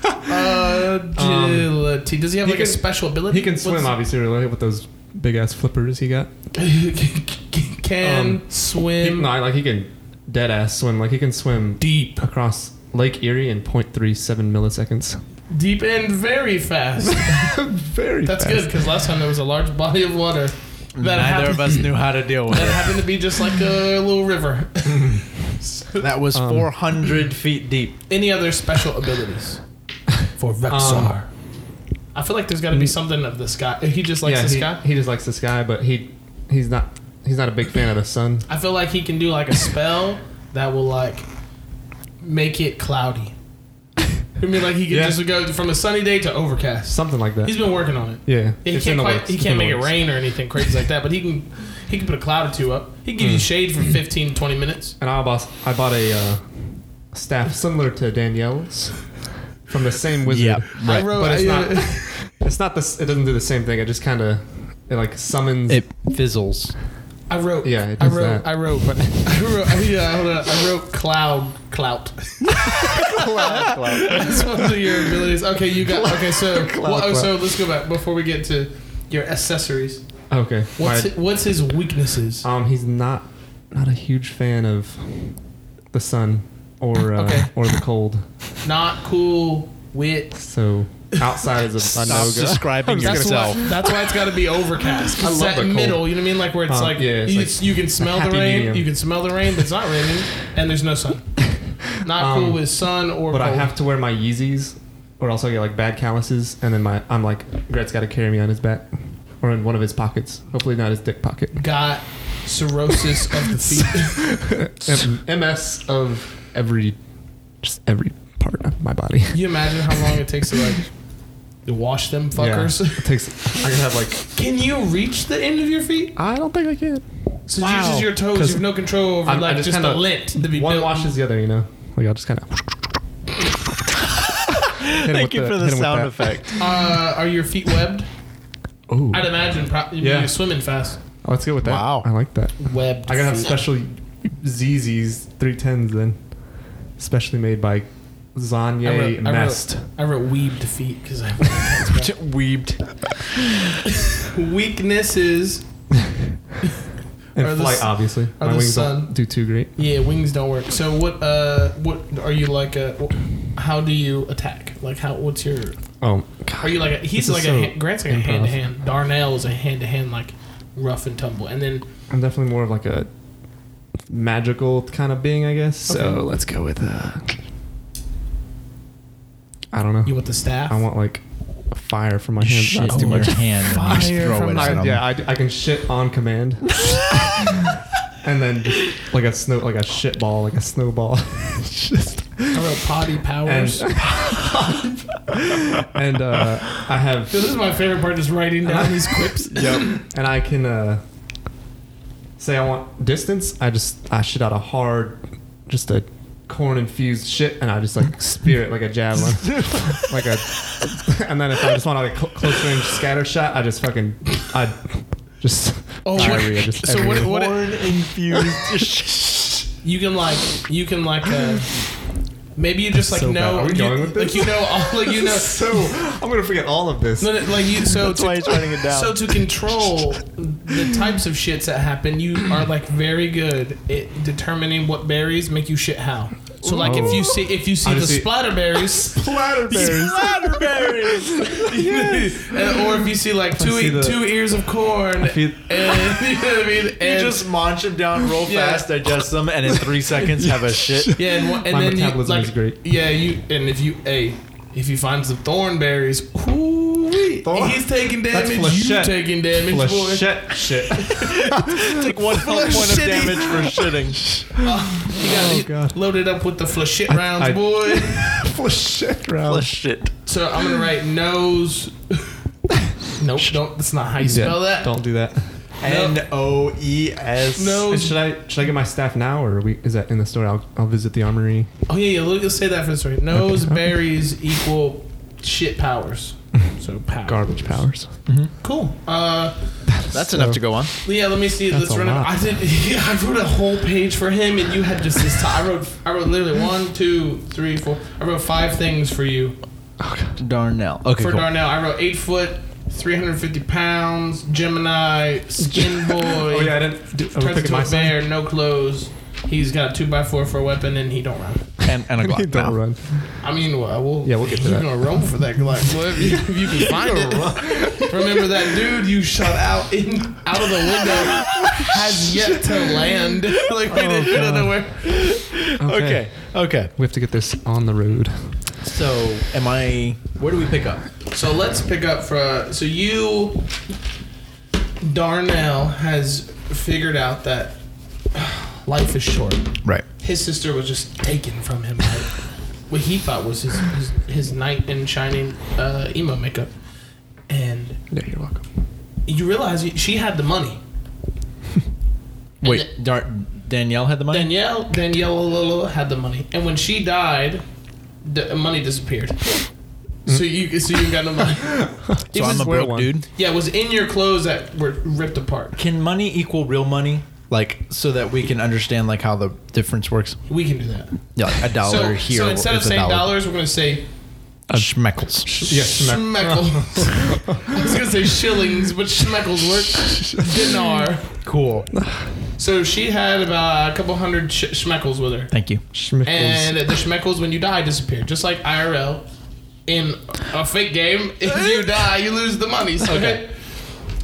[SPEAKER 2] uh, agility. Does he have
[SPEAKER 3] he
[SPEAKER 2] like a
[SPEAKER 3] can-
[SPEAKER 2] special ability?
[SPEAKER 3] he can swim,
[SPEAKER 2] What's-
[SPEAKER 3] obviously, really, with those big ass flippers he got.
[SPEAKER 2] can
[SPEAKER 3] Um, He,
[SPEAKER 2] swim
[SPEAKER 3] no, like he can dead ass swim. Like he can swim
[SPEAKER 2] deep,
[SPEAKER 3] across Lake Erie in 0.37 milliseconds.
[SPEAKER 2] deep and very fast.
[SPEAKER 3] Very.
[SPEAKER 2] That's
[SPEAKER 3] fast.
[SPEAKER 2] good because last time there was a large body of water that
[SPEAKER 1] Neither
[SPEAKER 2] happened,
[SPEAKER 1] of us knew how to deal with
[SPEAKER 2] that
[SPEAKER 1] it.
[SPEAKER 2] happened to be just like a little river.
[SPEAKER 1] That was
[SPEAKER 3] Um,
[SPEAKER 1] 400 feet deep.
[SPEAKER 2] Any other special abilities for Vexar? Um, I feel like there's got to be something of the sky. He just likes
[SPEAKER 3] Mm. yeah,
[SPEAKER 2] the
[SPEAKER 3] he,
[SPEAKER 2] sky.
[SPEAKER 3] he just likes the sky, but he he's not he's not a big fan of the sun.
[SPEAKER 2] I feel like he can do like a spell that will like make it cloudy. I mean, like he can
[SPEAKER 3] Yeah.
[SPEAKER 2] just go from a sunny day to overcast.
[SPEAKER 3] Something like that.
[SPEAKER 2] He's been working on it.
[SPEAKER 3] yeah,
[SPEAKER 2] He
[SPEAKER 3] it's in
[SPEAKER 2] can't
[SPEAKER 3] the
[SPEAKER 2] quite,
[SPEAKER 3] works.
[SPEAKER 2] he
[SPEAKER 3] It's
[SPEAKER 2] can't
[SPEAKER 3] in the
[SPEAKER 2] make it
[SPEAKER 3] works.
[SPEAKER 2] rain or anything crazy like that, but he can he can put a cloud or two up. He can give
[SPEAKER 3] Mm.
[SPEAKER 2] you shade for 15, 20 minutes.
[SPEAKER 3] And I bought I bought a uh, staff similar to Danielle's from the same wizard.
[SPEAKER 1] Yep.
[SPEAKER 2] I wrote,
[SPEAKER 3] But it's
[SPEAKER 2] I,
[SPEAKER 3] not-
[SPEAKER 2] uh,
[SPEAKER 3] It's not this. It doesn't do the same thing. It just kind of it like summons.
[SPEAKER 1] It fizzles.
[SPEAKER 2] I wrote.
[SPEAKER 3] Yeah, it
[SPEAKER 2] I
[SPEAKER 3] does
[SPEAKER 2] wrote.
[SPEAKER 3] that.
[SPEAKER 2] I wrote. But I wrote. Yeah, hold on. I wrote cloud clout. That's one of your abilities. Okay, you got. Okay, so
[SPEAKER 3] Cloud
[SPEAKER 2] well, oh,
[SPEAKER 3] clout.
[SPEAKER 2] so let's go back before we get to your accessories.
[SPEAKER 3] okay.
[SPEAKER 2] What's
[SPEAKER 3] Alright.
[SPEAKER 2] hi- what's his weaknesses?
[SPEAKER 3] Um, he's not not a huge fan of the sun or uh,
[SPEAKER 2] Okay.
[SPEAKER 3] or the cold.
[SPEAKER 2] Not cool wit.
[SPEAKER 3] So outside is a, a
[SPEAKER 1] Stop
[SPEAKER 3] no go.
[SPEAKER 1] describing
[SPEAKER 2] That's why,
[SPEAKER 1] yourself.
[SPEAKER 2] that's why it's got to be overcast.
[SPEAKER 3] I
[SPEAKER 2] It's
[SPEAKER 3] love
[SPEAKER 2] that
[SPEAKER 3] the cold.
[SPEAKER 2] middle, you know what I mean? Like where it's
[SPEAKER 3] Um,
[SPEAKER 2] like,
[SPEAKER 3] yeah, it's
[SPEAKER 2] you,
[SPEAKER 3] like
[SPEAKER 2] you can smell the
[SPEAKER 3] happy
[SPEAKER 2] rain,
[SPEAKER 3] medium.
[SPEAKER 2] you can smell the rain, but it's not raining, and there's no sun. Not
[SPEAKER 3] Um,
[SPEAKER 2] cool with sun or
[SPEAKER 3] But I
[SPEAKER 2] cold.
[SPEAKER 3] have to wear my Yeezys, or else I get like bad calluses, and then my I'm like Gret's got to carry me on his back, or in one of his pockets. Hopefully not his dick pocket.
[SPEAKER 2] got cirrhosis of the feet.
[SPEAKER 3] M- MS of every, just every part of my body.
[SPEAKER 2] Can you imagine how long it takes to like to wash them fuckers?
[SPEAKER 3] Yeah, it takes. I can have like.
[SPEAKER 2] Can you reach the end of your feet?
[SPEAKER 3] I don't think I can.
[SPEAKER 2] So
[SPEAKER 1] Wow.
[SPEAKER 2] it's just your toes. You
[SPEAKER 3] 'Cause
[SPEAKER 2] have no control over
[SPEAKER 3] I'm- I
[SPEAKER 2] like
[SPEAKER 3] just
[SPEAKER 2] just, the
[SPEAKER 3] kinda-
[SPEAKER 2] lint. To be
[SPEAKER 3] One
[SPEAKER 2] built.
[SPEAKER 3] washes the other, you know. Like I'll just kind of.
[SPEAKER 1] Thank you for the sound effect.
[SPEAKER 2] Uh, are your feet webbed?
[SPEAKER 3] Oh,
[SPEAKER 2] I'd imagine. Pro-
[SPEAKER 3] Yeah.
[SPEAKER 2] You're swimming fast.
[SPEAKER 3] let's go Oh, with that.
[SPEAKER 1] Wow.
[SPEAKER 3] I like that.
[SPEAKER 2] Webbed.
[SPEAKER 3] I gotta have
[SPEAKER 2] feet.
[SPEAKER 3] special ZZs three tens then, specially made by
[SPEAKER 2] I
[SPEAKER 3] Zanye
[SPEAKER 2] wrote- I wrote-
[SPEAKER 3] Mest.
[SPEAKER 2] I wrote weaved feet because I
[SPEAKER 1] Weebed.
[SPEAKER 2] weaknesses. or
[SPEAKER 3] And
[SPEAKER 2] the
[SPEAKER 3] flight,
[SPEAKER 2] s-
[SPEAKER 3] obviously.
[SPEAKER 2] or
[SPEAKER 3] My
[SPEAKER 2] the
[SPEAKER 3] wings
[SPEAKER 2] sun.
[SPEAKER 3] don't do too great.
[SPEAKER 2] Yeah, wings don't work. So what? Uh, what are you like? A how do you attack? Like how? What's your?
[SPEAKER 3] Oh,
[SPEAKER 2] Are you like? A, he's
[SPEAKER 3] This is
[SPEAKER 2] like
[SPEAKER 3] so
[SPEAKER 2] a ha- Grant's like a
[SPEAKER 3] improv.
[SPEAKER 2] hand to hand. Darnell is a hand to hand like rough and tumble. And then
[SPEAKER 3] I'm definitely more of like a magical kind of being, I guess.
[SPEAKER 1] Oh,
[SPEAKER 2] Okay.
[SPEAKER 3] So let's go with. Uh, I don't know.
[SPEAKER 2] you want the staff.
[SPEAKER 3] I want like fire from my hands.
[SPEAKER 1] Shit
[SPEAKER 3] That's too
[SPEAKER 1] in your
[SPEAKER 3] much.
[SPEAKER 1] hand. and just
[SPEAKER 2] Fire
[SPEAKER 1] throw
[SPEAKER 2] from
[SPEAKER 1] it
[SPEAKER 2] my-
[SPEAKER 1] at
[SPEAKER 3] I,
[SPEAKER 1] 'em.
[SPEAKER 3] yeah, I, I can shit on command. and then just like a snow, like a shit ball, like a snowball. just,
[SPEAKER 2] I wrote potty
[SPEAKER 3] and
[SPEAKER 2] powers.
[SPEAKER 3] and uh, I have
[SPEAKER 2] So this is my favorite part, just writing down these quips.
[SPEAKER 3] Yep. And I can uh, say I want distance. I just I shit out a hard, just a corn infused shit, and I just like spear it like a javelin, like a. And then if I just want like a cl- close range scatter shot, I just fucking I just
[SPEAKER 2] Oh, what-
[SPEAKER 3] diarrhea just
[SPEAKER 2] so what-
[SPEAKER 3] everywhere.
[SPEAKER 2] what-
[SPEAKER 1] infused.
[SPEAKER 2] You can like you can like uh maybe you just like
[SPEAKER 3] so
[SPEAKER 2] know
[SPEAKER 3] bad. Are we
[SPEAKER 2] you,
[SPEAKER 3] going with
[SPEAKER 2] like
[SPEAKER 3] this?
[SPEAKER 2] you know all like you know
[SPEAKER 3] so I'm gonna forget all of this.
[SPEAKER 2] no, no, like you so to,
[SPEAKER 1] writing it
[SPEAKER 2] so to control the types of shits that happen you are like very good at determining what berries make you shit how. So like if you see if you see the
[SPEAKER 3] Honestly-
[SPEAKER 2] splatter berries
[SPEAKER 3] Splatterberries.
[SPEAKER 2] and- Uh, or if you see like two
[SPEAKER 3] see
[SPEAKER 2] e-
[SPEAKER 3] the-
[SPEAKER 2] two ears of corn and you
[SPEAKER 3] feel-
[SPEAKER 2] know what I mean and,
[SPEAKER 1] munch them down, roll
[SPEAKER 2] Yeah.
[SPEAKER 1] digest them, and in three seconds have a shit.
[SPEAKER 2] Yeah, and, one, and
[SPEAKER 3] My
[SPEAKER 2] then
[SPEAKER 3] metabolism
[SPEAKER 2] you, like,
[SPEAKER 3] is great.
[SPEAKER 2] Yeah, you and if you a if you find some thorn berries, ooh
[SPEAKER 3] Thorn-
[SPEAKER 2] he's taking
[SPEAKER 3] That's
[SPEAKER 2] damage. You
[SPEAKER 3] flechette.
[SPEAKER 2] taking damage, boy.
[SPEAKER 3] Flechette shit.
[SPEAKER 1] Take one
[SPEAKER 2] Full of point of shitty- damage
[SPEAKER 1] for shitting.
[SPEAKER 2] You got
[SPEAKER 3] Oh,
[SPEAKER 2] it
[SPEAKER 3] God.
[SPEAKER 2] loaded up with the flechette rounds,
[SPEAKER 3] I-
[SPEAKER 2] boy.
[SPEAKER 3] Flechette round.
[SPEAKER 1] shit.
[SPEAKER 2] so I'm gonna write nose. nope, don't. That's not how you
[SPEAKER 3] Yeah,
[SPEAKER 2] spell that.
[SPEAKER 3] Don't do that.
[SPEAKER 1] N O E S.
[SPEAKER 2] No.
[SPEAKER 3] And should I should I get my staff now or are we, is that in the store? I'll, I'll visit the armory.
[SPEAKER 2] Oh yeah, yeah. Look, let's say that for the story. Nose berries equal shit powers. So power.
[SPEAKER 3] Garbage powers.
[SPEAKER 2] Cool. Uh,
[SPEAKER 1] that's enough to go on.
[SPEAKER 2] Yeah, let me see.
[SPEAKER 3] That's
[SPEAKER 2] Let's
[SPEAKER 3] a
[SPEAKER 2] run it.
[SPEAKER 3] lot.
[SPEAKER 2] I did. I wrote a whole page for him, and you had just this. T- I wrote. I wrote literally one, two, three, four. I wrote five things for you.
[SPEAKER 1] Darnell. Oh, Okay,
[SPEAKER 2] for
[SPEAKER 1] cool.
[SPEAKER 2] Darnell, I wrote eight foot, three hundred fifty pounds, Gemini, skin boy.
[SPEAKER 3] Oh yeah, I didn't. Do, I was
[SPEAKER 2] turns
[SPEAKER 3] picking
[SPEAKER 2] into
[SPEAKER 3] my
[SPEAKER 2] a
[SPEAKER 3] son.
[SPEAKER 2] bear, no clothes. He's got a two by four for a weapon, and he don't run.
[SPEAKER 1] and, and a
[SPEAKER 3] You
[SPEAKER 1] Glock.
[SPEAKER 3] don't
[SPEAKER 1] now.
[SPEAKER 3] run.
[SPEAKER 2] I mean, well, we'll
[SPEAKER 3] Yeah, we'll get to
[SPEAKER 2] you're
[SPEAKER 3] that.
[SPEAKER 2] gonna roam for that Glock, boy. If you, if you can find it. Remember that dude you shot out in out of the window has yet to land. like
[SPEAKER 3] Oh,
[SPEAKER 2] we didn't, we don't know where.
[SPEAKER 1] Okay. Okay.
[SPEAKER 3] We have to get this on the road.
[SPEAKER 1] So, am I? Where do we pick up?
[SPEAKER 2] So let's pick up for. So you, Darnell, has figured out that life is short.
[SPEAKER 1] Right.
[SPEAKER 2] His sister was just taken from him. Right? what he thought was his his, his knight in shining uh, emo makeup, and
[SPEAKER 3] Yeah, you're welcome.
[SPEAKER 2] you realize you- she had the money.
[SPEAKER 1] Wait. Dar- Danielle had the money.
[SPEAKER 2] Danielle Danielle had the money, and when she died, the money disappeared. So you so you got no money. It
[SPEAKER 1] so
[SPEAKER 2] was-
[SPEAKER 1] I'm a
[SPEAKER 3] Square
[SPEAKER 1] broke
[SPEAKER 3] one.
[SPEAKER 1] dude.
[SPEAKER 2] yeah, it was in your clothes that were ripped apart.
[SPEAKER 1] Can money equal real money? Like, so that we can understand like how the difference works.
[SPEAKER 2] We can do that.
[SPEAKER 1] Yeah, like a dollar
[SPEAKER 2] so,
[SPEAKER 1] here.
[SPEAKER 2] So instead of
[SPEAKER 1] is a
[SPEAKER 2] saying
[SPEAKER 1] dollar.
[SPEAKER 2] dollars, we're going to say
[SPEAKER 1] Uh, schmeckles.
[SPEAKER 3] Yeah, schmeck-
[SPEAKER 2] schmeckles. I was going to say shillings, but schmeckles work. Dinar.
[SPEAKER 1] Cool.
[SPEAKER 2] So she had about a couple hundred sh- schmeckles with her.
[SPEAKER 1] Thank you.
[SPEAKER 3] schmickles.
[SPEAKER 2] And the schmeckles, when you die, disappear. Just like IRL. In a fake game, if you die, you lose the monies. Okay.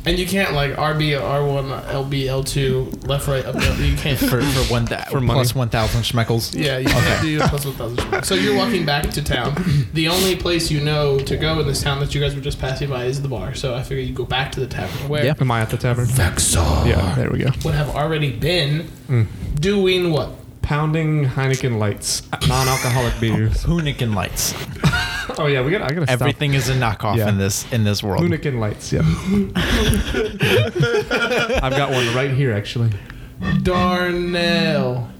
[SPEAKER 2] And you can't like RB, R1, LB, L2, left, right, up, down. You can't.
[SPEAKER 1] For for one that for
[SPEAKER 3] money.
[SPEAKER 1] plus one thousand schmeckles.
[SPEAKER 2] Yeah, you can't do plus 1,000. So you're walking back to town. The only place you know to go in this town that you guys were just passing by is the bar. So I figure you go back to the tavern where
[SPEAKER 1] Yeah.
[SPEAKER 3] Am I at the tavern?
[SPEAKER 2] Vexar
[SPEAKER 3] Yeah, there we go.
[SPEAKER 2] would have already been
[SPEAKER 1] Mm.
[SPEAKER 2] doing what?
[SPEAKER 3] Pounding Heineken lights, non-alcoholic beers.
[SPEAKER 1] Hoonigan lights.
[SPEAKER 3] Oh yeah, we got. I gotta stop.
[SPEAKER 1] Everything is a knockoff
[SPEAKER 3] Yeah.
[SPEAKER 1] in this in this world.
[SPEAKER 3] Hoonigan lights. Yeah. I've got one right here actually.
[SPEAKER 2] Darnell.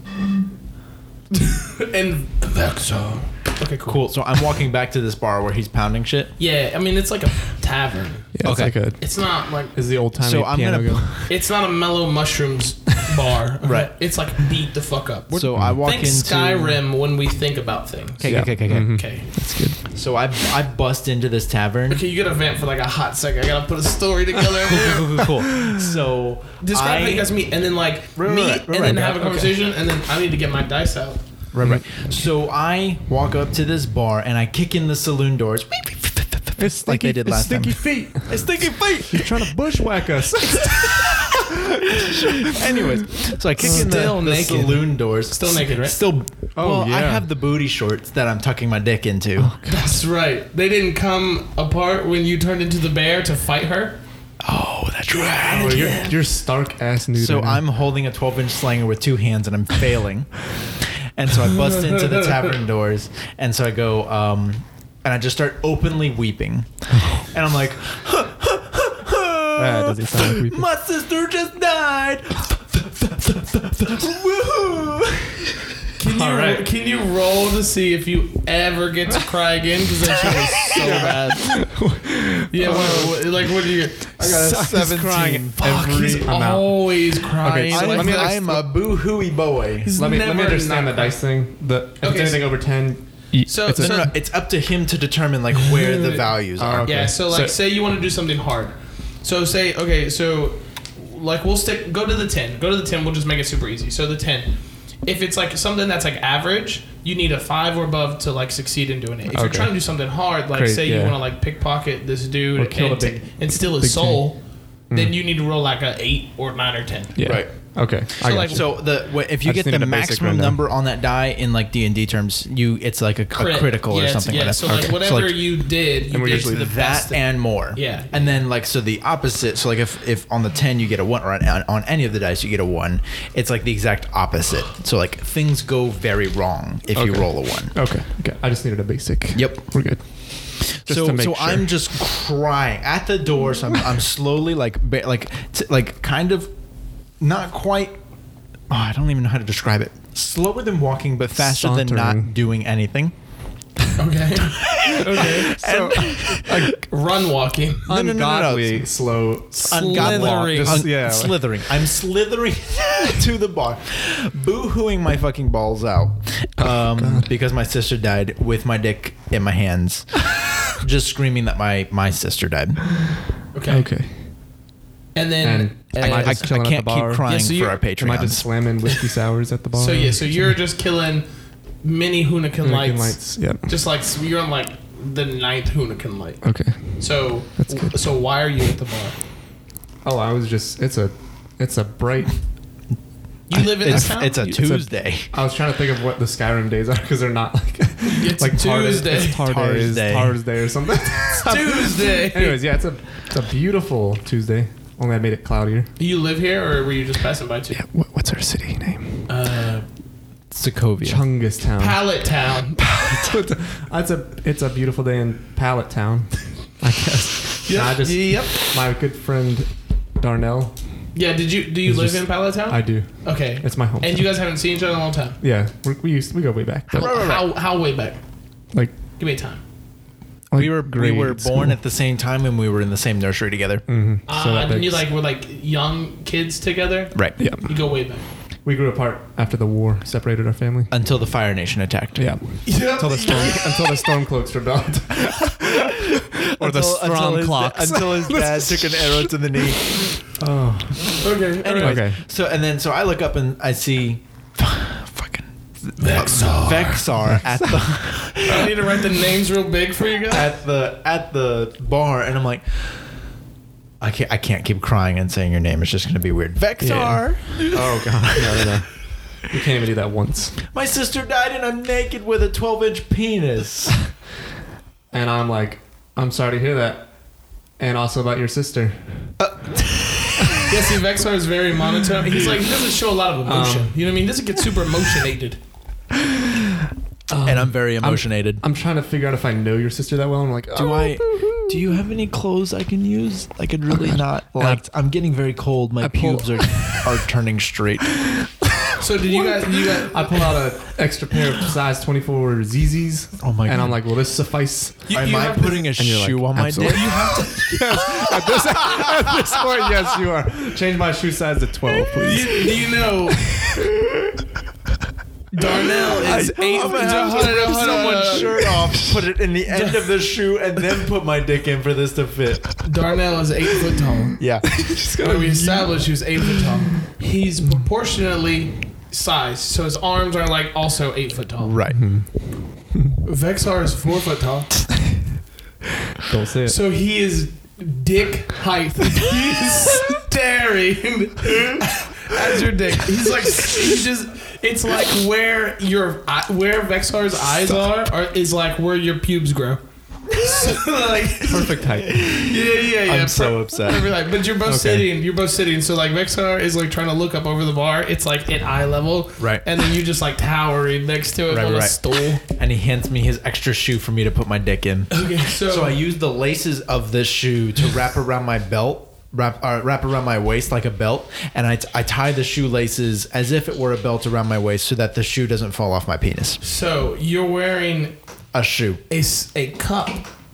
[SPEAKER 2] and Vexar. Okay, cool.
[SPEAKER 1] Cool. So I'm walking back to this bar where he's pounding shit.
[SPEAKER 2] Yeah, I mean, it's like a tavern.
[SPEAKER 3] Yeah,
[SPEAKER 1] Okay.
[SPEAKER 3] it's like a.
[SPEAKER 2] It's not like,
[SPEAKER 3] Is the old time
[SPEAKER 1] So I'm
[SPEAKER 3] piano
[SPEAKER 1] gonna-
[SPEAKER 3] go?
[SPEAKER 2] it's not a mellow mushrooms bar. okay?
[SPEAKER 1] Right.
[SPEAKER 2] It's like beat the fuck up. We're
[SPEAKER 1] So I walk
[SPEAKER 2] think
[SPEAKER 1] into
[SPEAKER 2] Skyrim when we think about things.
[SPEAKER 1] Okay,
[SPEAKER 3] Yeah.
[SPEAKER 1] okay, okay, okay.
[SPEAKER 3] Mhm.
[SPEAKER 2] Okay.
[SPEAKER 1] So I I bust into this tavern.
[SPEAKER 2] Okay, you gotta vamp for like a hot second. I gotta put a story together.
[SPEAKER 1] Cool, cool, cool, cool. So
[SPEAKER 2] Describe how
[SPEAKER 1] I,
[SPEAKER 2] you guys meet, and then like
[SPEAKER 1] Right,
[SPEAKER 2] meet,
[SPEAKER 1] right, right,
[SPEAKER 2] and
[SPEAKER 1] right,
[SPEAKER 2] then
[SPEAKER 1] right,
[SPEAKER 2] have a
[SPEAKER 1] okay.
[SPEAKER 2] conversation, and then I need to get my dice out.
[SPEAKER 1] Right, right.
[SPEAKER 3] Mm-hmm.
[SPEAKER 1] So I walk up to this bar and I kick in the saloon doors.
[SPEAKER 3] It's
[SPEAKER 1] Like they
[SPEAKER 3] stinky-
[SPEAKER 1] did
[SPEAKER 3] it's
[SPEAKER 1] last time.
[SPEAKER 3] stinky feet.
[SPEAKER 1] It's thinking fight.
[SPEAKER 3] You're trying to bushwhack us.
[SPEAKER 1] Anyways, so I kick in
[SPEAKER 2] Still
[SPEAKER 1] the, the
[SPEAKER 2] naked.
[SPEAKER 1] saloon doors.
[SPEAKER 2] Still naked, right?
[SPEAKER 1] Still.
[SPEAKER 3] Oh,
[SPEAKER 1] well, I
[SPEAKER 3] yeah.
[SPEAKER 1] have the booty shorts that I'm tucking my dick into.
[SPEAKER 2] That's right. They didn't come apart when you turned into the bear to fight her.
[SPEAKER 1] Oh, that's right.
[SPEAKER 3] Oh, you're, you're stark ass nude.
[SPEAKER 1] So
[SPEAKER 3] right now.
[SPEAKER 1] I'm holding a 12 inch slinger with two hands and I'm failing. and so I bust into the tavern doors. And so I go, um, and I just start openly weeping. And I'm like,
[SPEAKER 3] That doesn't sound like weeping.
[SPEAKER 1] my sister just died. Woohoo.
[SPEAKER 2] Can you
[SPEAKER 3] All right.
[SPEAKER 2] can you roll to see if you ever get to cry again? Because that shit was so bad. Yeah, what, what, like what do you?
[SPEAKER 1] I got a
[SPEAKER 3] Sucks, he's
[SPEAKER 1] 17.
[SPEAKER 3] crying
[SPEAKER 1] Fuck,
[SPEAKER 3] every-
[SPEAKER 1] he's-
[SPEAKER 3] I'm out.
[SPEAKER 2] always crying.
[SPEAKER 3] so
[SPEAKER 2] like
[SPEAKER 3] let me
[SPEAKER 2] that.
[SPEAKER 3] understand-
[SPEAKER 1] a boo-hooey boy.
[SPEAKER 2] He's
[SPEAKER 3] let me let
[SPEAKER 2] never
[SPEAKER 3] me understand the
[SPEAKER 2] not-
[SPEAKER 3] dice thing. The if
[SPEAKER 2] Okay,
[SPEAKER 3] it's
[SPEAKER 2] so-
[SPEAKER 3] anything over ten, y-
[SPEAKER 2] So-
[SPEAKER 3] it's a-
[SPEAKER 1] No, no, no, it's up to him to determine like where the values are.
[SPEAKER 3] Oh, okay.
[SPEAKER 2] Yeah, so like
[SPEAKER 3] So-
[SPEAKER 2] say you want to do something hard. So say okay, so like we'll stick go to the 10. Go to the 10, we'll just make it super easy. So the 10. If it's like something that's like average, you need a 5 or above to like succeed in doing it. If you're
[SPEAKER 3] Okay.
[SPEAKER 2] trying to do something hard, like
[SPEAKER 3] Great,
[SPEAKER 2] say you
[SPEAKER 3] yeah.
[SPEAKER 2] want to like pickpocket this dude
[SPEAKER 3] Or kill
[SPEAKER 2] and,
[SPEAKER 3] a big-
[SPEAKER 2] t- and steal
[SPEAKER 3] big Mm.
[SPEAKER 2] his soul, then you need to roll like a 8 or 9 or 10.
[SPEAKER 3] yeah.
[SPEAKER 1] Right.
[SPEAKER 3] Okay. So
[SPEAKER 2] like,
[SPEAKER 1] So the wh- if you
[SPEAKER 3] I
[SPEAKER 1] get
[SPEAKER 3] just
[SPEAKER 1] the
[SPEAKER 3] needed a basic
[SPEAKER 1] maximum
[SPEAKER 3] rundown.
[SPEAKER 1] number on that die in like D and D terms, you it's like a, a
[SPEAKER 2] Crit.
[SPEAKER 1] critical
[SPEAKER 2] Yeah,
[SPEAKER 1] or
[SPEAKER 2] it's-
[SPEAKER 1] something.
[SPEAKER 2] Yeah,
[SPEAKER 1] like that.
[SPEAKER 2] so like
[SPEAKER 1] Okay.
[SPEAKER 2] whatever you did, you
[SPEAKER 3] we're
[SPEAKER 2] did to
[SPEAKER 3] usually
[SPEAKER 2] the best
[SPEAKER 1] that
[SPEAKER 2] that-
[SPEAKER 1] and more.
[SPEAKER 2] Yeah.
[SPEAKER 1] And then like so the opposite. So like if if on the ten you get a one or on, on any of the dice you get a one, it's like the exact opposite. So like things go very wrong if you
[SPEAKER 3] Okay.
[SPEAKER 1] roll a one.
[SPEAKER 3] okay. Okay. I just needed a basic.
[SPEAKER 1] Yep.
[SPEAKER 3] We're good. Just
[SPEAKER 1] so
[SPEAKER 3] to make
[SPEAKER 1] so
[SPEAKER 3] sure.
[SPEAKER 1] I'm just crying at the door. So I'm, I'm slowly like ba- like t- like kind of not quite. Oh, I don't even know how to describe it. Slower than walking, but faster than
[SPEAKER 3] Sauntering.
[SPEAKER 1] not doing anything.
[SPEAKER 2] Okay. Okay.
[SPEAKER 3] So, like,
[SPEAKER 2] Run walking.
[SPEAKER 1] No, no, no, no, no.
[SPEAKER 3] ungodly slow.
[SPEAKER 1] Ungodly.
[SPEAKER 2] Slithering.
[SPEAKER 1] Un-
[SPEAKER 3] Just- yeah, like-
[SPEAKER 1] slithering. I'm slithering to the bar, boo-hooing my fucking balls out
[SPEAKER 3] Oh,
[SPEAKER 1] um, because my sister died with my dick in my hands, just screaming that my my sister died.
[SPEAKER 2] Okay.
[SPEAKER 4] Okay.
[SPEAKER 2] And then. uh,
[SPEAKER 3] And
[SPEAKER 1] And
[SPEAKER 3] I,
[SPEAKER 1] I,
[SPEAKER 3] just chilling
[SPEAKER 1] I
[SPEAKER 3] at
[SPEAKER 1] can't
[SPEAKER 3] the bar.
[SPEAKER 1] keep crying
[SPEAKER 2] Yeah, so
[SPEAKER 1] for
[SPEAKER 2] you're-
[SPEAKER 1] our
[SPEAKER 3] Am I
[SPEAKER 1] Patreon.
[SPEAKER 3] just slamming whiskey sours at the bar?
[SPEAKER 2] so, yeah, so you're just killing many Hoonican lights.
[SPEAKER 3] Drinking lights. Yep.
[SPEAKER 2] Just like you're on like the ninth Hoonican light.
[SPEAKER 4] Okay.
[SPEAKER 2] So,
[SPEAKER 3] That's good.
[SPEAKER 2] so why are you at the bar?
[SPEAKER 3] Oh, I was just. It's a. It's a bright.
[SPEAKER 2] You live in this
[SPEAKER 1] it's,
[SPEAKER 2] town.
[SPEAKER 1] it's a
[SPEAKER 2] You-
[SPEAKER 1] Tuesday.
[SPEAKER 3] I was trying to think of what the Skyrim days are because they're not like.
[SPEAKER 2] It's
[SPEAKER 3] like tar-
[SPEAKER 2] Tuesday.
[SPEAKER 3] it's tar days,
[SPEAKER 1] Tarsday.
[SPEAKER 3] Tars Day or something.
[SPEAKER 2] Tuesday.
[SPEAKER 3] Anyways, yeah, it's a it's a beautiful Tuesday. Only I made it cloudier.
[SPEAKER 2] You live here, or were you just passing by? Too?
[SPEAKER 4] Yeah. What, what's our city name?
[SPEAKER 2] Uh,
[SPEAKER 1] Sokovia.
[SPEAKER 3] Chungus Town.
[SPEAKER 2] Pallet Town.
[SPEAKER 3] it's a it's a beautiful day in Pallet Town, I guess. And I just
[SPEAKER 1] yep.
[SPEAKER 3] my good friend Darnell.
[SPEAKER 2] Yeah. Did you do you
[SPEAKER 3] It's
[SPEAKER 2] live
[SPEAKER 3] just-
[SPEAKER 2] in Pallet Town?
[SPEAKER 3] I do.
[SPEAKER 2] okay.
[SPEAKER 3] It's my home.
[SPEAKER 2] and you guys haven't seen each other in a long time.
[SPEAKER 3] yeah, we, we used we go way back.
[SPEAKER 2] How,
[SPEAKER 3] But
[SPEAKER 1] right, right.
[SPEAKER 2] how, how way back?
[SPEAKER 3] like,
[SPEAKER 2] Give me a time.
[SPEAKER 3] like
[SPEAKER 1] we were we
[SPEAKER 3] grade
[SPEAKER 1] were born
[SPEAKER 3] school.
[SPEAKER 1] at the same time and we were in the same nursery together.
[SPEAKER 3] Mhm.
[SPEAKER 2] Uh,
[SPEAKER 3] So that
[SPEAKER 2] and you
[SPEAKER 3] makes-
[SPEAKER 2] like were like young kids together.
[SPEAKER 1] Right.
[SPEAKER 4] Yeah.
[SPEAKER 2] You go way back.
[SPEAKER 3] we grew apart after the war separated our family.
[SPEAKER 1] Until the Fire Nation attacked.
[SPEAKER 4] Yeah.
[SPEAKER 2] Yeah.
[SPEAKER 3] Until the storm until the stormcloaks rebelled.
[SPEAKER 4] Or the
[SPEAKER 1] Until- until
[SPEAKER 4] strong
[SPEAKER 1] his-
[SPEAKER 4] clocks.
[SPEAKER 1] until his dad took an arrow to the knee.
[SPEAKER 3] Oh,
[SPEAKER 2] Okay.
[SPEAKER 1] Anyway,
[SPEAKER 3] Okay.
[SPEAKER 1] so and then so I look up and I see fucking
[SPEAKER 2] Vexar.
[SPEAKER 1] Vexar at the
[SPEAKER 2] I need to write the names real big for you guys.
[SPEAKER 1] at the at the bar, and I'm like, I can't I can't keep crying and saying your name. It's just gonna be weird. Vexar,
[SPEAKER 3] oh god, no, no, no. You can't even do that once.
[SPEAKER 1] my sister died, and I'm naked with a 12 inch penis.
[SPEAKER 3] And I'm like, I'm sorry to hear that. And also about your sister.
[SPEAKER 2] Yeah, see, Vexar is very monotone. He's like, he doesn't show a lot of emotion.
[SPEAKER 3] Um,
[SPEAKER 2] you know what I mean? He doesn't get super emotionated.
[SPEAKER 1] and Oh. I'm very emotionated.
[SPEAKER 3] I'm trying to figure out if I know your sister that well. I'm like,
[SPEAKER 1] do
[SPEAKER 3] oh,
[SPEAKER 1] I? Do you have any clothes I can use? I could really not.
[SPEAKER 3] I-
[SPEAKER 1] Like, I'm getting very cold. My
[SPEAKER 3] I pull-
[SPEAKER 1] pubes are are turning straight.
[SPEAKER 2] So did you guys? You guys?
[SPEAKER 3] I pull out an extra pair of size 24 ZZs.
[SPEAKER 1] Oh my
[SPEAKER 3] And I'm
[SPEAKER 1] God.
[SPEAKER 3] like, will this suffice?
[SPEAKER 2] You,
[SPEAKER 1] Am
[SPEAKER 2] you
[SPEAKER 1] I
[SPEAKER 2] have to-
[SPEAKER 1] putting a
[SPEAKER 4] you're
[SPEAKER 1] shoe
[SPEAKER 4] like,
[SPEAKER 1] on my
[SPEAKER 4] absolutely.
[SPEAKER 1] dick? You have to.
[SPEAKER 3] at, this, at this point, yes, you are. Change my shoe size to 12, please.
[SPEAKER 2] you- do you know? Darnell is eight.
[SPEAKER 1] I'm gonna have
[SPEAKER 2] Hold
[SPEAKER 1] to rip
[SPEAKER 2] on, hold on, hold on.
[SPEAKER 1] someone's shirt off, put it in the end of the shoe, and then put my dick in for this to fit.
[SPEAKER 2] Darnell is eight foot tall.
[SPEAKER 1] Yeah.
[SPEAKER 2] When we established he was eight foot tall, he's proportionately sized, so his arms are like also eight foot tall.
[SPEAKER 1] Right.
[SPEAKER 2] Vexar is four foot tall,
[SPEAKER 3] Don't say it.
[SPEAKER 2] so he is dick height. He's staring at your dick. He's like he just. It's like where your eye- where Vexar's eyes are, are is like where your pubes grow. So like
[SPEAKER 3] Perfect height.
[SPEAKER 2] Yeah, yeah, yeah.
[SPEAKER 1] I'm so
[SPEAKER 2] Per-
[SPEAKER 1] upset.
[SPEAKER 2] perfect life. But you're both
[SPEAKER 3] Okay.
[SPEAKER 2] sitting. You're both sitting. So like Vexar is like trying to look up over the bar. It's like at eye level.
[SPEAKER 1] Right.
[SPEAKER 2] And then you just like towering next to it
[SPEAKER 1] Right,
[SPEAKER 2] on
[SPEAKER 1] right.
[SPEAKER 2] a stool.
[SPEAKER 1] And he hands me his extra shoe for me to put my dick in.
[SPEAKER 2] Okay. So,
[SPEAKER 1] So I use the laces of this shoe to wrap around my belt. Wrap, uh, wrap around my waist like a belt, and I, t- I tie the shoelaces as if it were a belt around my waist so that the shoe doesn't fall off my penis.
[SPEAKER 2] so you're wearing
[SPEAKER 1] A shoe,
[SPEAKER 2] a s- a cup.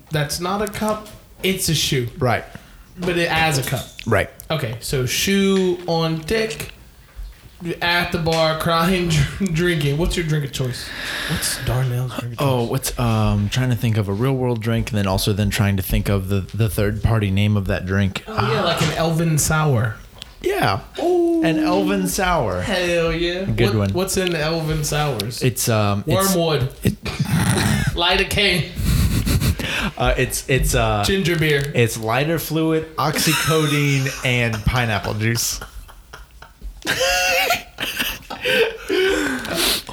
[SPEAKER 2] That's not a cup. It's a shoe,
[SPEAKER 1] right?
[SPEAKER 2] but it as a cup.
[SPEAKER 1] Right.
[SPEAKER 2] Okay. So shoe on dick. At the bar, crying, dr- drinking. What's your drink of choice? What's Darnell's drink of choice?
[SPEAKER 1] Oh, what's um trying to think of a real world drink, and then also then trying to think of the the third party name of that drink. Ah,
[SPEAKER 2] Oh, yeah, like an elven sour.
[SPEAKER 1] Yeah. An elven sour.
[SPEAKER 2] Hell yeah. What-
[SPEAKER 1] Good one.
[SPEAKER 2] What's in the Elven Sours?
[SPEAKER 1] It's um it's
[SPEAKER 2] Wormwood. Light a cane.
[SPEAKER 1] uh, it's it's uh
[SPEAKER 2] Ginger beer.
[SPEAKER 1] it's lighter fluid, oxycodone, and pineapple juice.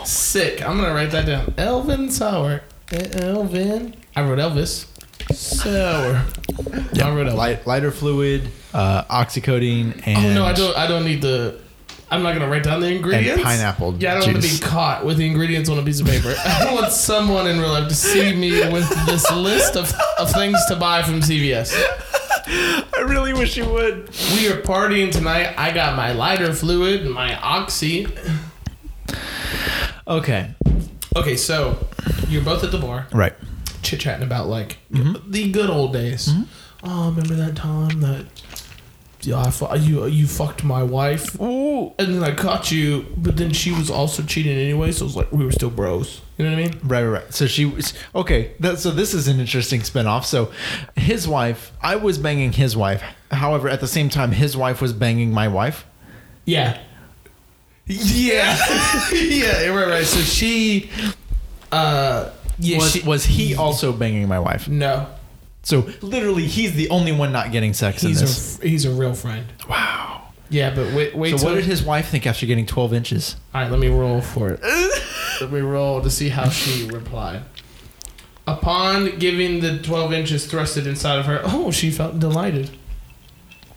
[SPEAKER 2] Sick. I'm going to write that down. Elven Sour. Elven. I wrote Elvis. Sour. I wrote Elvis.
[SPEAKER 1] Light, lighter fluid, uh, oxycodone, and
[SPEAKER 2] oh, no, I don't, I don't need the. I'm not going to write down the ingredients.
[SPEAKER 1] pineapple
[SPEAKER 2] Yeah, I don't want
[SPEAKER 1] juice.
[SPEAKER 2] to be caught with the ingredients on a piece of paper. I want someone in real life to see me with this list of, of things to buy from CVS.
[SPEAKER 1] I really wish you would.
[SPEAKER 2] We are partying tonight. I got my lighter fluid and my oxy.
[SPEAKER 1] Okay.
[SPEAKER 2] Okay, so you're both at the bar.
[SPEAKER 1] Right.
[SPEAKER 2] chit chatting about like
[SPEAKER 1] Mm-hmm.
[SPEAKER 2] the good old days. Oh, remember that time that yeah, I fu- you you fucked my wife, and then I caught you, but then she was also cheating anyway. So it was like we were still bros. You know what I mean?
[SPEAKER 1] Right, right, right. So she was okay. That, so this is an interesting spinoff. So his wife, I was banging his wife. However, at the same time, his wife was banging my wife.
[SPEAKER 2] Yeah.
[SPEAKER 1] Yeah, yeah, right, right. So she
[SPEAKER 2] Uh. Yeah.
[SPEAKER 1] was,
[SPEAKER 2] she,
[SPEAKER 1] was he also banging my wife?
[SPEAKER 2] no.
[SPEAKER 1] So literally, he's the only one not getting sex in
[SPEAKER 2] He's
[SPEAKER 1] this.
[SPEAKER 2] a he's a real friend.
[SPEAKER 1] wow.
[SPEAKER 2] Yeah, but wait wait.
[SPEAKER 1] So
[SPEAKER 2] till-
[SPEAKER 1] what did his wife think after getting 12 inches?
[SPEAKER 2] All right, let me roll for it. let me roll to see how she replied. Upon giving the 12 inches thrusted inside of her, oh, she felt delighted.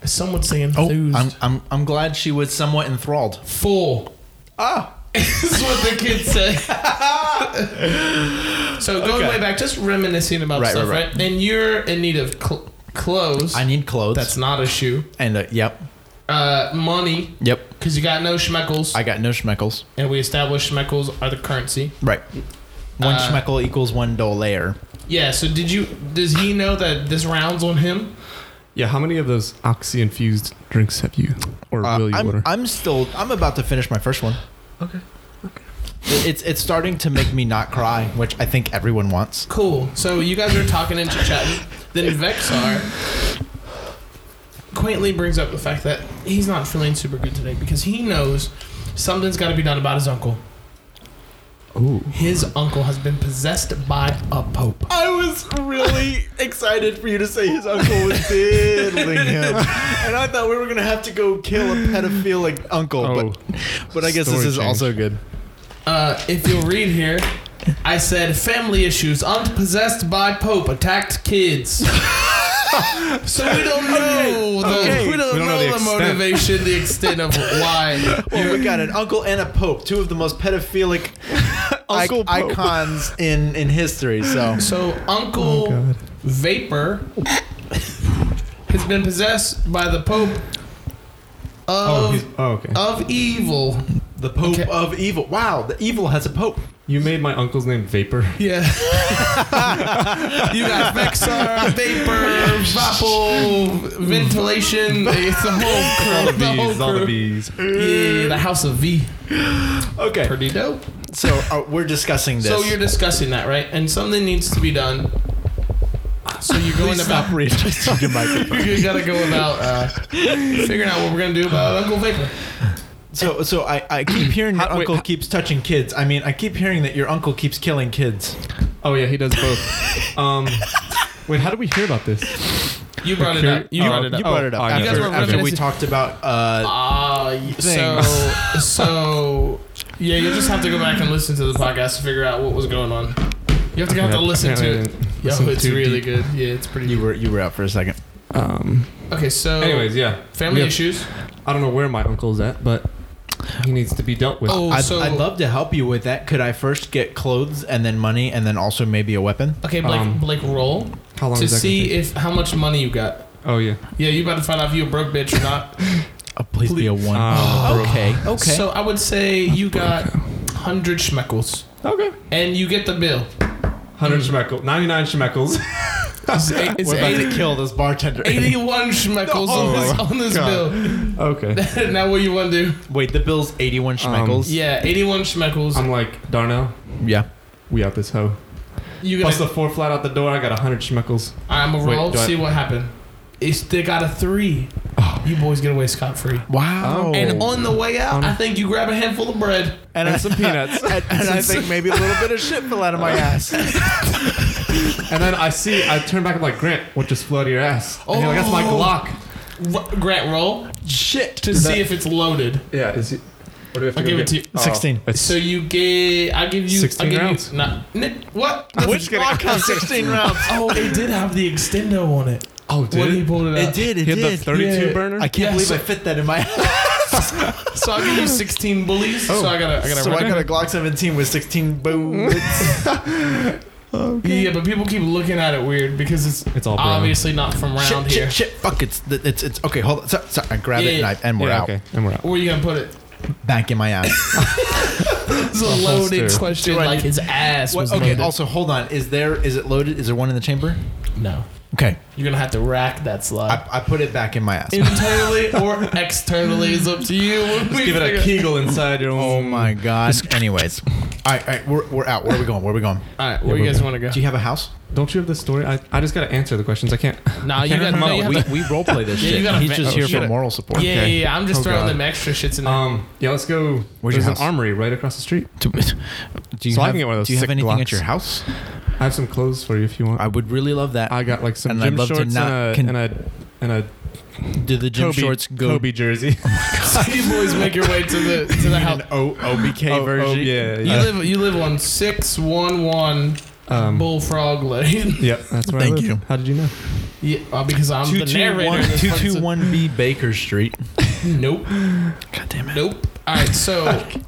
[SPEAKER 2] Some would say
[SPEAKER 1] Oh,
[SPEAKER 2] enthused.
[SPEAKER 1] I'm, I'm, I'm glad she was somewhat enthralled.
[SPEAKER 2] Full
[SPEAKER 1] Ah,
[SPEAKER 2] is what the kids say. so going
[SPEAKER 1] Okay.
[SPEAKER 2] way back, just reminiscing about
[SPEAKER 1] Right,
[SPEAKER 2] stuff,
[SPEAKER 1] right,
[SPEAKER 2] right, And you're in need of cl- clothes.
[SPEAKER 1] I need clothes.
[SPEAKER 2] That's not a shoe.
[SPEAKER 1] and uh, yep,
[SPEAKER 2] Uh, money,
[SPEAKER 1] yep.
[SPEAKER 2] because you got no schmeckles.
[SPEAKER 1] I got no schmeckles.
[SPEAKER 2] and we established schmeckles are the currency.
[SPEAKER 1] Right. One
[SPEAKER 2] Uh,
[SPEAKER 1] schmeckel equals one dollar.
[SPEAKER 2] Yeah, so did you does he know that this round's on him?
[SPEAKER 3] Yeah, how many of those oxy infused drinks have you or
[SPEAKER 1] Uh,
[SPEAKER 3] will you
[SPEAKER 1] I'm,
[SPEAKER 3] order?
[SPEAKER 1] I'm still. I'm about to finish my first one.
[SPEAKER 3] okay.
[SPEAKER 1] It- It's it's starting to make me not cry, which I think everyone wants.
[SPEAKER 2] Cool. So you guys are talking and chit-chatting. then Vexar quaintly brings up the fact that he's not feeling super good today because he knows something's got to be done about his uncle.
[SPEAKER 3] Ooh.
[SPEAKER 2] His uncle has been possessed by a pope.
[SPEAKER 1] I was really excited for you to say his uncle was diddling him, and I thought we were gonna have to go kill a pedophilic uncle.
[SPEAKER 3] Oh,
[SPEAKER 1] but I guess this
[SPEAKER 3] story
[SPEAKER 1] is
[SPEAKER 3] change.
[SPEAKER 1] also good.
[SPEAKER 2] Uh, if you'll read here, I said family issues. Aunt possessed by pope attacked kids. so we don't know the
[SPEAKER 1] okay.
[SPEAKER 2] we don't,
[SPEAKER 3] We don't
[SPEAKER 2] know,
[SPEAKER 3] know the
[SPEAKER 2] the,
[SPEAKER 3] extent.
[SPEAKER 2] motivation, the extent of why.
[SPEAKER 1] Well, we got Oh an uncle and a pope, two of the most pedophilic ic-
[SPEAKER 4] Uncle Pope.
[SPEAKER 1] icons in in history. So
[SPEAKER 2] So Uncle
[SPEAKER 3] Oh, God.
[SPEAKER 2] Vapor has been possessed by the Pope of
[SPEAKER 3] oh, he's, oh, okay.
[SPEAKER 2] of evil.
[SPEAKER 1] the pope
[SPEAKER 2] Okay.
[SPEAKER 1] of evil. Wow, the evil has a pope.
[SPEAKER 3] you made my uncle's name Vapor.
[SPEAKER 2] Yeah. you got Vexar, Vapor, Vapo, Ventilation. It's the whole crew. The whole
[SPEAKER 3] all the
[SPEAKER 2] crew.
[SPEAKER 3] bees.
[SPEAKER 2] Yeah, the House of V.
[SPEAKER 1] Okay,
[SPEAKER 2] Pretty dope.
[SPEAKER 1] so uh, we're discussing this.
[SPEAKER 2] So you're discussing that, right? And something needs to be done. So you're going about
[SPEAKER 1] stop readjusting your microphone.
[SPEAKER 2] you gotta go about uh, figuring out what we're gonna do about Uncle Vapor.
[SPEAKER 1] So so I, I keep hearing your
[SPEAKER 4] How- wait,
[SPEAKER 1] uncle
[SPEAKER 4] how-
[SPEAKER 1] keeps touching kids. I mean, I keep hearing that your uncle keeps killing kids.
[SPEAKER 3] Oh yeah, he does both. um, wait, how did we hear about this?
[SPEAKER 2] You brought it
[SPEAKER 3] Curi-
[SPEAKER 2] up. You
[SPEAKER 3] oh,
[SPEAKER 2] brought it
[SPEAKER 1] Uh, You
[SPEAKER 2] up.
[SPEAKER 1] brought it
[SPEAKER 3] oh,
[SPEAKER 1] up
[SPEAKER 3] I
[SPEAKER 1] after,
[SPEAKER 2] guys were
[SPEAKER 1] after we
[SPEAKER 2] reminiscing-
[SPEAKER 1] talked about. Uh,
[SPEAKER 2] Ah, y- so so yeah, you'll just have to go back and listen to the podcast to figure out what was going on. You have to, have to listen to it. Yo, it's really good. Yeah, it's pretty.
[SPEAKER 1] you were you were out for a second.
[SPEAKER 3] good. Um,
[SPEAKER 2] Okay, so
[SPEAKER 3] anyways, yeah.
[SPEAKER 2] family
[SPEAKER 3] We have-
[SPEAKER 2] issues.
[SPEAKER 3] I don't know where my uncle's at, but he needs to be dealt with.
[SPEAKER 2] Oh,
[SPEAKER 1] I'd,
[SPEAKER 2] so
[SPEAKER 1] I'd love to help you with that. Could I first get clothes and then money and then also maybe a weapon?
[SPEAKER 2] okay, Blake,
[SPEAKER 3] um,
[SPEAKER 2] Blake, roll
[SPEAKER 3] how long
[SPEAKER 2] to
[SPEAKER 3] is that gonna
[SPEAKER 2] see
[SPEAKER 3] take?
[SPEAKER 2] if how much money you got.
[SPEAKER 3] Oh yeah.
[SPEAKER 2] Yeah, you about to find out if you a broke bitch or not.
[SPEAKER 1] Oh, please, be a one.
[SPEAKER 3] Uh,
[SPEAKER 1] Oh, okay. Okay.
[SPEAKER 2] So I would say you got hundred schmeckles,
[SPEAKER 3] Okay.
[SPEAKER 2] and you get the bill.
[SPEAKER 3] 100 shemeckles. 99 shemeckles.
[SPEAKER 2] It's, eight- it's
[SPEAKER 1] we're about
[SPEAKER 2] eight-
[SPEAKER 1] to kill this bartender.
[SPEAKER 2] 81 schmeckles
[SPEAKER 3] Oh
[SPEAKER 2] on this, on this bill.
[SPEAKER 3] okay.
[SPEAKER 2] now what you want to do?
[SPEAKER 1] Wait, the bill's eighty-one schmeckles.
[SPEAKER 2] Yeah, 81 schmeckles.
[SPEAKER 3] I'm like, Darnell,
[SPEAKER 1] yeah.
[SPEAKER 3] we out this hoe.
[SPEAKER 2] you
[SPEAKER 3] Plus
[SPEAKER 2] gonna,
[SPEAKER 3] the four flat out the door, I got 100 shemeckles.
[SPEAKER 2] I'm a
[SPEAKER 3] Wait,
[SPEAKER 2] roll,
[SPEAKER 3] do I-
[SPEAKER 2] see what happened. It's, they got a three. You boys get away scot free.
[SPEAKER 1] Wow.
[SPEAKER 3] Oh.
[SPEAKER 2] And on the way out,
[SPEAKER 3] Um,
[SPEAKER 2] I think you grab a handful of bread.
[SPEAKER 1] And, I-
[SPEAKER 3] And some peanuts.
[SPEAKER 1] and, and I think maybe a little bit of shit fell out of my ass.
[SPEAKER 3] And then I see, I turn back, I'm like, Grant, what just flew out of your ass? And he's like, that's my
[SPEAKER 2] Oh.
[SPEAKER 3] Glock.
[SPEAKER 2] R- Grant, roll
[SPEAKER 1] shit.
[SPEAKER 2] to see if it's loaded.
[SPEAKER 3] Yeah, is it? What do we have
[SPEAKER 2] I'll give it to
[SPEAKER 3] Oh.
[SPEAKER 2] you.
[SPEAKER 1] Sixteen.
[SPEAKER 2] So you get. I'll give you.
[SPEAKER 3] 16
[SPEAKER 2] I'll give
[SPEAKER 3] rounds.
[SPEAKER 2] You, nah, n- what? The-
[SPEAKER 1] Which block has sixteen rounds?
[SPEAKER 2] oh, it did have the extendo on it.
[SPEAKER 3] Oh,
[SPEAKER 2] When he
[SPEAKER 3] dude.
[SPEAKER 2] pulled it out.
[SPEAKER 1] It did. It
[SPEAKER 3] He had the
[SPEAKER 1] did.
[SPEAKER 3] 32
[SPEAKER 2] Yeah.
[SPEAKER 3] burner?
[SPEAKER 1] I can't
[SPEAKER 2] Yeah,
[SPEAKER 1] believe
[SPEAKER 2] so-
[SPEAKER 1] I fit that in my.
[SPEAKER 2] So I'll give you 16 bullies. so I gotta. I gotta
[SPEAKER 1] so
[SPEAKER 2] roll.
[SPEAKER 1] I got a Glock 17 with 16 boom.
[SPEAKER 2] Yeah, but people keep looking at it weird because it's
[SPEAKER 3] It's all brown.
[SPEAKER 2] obviously not from round
[SPEAKER 1] shit,
[SPEAKER 2] here.
[SPEAKER 1] shit, shit. Fuck. It's it's it's okay. Hold on. So, so I grab
[SPEAKER 2] Yeah,
[SPEAKER 1] it
[SPEAKER 2] yeah.
[SPEAKER 1] and I and we're
[SPEAKER 3] yeah,
[SPEAKER 1] out.
[SPEAKER 3] okay. And we're out.
[SPEAKER 2] Where you gonna put it?
[SPEAKER 1] back in my ass.
[SPEAKER 2] It's a loaded
[SPEAKER 3] holster.
[SPEAKER 2] question.
[SPEAKER 1] Do I
[SPEAKER 2] Like
[SPEAKER 1] need-
[SPEAKER 2] his ass
[SPEAKER 1] What-
[SPEAKER 2] was
[SPEAKER 1] okay.
[SPEAKER 2] loaded.
[SPEAKER 1] Also, hold on. Is there? Is it loaded? Is there one in the chamber?
[SPEAKER 2] no,
[SPEAKER 1] Okay.
[SPEAKER 2] you're gonna have to rack that slot.
[SPEAKER 1] I, I put it back in my ass.
[SPEAKER 2] Internally or externally is up to you. We
[SPEAKER 3] Give it a
[SPEAKER 2] figure-
[SPEAKER 3] kegel inside your own.
[SPEAKER 1] Oh my god. Anyways, all right, all right we're, we're out. Where are we going? Where are we going?
[SPEAKER 2] All right, where
[SPEAKER 3] Yeah,
[SPEAKER 2] you guys
[SPEAKER 3] we're-
[SPEAKER 2] want to go?
[SPEAKER 1] Do you have a house?
[SPEAKER 3] Don't you have the story? I, I just got to answer the questions. I can't.
[SPEAKER 2] Nah, you got. No, you have
[SPEAKER 1] we
[SPEAKER 2] to-
[SPEAKER 1] we role play this
[SPEAKER 2] Yeah, you
[SPEAKER 1] shit.
[SPEAKER 2] gotta
[SPEAKER 1] He's
[SPEAKER 2] ma-
[SPEAKER 1] just
[SPEAKER 2] oh,
[SPEAKER 1] here
[SPEAKER 2] shit.
[SPEAKER 1] for moral support.
[SPEAKER 2] yeah, yeah,
[SPEAKER 3] okay.
[SPEAKER 2] yeah. I'm just
[SPEAKER 3] Oh,
[SPEAKER 2] throwing
[SPEAKER 3] God.
[SPEAKER 2] them extra shits in there.
[SPEAKER 3] Um. Yeah. Let's go.
[SPEAKER 1] Where's your
[SPEAKER 3] There's an
[SPEAKER 1] house?
[SPEAKER 3] armory right across the street.
[SPEAKER 1] Do, do you
[SPEAKER 4] So I
[SPEAKER 1] have,
[SPEAKER 4] can get one of those
[SPEAKER 1] do you have
[SPEAKER 4] sick
[SPEAKER 1] anything at
[SPEAKER 4] blocks.
[SPEAKER 1] your house?
[SPEAKER 3] I have some clothes for you if you want.
[SPEAKER 1] I
[SPEAKER 3] I,
[SPEAKER 1] would really love that.
[SPEAKER 3] got like some
[SPEAKER 1] And I'd
[SPEAKER 3] gym
[SPEAKER 1] love to
[SPEAKER 3] shorts
[SPEAKER 1] not
[SPEAKER 3] and, a,
[SPEAKER 1] con-
[SPEAKER 3] and a and a
[SPEAKER 1] Do the gym
[SPEAKER 3] Kobe,
[SPEAKER 1] shorts go
[SPEAKER 3] Kobe jersey.
[SPEAKER 2] you boys make your way to the to the house.
[SPEAKER 1] O- OBK
[SPEAKER 3] Oh, oh,
[SPEAKER 1] version?
[SPEAKER 3] yeah,
[SPEAKER 2] You live you live on six one one
[SPEAKER 3] Um,
[SPEAKER 2] Bullfrog Lane.
[SPEAKER 3] Yep, that's where
[SPEAKER 1] Thank
[SPEAKER 3] I live.
[SPEAKER 1] you.
[SPEAKER 3] How did you know?
[SPEAKER 2] yeah, uh, because I'm the narrator. in this fucking-
[SPEAKER 1] 221B Baker Street.
[SPEAKER 2] Nope.
[SPEAKER 1] God damn it.
[SPEAKER 2] Nope. All right, so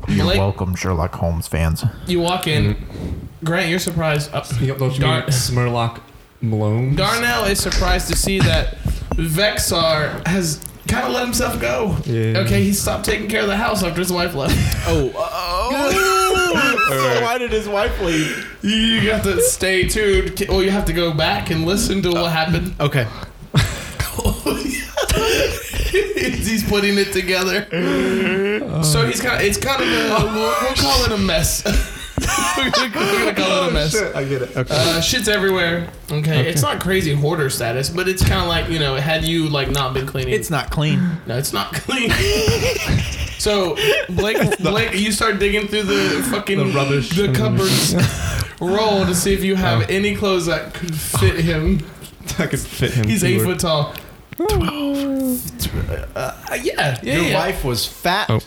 [SPEAKER 1] You're
[SPEAKER 2] Blake,
[SPEAKER 1] welcome, Sherlock Holmes fans.
[SPEAKER 2] you walk in.
[SPEAKER 3] Mm-hmm.
[SPEAKER 2] Grant, you're surprised. Uh,
[SPEAKER 3] Yep, don't you
[SPEAKER 2] Dar-
[SPEAKER 3] mean Smurlock Malone?
[SPEAKER 2] Darnell is surprised to see that Vexar has kind of let himself go.
[SPEAKER 3] Yeah.
[SPEAKER 2] Okay, he stopped taking care of the house after his wife left.
[SPEAKER 1] Oh, oh.
[SPEAKER 3] So why
[SPEAKER 1] did his wife leave?
[SPEAKER 2] You have to stay tuned. Well, you have to go back and listen to what happened. Oh,
[SPEAKER 1] Okay.
[SPEAKER 2] he's putting it together. So he's kind. Of, it's kind of a. We'll, we'll call it a mess. we're, gonna, we're gonna call it a
[SPEAKER 1] Oh,
[SPEAKER 2] mess.
[SPEAKER 3] I get it. Okay.
[SPEAKER 2] Uh, shit's everywhere. Okay. it's not crazy hoarder status, but it's kind of like you know, had you like not been cleaning,
[SPEAKER 1] It's not clean.
[SPEAKER 2] no, it's not clean. so Blake, Blake, you start digging through the fucking
[SPEAKER 3] The rubbish
[SPEAKER 2] the
[SPEAKER 3] and-
[SPEAKER 2] cupboards. Roll to see if you have any clothes that could fit him.
[SPEAKER 3] I could fit him.
[SPEAKER 2] He's eight foot
[SPEAKER 3] keyword.
[SPEAKER 2] tall. Uh, yeah, yeah,
[SPEAKER 1] Your
[SPEAKER 2] yeah.
[SPEAKER 1] wife was fat.
[SPEAKER 3] Oh.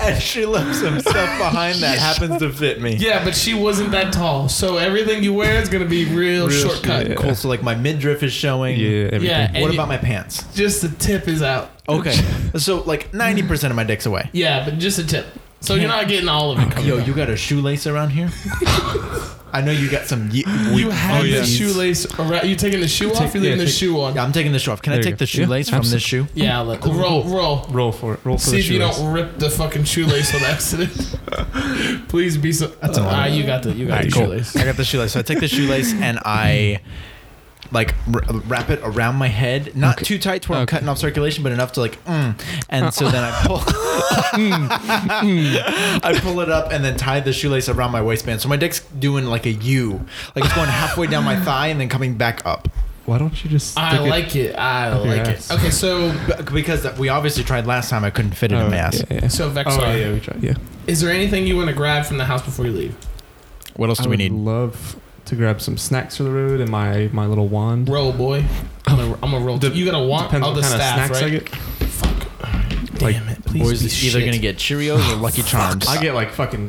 [SPEAKER 1] and she left some stuff behind that happens to fit me.
[SPEAKER 2] Yeah, but she wasn't that tall, so everything you wear is gonna be real,
[SPEAKER 3] Real
[SPEAKER 2] shortcut.
[SPEAKER 3] shit.
[SPEAKER 1] Cool. So like my midriff is showing.
[SPEAKER 3] Yeah, everything.
[SPEAKER 2] Yeah,
[SPEAKER 1] What
[SPEAKER 2] And
[SPEAKER 1] about
[SPEAKER 2] you-
[SPEAKER 1] my pants?
[SPEAKER 2] Just the tip is out.
[SPEAKER 1] Okay. so like 90% of my dick's away.
[SPEAKER 2] Yeah, but just a tip. So you're not getting all of it. Coming
[SPEAKER 1] Yo,
[SPEAKER 2] out.
[SPEAKER 1] you got a shoelace around here? I know you got some. Ye-
[SPEAKER 2] you have
[SPEAKER 3] Oh, yeah.
[SPEAKER 2] the shoelace around. You taking the shoe
[SPEAKER 3] Take-
[SPEAKER 2] off? You're leaving
[SPEAKER 3] yeah,
[SPEAKER 2] the
[SPEAKER 3] take-
[SPEAKER 2] shoe on.
[SPEAKER 1] Yeah, I'm taking this shoe off. Can I
[SPEAKER 3] There you
[SPEAKER 1] take
[SPEAKER 3] go.
[SPEAKER 1] the shoelace
[SPEAKER 3] Yeah,
[SPEAKER 1] from this shoe?
[SPEAKER 2] Yeah, let, roll, roll.
[SPEAKER 3] Roll for it. Roll for
[SPEAKER 2] See
[SPEAKER 3] the
[SPEAKER 2] if you
[SPEAKER 3] shoelace.
[SPEAKER 2] don't rip the fucking shoelace on accident. Please be so. That's
[SPEAKER 1] a lot.
[SPEAKER 2] Ah, you got the you got
[SPEAKER 1] Alright,
[SPEAKER 2] the
[SPEAKER 1] cool.
[SPEAKER 2] shoelace.
[SPEAKER 1] I got the shoelace. So I take the shoelace and I like r- wrap it around my head, not too tight to where I'm
[SPEAKER 3] Okay.
[SPEAKER 1] cutting off circulation, but enough to like, mm. and so then I pull, mm, I pull it up and then tie the shoelace around my waistband. So my dick's doing like a U, like it's going halfway down my thigh and then coming back up.
[SPEAKER 3] Why don't you just?
[SPEAKER 2] I
[SPEAKER 3] stick it-
[SPEAKER 2] like it. I
[SPEAKER 3] Okay,
[SPEAKER 2] like it.
[SPEAKER 3] yes.
[SPEAKER 2] Okay, so
[SPEAKER 1] But- Because that- we obviously tried last time, I couldn't fit it
[SPEAKER 3] Oh,
[SPEAKER 1] in my ass.
[SPEAKER 3] Yeah, yeah.
[SPEAKER 2] so Vexar,
[SPEAKER 3] Oh yeah, we tried. Yeah.
[SPEAKER 2] is there anything you want to grab from the house before you leave?
[SPEAKER 1] What else
[SPEAKER 3] I
[SPEAKER 1] do we
[SPEAKER 3] would
[SPEAKER 1] need?
[SPEAKER 3] love to grab some snacks for the road and my my little wand.
[SPEAKER 2] Roll, boy. I'm gonna, I'm gonna roll.
[SPEAKER 3] De-
[SPEAKER 2] you gotta want
[SPEAKER 3] Depends
[SPEAKER 2] all
[SPEAKER 3] what
[SPEAKER 2] the
[SPEAKER 3] kind
[SPEAKER 2] staff,
[SPEAKER 3] of snacks
[SPEAKER 2] right?
[SPEAKER 3] I get.
[SPEAKER 2] Fuck.
[SPEAKER 1] Like,
[SPEAKER 2] Damn it. Please
[SPEAKER 1] Boys
[SPEAKER 2] be
[SPEAKER 1] is either
[SPEAKER 2] shit.
[SPEAKER 1] gonna get Cheerios or Lucky Charms.
[SPEAKER 3] I get like fucking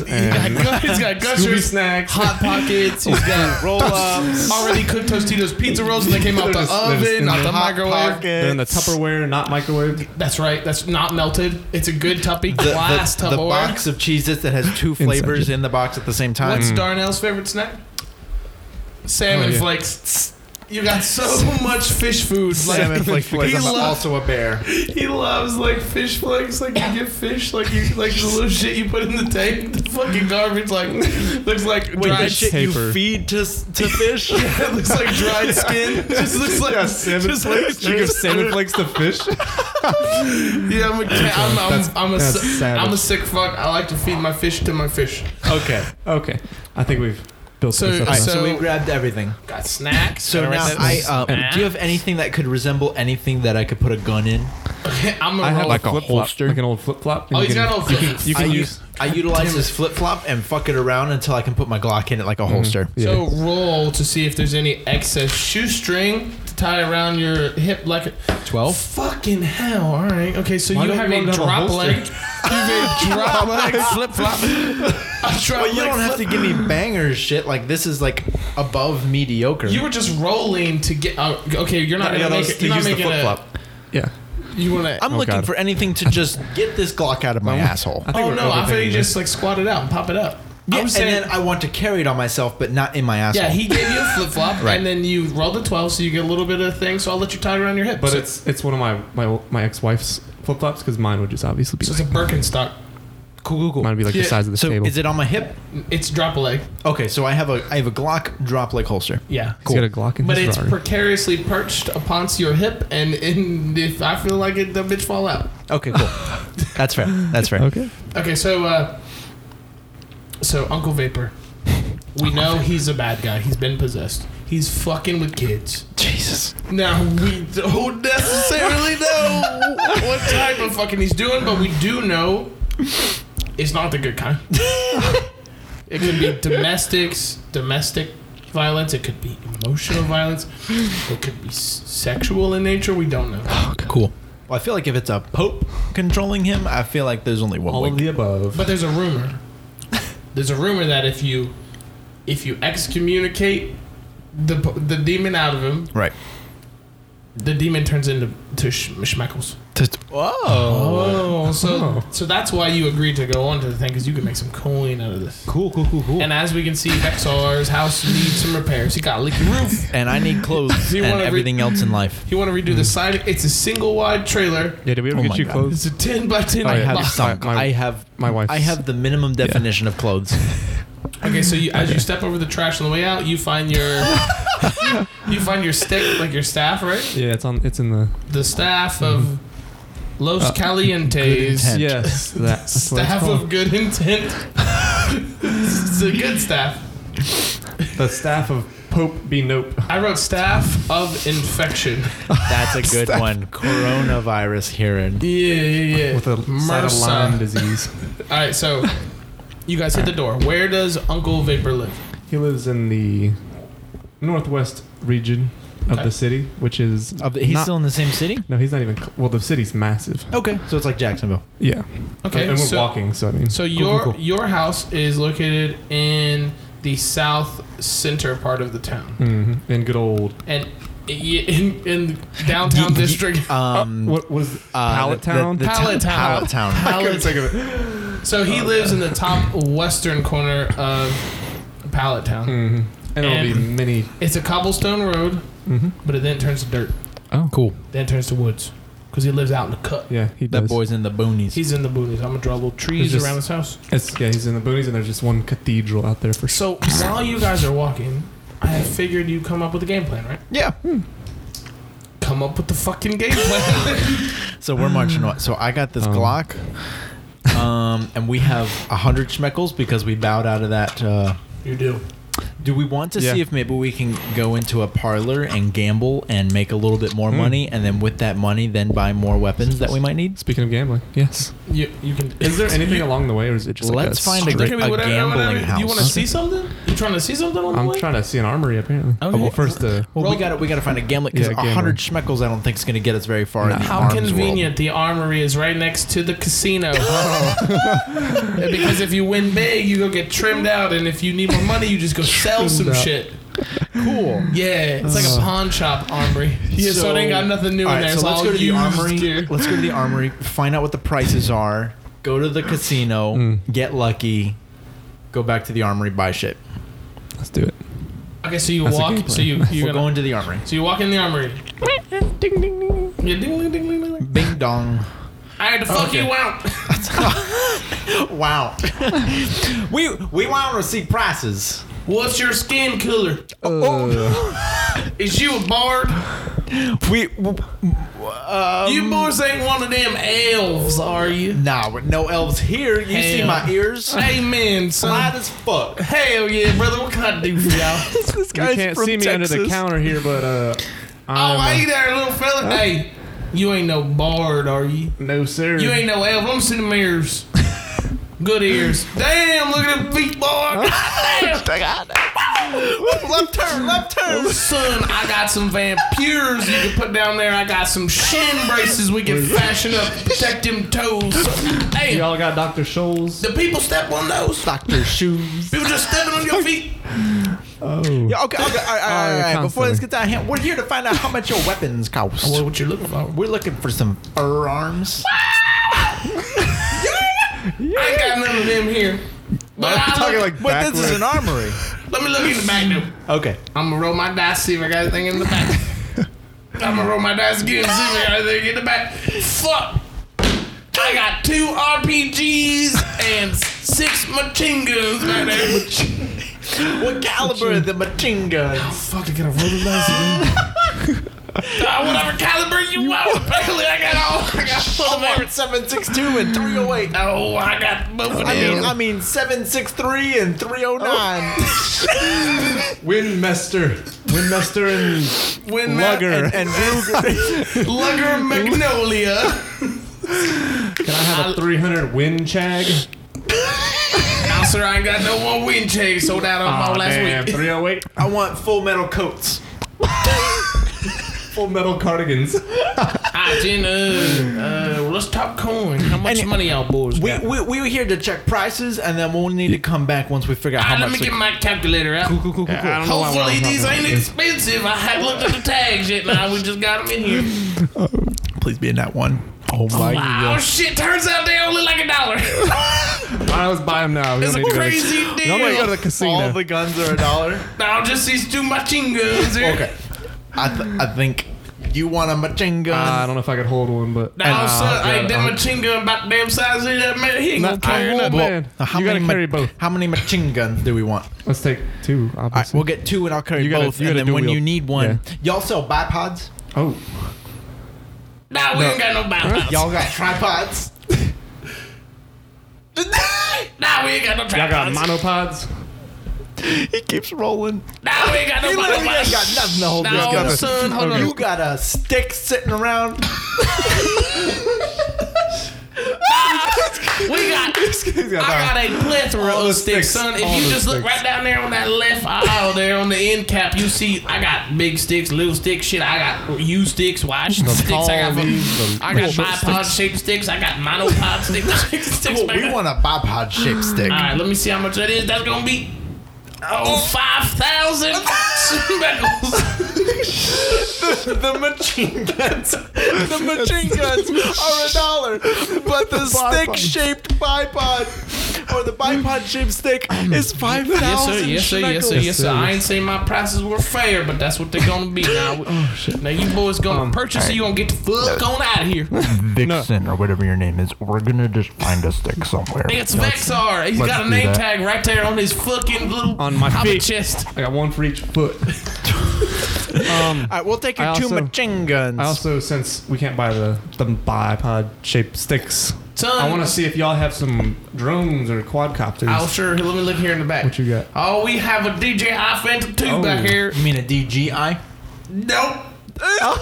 [SPEAKER 2] He's got-
[SPEAKER 3] and
[SPEAKER 2] he's got
[SPEAKER 3] uh, Scooby
[SPEAKER 2] gushers,
[SPEAKER 3] snacks.
[SPEAKER 2] hot pockets. He's got
[SPEAKER 1] roll ups.
[SPEAKER 2] already cooked Tostitos pizza rolls, and they came out the
[SPEAKER 3] They're just- they're just
[SPEAKER 2] oven,
[SPEAKER 3] in
[SPEAKER 2] not
[SPEAKER 3] the
[SPEAKER 2] the
[SPEAKER 1] Hot
[SPEAKER 2] microwave.
[SPEAKER 3] They're in the
[SPEAKER 1] Pockets.
[SPEAKER 3] Tupperware, not microwave.
[SPEAKER 2] That's right. That's not melted. It's a good tuppy.
[SPEAKER 1] the,
[SPEAKER 2] Glass
[SPEAKER 1] the, the
[SPEAKER 2] Tupperware.
[SPEAKER 1] box of cheeses that has two flavors in the box at the same time. Mm.
[SPEAKER 2] What's Darnell's favorite snack? Salmon
[SPEAKER 3] Oh, yeah.
[SPEAKER 2] flakes. You got so much fish food. Like,
[SPEAKER 1] Salmon flakes because
[SPEAKER 2] he
[SPEAKER 1] I'm
[SPEAKER 2] loves,
[SPEAKER 1] also a bear.
[SPEAKER 2] he loves like fish flakes. Like you get fish, like you like the little shit you put in the tank. The fucking garbage, like looks like dried
[SPEAKER 3] shit you Paper.
[SPEAKER 1] feed to to fish?
[SPEAKER 2] It looks like dried skin. Just looks like
[SPEAKER 3] Yeah, salmon
[SPEAKER 2] just
[SPEAKER 3] flakes.
[SPEAKER 2] Like,
[SPEAKER 3] you give salmon flakes to fish.
[SPEAKER 2] yeah, I'm a cat. I'm, I'm,
[SPEAKER 3] That's-
[SPEAKER 2] I'm a
[SPEAKER 3] that's
[SPEAKER 2] si-
[SPEAKER 3] savage.
[SPEAKER 2] I'm a sick fuck. I like to feed my fish to my fish.
[SPEAKER 1] okay,
[SPEAKER 3] Okay, I think we've built
[SPEAKER 2] So-
[SPEAKER 3] this up.
[SPEAKER 1] All right,
[SPEAKER 3] enough.
[SPEAKER 1] so,
[SPEAKER 2] So-
[SPEAKER 1] we grabbed everything.
[SPEAKER 2] Got snacks.
[SPEAKER 1] So
[SPEAKER 2] Gotta
[SPEAKER 1] now,
[SPEAKER 2] write that
[SPEAKER 1] I
[SPEAKER 2] down.
[SPEAKER 1] uh, do you have anything that could resemble anything that I could put a gun in?
[SPEAKER 2] I'm gonna
[SPEAKER 3] I have
[SPEAKER 2] roll.
[SPEAKER 3] like
[SPEAKER 4] like a
[SPEAKER 3] a flip flop,
[SPEAKER 4] holster.
[SPEAKER 3] like an old flip flop.
[SPEAKER 2] oh, he's got all flip.
[SPEAKER 3] You can
[SPEAKER 1] I
[SPEAKER 3] use.
[SPEAKER 1] I utilize this flip flop and fuck it around until I can put my Glock in it like a holster.
[SPEAKER 3] Yeah.
[SPEAKER 2] So roll to see if there's any excess shoestring to tie around your hip like a oh,
[SPEAKER 1] Twelve.
[SPEAKER 2] fucking hell. All right. Okay, so
[SPEAKER 3] Why
[SPEAKER 2] you
[SPEAKER 3] don't
[SPEAKER 2] have
[SPEAKER 3] you
[SPEAKER 2] a
[SPEAKER 3] want to have a
[SPEAKER 2] drop
[SPEAKER 3] holster?
[SPEAKER 2] leg. You've a drop leg flip flop. A drop
[SPEAKER 1] But you
[SPEAKER 2] leg
[SPEAKER 1] don't have
[SPEAKER 2] flip-
[SPEAKER 1] to give me bangers shit like this is like above mediocre.
[SPEAKER 2] You were just rolling to get. Uh, okay, you're not
[SPEAKER 1] Yeah,
[SPEAKER 2] gonna
[SPEAKER 1] that
[SPEAKER 2] make
[SPEAKER 1] was
[SPEAKER 2] it.
[SPEAKER 1] to
[SPEAKER 2] You're not
[SPEAKER 1] use the
[SPEAKER 2] making
[SPEAKER 1] flip
[SPEAKER 2] a.
[SPEAKER 1] flop.
[SPEAKER 3] yeah.
[SPEAKER 2] You wanna.
[SPEAKER 1] I'm
[SPEAKER 3] Oh,
[SPEAKER 1] looking
[SPEAKER 3] God.
[SPEAKER 1] for anything to just get this Glock out of my
[SPEAKER 3] Oh.
[SPEAKER 1] asshole.
[SPEAKER 3] I think
[SPEAKER 2] oh
[SPEAKER 3] we're
[SPEAKER 2] no! I thought
[SPEAKER 3] overthinking
[SPEAKER 2] you
[SPEAKER 3] this.
[SPEAKER 2] just like squat it out and pop it up.
[SPEAKER 1] Yeah,
[SPEAKER 2] I'm
[SPEAKER 1] and
[SPEAKER 2] saying-
[SPEAKER 1] then I want to carry it on myself, but not in my asshole.
[SPEAKER 2] yeah, he gave you a flip flop,
[SPEAKER 1] Right.
[SPEAKER 2] and then you rolled a twelve, so you get a little bit of thing. So I'll let you tie it around your hip.
[SPEAKER 3] But
[SPEAKER 2] So-
[SPEAKER 3] it's it's one of my my my ex wife's flip flops because mine would just obviously be
[SPEAKER 2] So it's a
[SPEAKER 3] like,
[SPEAKER 2] Birkenstock.
[SPEAKER 1] Cool, cool, cool.
[SPEAKER 3] mine would be like the
[SPEAKER 2] Yeah.
[SPEAKER 3] size of this
[SPEAKER 1] so
[SPEAKER 3] table.
[SPEAKER 1] is it on my hip?
[SPEAKER 2] It's drop a leg.
[SPEAKER 1] Okay, so I have a I have a Glock drop leg holster.
[SPEAKER 2] Yeah.
[SPEAKER 3] He's got a Glock in
[SPEAKER 2] But
[SPEAKER 3] his
[SPEAKER 2] it's
[SPEAKER 3] Ferrari.
[SPEAKER 2] precariously perched upon your hip, and, and if I feel like it, the bitch fall out.
[SPEAKER 1] Okay, cool. That's fair. That's fair.
[SPEAKER 3] okay.
[SPEAKER 2] Okay, so uh, so Uncle Vapor, we know he's a bad guy. He's been possessed. He's fucking with kids.
[SPEAKER 1] Jesus.
[SPEAKER 2] Now we don't necessarily know what type of fucking he's doing, but we do know it's not the good kind. It could be domestics, domestic violence. It could be emotional violence. It could be s- sexual in nature. We don't know.
[SPEAKER 1] Cool. Well, I feel like if it's a pope controlling him, I feel like there's only one.
[SPEAKER 3] All
[SPEAKER 1] way.
[SPEAKER 3] of the above.
[SPEAKER 2] But there's a rumor. There's a rumor that if you if you excommunicate the p- the demon out of him,
[SPEAKER 1] right.
[SPEAKER 2] the demon turns into to sh- schmeckles.
[SPEAKER 1] Just, oh.
[SPEAKER 2] Oh, so
[SPEAKER 3] Oh.
[SPEAKER 2] so that's why you agreed to go on to the thing because you can make some coin out of this.
[SPEAKER 3] Cool, cool, cool, cool.
[SPEAKER 2] And as we can see, Vexar's house needs some repairs. He got a leaky roof.
[SPEAKER 1] And I need clothes
[SPEAKER 2] Do you
[SPEAKER 1] and
[SPEAKER 2] wanna re-
[SPEAKER 1] everything else in life.
[SPEAKER 2] He want to redo the side. It's a single wide trailer.
[SPEAKER 3] yeah, did we ever
[SPEAKER 1] Oh my
[SPEAKER 3] get you
[SPEAKER 1] God.
[SPEAKER 3] clothes?
[SPEAKER 2] It's a ten by ten.
[SPEAKER 3] I
[SPEAKER 1] I have
[SPEAKER 2] box.
[SPEAKER 1] some.
[SPEAKER 3] my-
[SPEAKER 1] I have
[SPEAKER 3] my wife's-
[SPEAKER 1] I have the minimum definition of clothes.
[SPEAKER 2] Okay, so you, as you step over the trash on the way out, you find your you find your stick, like your staff, right?
[SPEAKER 3] Yeah, it's on. It's in the.
[SPEAKER 2] The staff of Los
[SPEAKER 3] Uh,
[SPEAKER 2] Calientes,
[SPEAKER 1] intent.
[SPEAKER 3] Yes, that, that's what it's
[SPEAKER 2] staff
[SPEAKER 3] called.
[SPEAKER 2] of good intent. it's a good staff.
[SPEAKER 3] the staff of Pope B Nope.
[SPEAKER 2] I wrote staff of infection.
[SPEAKER 1] That's a good one. Coronavirus herein.
[SPEAKER 2] Yeah, yeah, yeah.
[SPEAKER 3] with a side of
[SPEAKER 2] MRSA.
[SPEAKER 3] Lyme disease.
[SPEAKER 2] All right, so you guys hit the door. Where does Uncle Vapor live?
[SPEAKER 3] He lives in the northwest region of
[SPEAKER 2] Okay.
[SPEAKER 3] the city, which is
[SPEAKER 1] Of the- he's
[SPEAKER 3] not-
[SPEAKER 1] still in the same city.
[SPEAKER 3] no, he's not even. cl- Well, the city's massive.
[SPEAKER 1] Okay, so it's like Jacksonville.
[SPEAKER 3] Yeah.
[SPEAKER 2] Okay,
[SPEAKER 3] And, and we're
[SPEAKER 2] so,
[SPEAKER 3] walking, so I mean.
[SPEAKER 2] so
[SPEAKER 3] Cool,
[SPEAKER 2] your
[SPEAKER 3] cool, cool.
[SPEAKER 2] your house is located in the south center part of the town,
[SPEAKER 3] Mhm. in good old
[SPEAKER 2] and i- in in downtown
[SPEAKER 1] Ye- ye-
[SPEAKER 2] district.
[SPEAKER 1] Um,
[SPEAKER 3] what what is it?
[SPEAKER 1] uh,
[SPEAKER 3] Pallet
[SPEAKER 1] the-
[SPEAKER 3] Town.
[SPEAKER 1] the- the
[SPEAKER 2] Pallet
[SPEAKER 1] ta-
[SPEAKER 2] Town.
[SPEAKER 1] Pallet Town.
[SPEAKER 3] I couldn't think of it.
[SPEAKER 2] So he
[SPEAKER 3] Oh,
[SPEAKER 2] lives in the top western corner of Pallet Town.
[SPEAKER 3] hmm And it'll be
[SPEAKER 2] And-
[SPEAKER 3] many.
[SPEAKER 2] It's a cobblestone road,
[SPEAKER 3] Mm-hmm.
[SPEAKER 2] but it then turns to dirt,
[SPEAKER 3] Oh,
[SPEAKER 1] Cool.
[SPEAKER 2] then turns to woods, because he lives out in the cut.
[SPEAKER 3] Yeah, he
[SPEAKER 1] That
[SPEAKER 3] does.
[SPEAKER 1] boy's in the boonies.
[SPEAKER 2] He's in the boonies. I'm gonna draw little trees
[SPEAKER 3] It's just-
[SPEAKER 2] around his house.
[SPEAKER 3] It's, yeah, he's in the boonies, and there's just one cathedral out there for sure.
[SPEAKER 2] So while you guys are walking, I have figured you come up with a game plan, right?
[SPEAKER 1] yeah.
[SPEAKER 2] Come up with the fucking game plan.
[SPEAKER 1] So we're marching on. So I got this
[SPEAKER 3] Um.
[SPEAKER 1] Glock, um, and we have a hundred schmeckles because we bowed out of that. Uh,
[SPEAKER 2] you do.
[SPEAKER 1] do we want to
[SPEAKER 3] Yeah.
[SPEAKER 1] see if maybe we can go into a parlor and gamble and make a little bit more
[SPEAKER 3] Hmm.
[SPEAKER 1] money, and then with that money, then buy more weapons that we might need?
[SPEAKER 3] Speaking of gambling, yes.
[SPEAKER 2] You, you can.
[SPEAKER 3] Is there anything
[SPEAKER 2] You,
[SPEAKER 3] along the way, or is it just
[SPEAKER 1] Let's
[SPEAKER 3] like a
[SPEAKER 1] find a
[SPEAKER 3] straight-
[SPEAKER 1] good- a gambling
[SPEAKER 2] Do you want to
[SPEAKER 1] house.
[SPEAKER 2] see something? You trying to see something on the
[SPEAKER 3] I'm
[SPEAKER 2] way?
[SPEAKER 3] trying to see an armory apparently.
[SPEAKER 2] Oh,
[SPEAKER 3] Oh, well,
[SPEAKER 2] yeah.
[SPEAKER 3] first the
[SPEAKER 1] Well, we
[SPEAKER 2] Roll-
[SPEAKER 1] got to we got to find a gambling because
[SPEAKER 3] Yeah,
[SPEAKER 1] a
[SPEAKER 3] gambling.
[SPEAKER 1] hundred schmeckles I don't think is going to get us very far. in
[SPEAKER 3] No.
[SPEAKER 1] the
[SPEAKER 2] How
[SPEAKER 1] arms
[SPEAKER 2] convenient
[SPEAKER 1] world.
[SPEAKER 2] the armory is right next to the casino. because if you win big, you go get trimmed out, and if you need more money, you just go sell
[SPEAKER 3] Trimmed
[SPEAKER 2] some
[SPEAKER 3] out.
[SPEAKER 2] shit.
[SPEAKER 1] Cool.
[SPEAKER 2] Yeah, it's like a pawn shop armory. Yeah, so, it ain't got nothing new
[SPEAKER 1] All
[SPEAKER 2] in
[SPEAKER 1] right,
[SPEAKER 2] there.
[SPEAKER 1] so
[SPEAKER 2] it's
[SPEAKER 1] let's
[SPEAKER 2] all
[SPEAKER 1] go to the
[SPEAKER 2] used
[SPEAKER 1] armory.
[SPEAKER 2] gear.
[SPEAKER 1] Let's go to the armory. Find out what the prices are. Go to the casino.
[SPEAKER 3] Mm.
[SPEAKER 1] Get lucky. Go back to the armory. Buy shit.
[SPEAKER 3] let's do it.
[SPEAKER 2] Okay, so you
[SPEAKER 3] That's a
[SPEAKER 2] walk.
[SPEAKER 3] game
[SPEAKER 2] So
[SPEAKER 3] plan.
[SPEAKER 2] you you're gonna,
[SPEAKER 1] We're going to the armory.
[SPEAKER 2] So you walk in the armory.
[SPEAKER 3] ding ding ding.
[SPEAKER 2] Yeah, ding, ding, ding, ding, ding.
[SPEAKER 1] Bing dong.
[SPEAKER 2] I had to fuck
[SPEAKER 1] Okay.
[SPEAKER 2] you out.
[SPEAKER 1] Wow. we we want to see prices.
[SPEAKER 2] What's your skin color? Is you a bard?
[SPEAKER 1] We. Uh,
[SPEAKER 2] you boys ain't one of them elves, are you?
[SPEAKER 1] nah, with no elves here. You see
[SPEAKER 2] Hell.
[SPEAKER 1] my ears?
[SPEAKER 2] Amen,
[SPEAKER 1] Light
[SPEAKER 2] son.
[SPEAKER 1] as fuck.
[SPEAKER 2] Hell yeah, brother. What can I do for y'all?
[SPEAKER 4] this
[SPEAKER 3] You can't see me under the counter here, but uh,
[SPEAKER 2] oh, hey
[SPEAKER 3] I'm
[SPEAKER 2] there, little fella. Hey, you ain't no bard, are you?
[SPEAKER 3] a, no sir.
[SPEAKER 2] You ain't no elf. Let me see them ears. Good ears. Damn, look at them feet, boy.
[SPEAKER 1] left turn. Left turn.
[SPEAKER 2] Son, I got some vampires you can put down there. I got some shin braces we can fashion up. Protect them toes. Hey,
[SPEAKER 3] Y'all got Doctor Scholes.
[SPEAKER 2] the people step on those.
[SPEAKER 1] Doctor shoes.
[SPEAKER 2] People just stepping on your feet.
[SPEAKER 3] Oh,
[SPEAKER 1] Yeah, okay, okay, all right, all right, all right. Before
[SPEAKER 3] constantly.
[SPEAKER 1] this gets out of hand, we're here to find out how much your weapons cost.
[SPEAKER 2] what you looking for?
[SPEAKER 1] We're looking for some firearms.
[SPEAKER 2] I ain't got none of them here. But I
[SPEAKER 3] talking
[SPEAKER 2] look-
[SPEAKER 3] like
[SPEAKER 1] But this is
[SPEAKER 3] backward.
[SPEAKER 1] an armory.
[SPEAKER 2] let me look in the back now.
[SPEAKER 1] Okay.
[SPEAKER 2] I'm gonna roll my dice, see if I got anything in the back. I'm gonna roll my dice again, see if I got anything in the back. Fuck. I got two RPGs and six machingas right there.
[SPEAKER 1] What caliber are the machine guns?
[SPEAKER 2] Fuck, I got a roller license. uh, whatever caliber you, want. Apparently, I got all. I got all of
[SPEAKER 1] Over
[SPEAKER 2] everything.
[SPEAKER 1] seven six two and three oh eight.
[SPEAKER 2] Oh, I got both of
[SPEAKER 1] I
[SPEAKER 2] them.
[SPEAKER 1] mean, I mean seven six three and three oh nine.
[SPEAKER 3] Windmaster. Windmaster and
[SPEAKER 1] Win
[SPEAKER 3] Lugger.
[SPEAKER 1] and, and Ruger.
[SPEAKER 2] Lugger Magnolia.
[SPEAKER 3] can I have a 300 wind chag?
[SPEAKER 2] Now, sir, I ain't got no more wind chase. Sold out on my last
[SPEAKER 3] Ah, Damn,
[SPEAKER 2] week.
[SPEAKER 3] 308.
[SPEAKER 1] I want full metal coats.
[SPEAKER 3] Full metal cardigans.
[SPEAKER 2] Ah, Jen, uh, uh, well, let's talk coin. How much
[SPEAKER 1] And-
[SPEAKER 2] money y'all boys
[SPEAKER 1] We,
[SPEAKER 2] got?
[SPEAKER 1] we, we were here to check prices, and then we'll need to come back once we figure out
[SPEAKER 2] Ah,
[SPEAKER 1] how
[SPEAKER 2] let me
[SPEAKER 1] much.
[SPEAKER 2] get
[SPEAKER 1] we-
[SPEAKER 2] my calculator out.
[SPEAKER 1] cool, cool, cool.
[SPEAKER 3] I don't know why we're
[SPEAKER 2] Hopefully
[SPEAKER 3] on
[SPEAKER 2] these
[SPEAKER 3] top of
[SPEAKER 2] ain't
[SPEAKER 3] it.
[SPEAKER 2] expensive. I had looked at the tags yet. Now we just got them in here.
[SPEAKER 1] Please be in that one. Oh my
[SPEAKER 2] Wow, shit! Turns out they only like a dollar.
[SPEAKER 3] I was buy them now. We
[SPEAKER 2] It's
[SPEAKER 3] don't
[SPEAKER 2] a
[SPEAKER 3] need to go to-
[SPEAKER 2] crazy
[SPEAKER 3] We don't need to go
[SPEAKER 2] deal.
[SPEAKER 3] to the casino.
[SPEAKER 1] guns are a dollar.
[SPEAKER 2] Now just these two machine guns here.
[SPEAKER 1] Okay. I, th- I think you want a machine
[SPEAKER 3] Uh,
[SPEAKER 1] gun.
[SPEAKER 3] I don't know if I could hold one, but
[SPEAKER 2] Now,
[SPEAKER 3] Uh,
[SPEAKER 2] son, I ain't
[SPEAKER 3] yeah,
[SPEAKER 2] that
[SPEAKER 3] uh,
[SPEAKER 2] machine gun about the damn size of that man. He ain't gonna
[SPEAKER 3] Not- I
[SPEAKER 2] carry
[SPEAKER 3] won't,
[SPEAKER 2] nothing.
[SPEAKER 3] but-
[SPEAKER 1] Well,
[SPEAKER 3] man,
[SPEAKER 1] how
[SPEAKER 3] you gotta
[SPEAKER 1] many ma-
[SPEAKER 3] carry both.
[SPEAKER 1] How many machine guns do we want?
[SPEAKER 3] let's take two.
[SPEAKER 1] All right,
[SPEAKER 3] Obviously.
[SPEAKER 1] we'll get two, and I'll carry
[SPEAKER 3] You gotta-
[SPEAKER 1] both.
[SPEAKER 3] you
[SPEAKER 1] and
[SPEAKER 3] gotta
[SPEAKER 1] then
[SPEAKER 3] dual
[SPEAKER 1] when you
[SPEAKER 3] wield.
[SPEAKER 1] need one, y'all sell bipods.
[SPEAKER 3] oh,
[SPEAKER 2] Nah, we ain't got no bounce.
[SPEAKER 1] Y'all got tripods.
[SPEAKER 2] Nah, we ain't got no
[SPEAKER 3] y'all got
[SPEAKER 2] tripods.
[SPEAKER 3] monopods.
[SPEAKER 1] he keeps rolling.
[SPEAKER 2] Nah, we ain't got no
[SPEAKER 1] He literally ain't
[SPEAKER 2] monopods.
[SPEAKER 1] got nothing to hold
[SPEAKER 2] Nah,
[SPEAKER 1] this gun.
[SPEAKER 2] son, hold
[SPEAKER 1] up.
[SPEAKER 2] on.
[SPEAKER 1] You got a stick sitting around.
[SPEAKER 2] We got.
[SPEAKER 3] He's got
[SPEAKER 2] I got
[SPEAKER 3] that.
[SPEAKER 2] a plethora
[SPEAKER 3] All the
[SPEAKER 2] of sticks,
[SPEAKER 3] sticks,
[SPEAKER 2] son. If
[SPEAKER 3] all
[SPEAKER 2] you
[SPEAKER 3] the
[SPEAKER 2] just look
[SPEAKER 3] sticks.
[SPEAKER 2] right down there on that left aisle there on the end cap, you see I got big sticks, little sticks, shit. I got U sticks, Y sticks. I got,
[SPEAKER 3] leaves, the
[SPEAKER 2] I got
[SPEAKER 3] short
[SPEAKER 2] bipod shaped sticks. I got monopod sticks. sticks
[SPEAKER 1] Well,
[SPEAKER 2] baby.
[SPEAKER 1] we want a bipod shaped stick.
[SPEAKER 2] All right, let me see how much that is. That's gonna be oh five thousand shekels.
[SPEAKER 1] the machine guns, the machine guns are a dollar, but the
[SPEAKER 3] bipod.
[SPEAKER 1] stick-shaped bipod or the bipod-shaped stick is five thousand.
[SPEAKER 2] Yes sir, yes sir, yes sir, yes sir. I ain't saying my prices were fair, but that's what they're gonna be now. Now you boys gonna purchase it. You gonna get the fuck on out of here.
[SPEAKER 5] Vixen or whatever your name is. We're gonna just find a stick somewhere.
[SPEAKER 2] It's Vexar. He's got a
[SPEAKER 5] do
[SPEAKER 2] name
[SPEAKER 5] that.
[SPEAKER 2] tag right there on his fucking little
[SPEAKER 3] On my
[SPEAKER 2] hobbit
[SPEAKER 3] feet.
[SPEAKER 2] chest.
[SPEAKER 3] I got one for each foot. um,
[SPEAKER 1] All right, we'll take your
[SPEAKER 3] I
[SPEAKER 1] two
[SPEAKER 3] also-
[SPEAKER 1] machine guns.
[SPEAKER 3] I also, since we can't buy the the bipod shaped sticks,
[SPEAKER 2] Son,
[SPEAKER 3] I want to see if y'all have some drones or quadcopters.
[SPEAKER 2] Oh sure. Let me look here in the back.
[SPEAKER 3] What you got?
[SPEAKER 2] Oh, we have a DJI Phantom 2
[SPEAKER 3] Oh.
[SPEAKER 2] back here.
[SPEAKER 1] you mean a DGI?
[SPEAKER 2] Nope. no,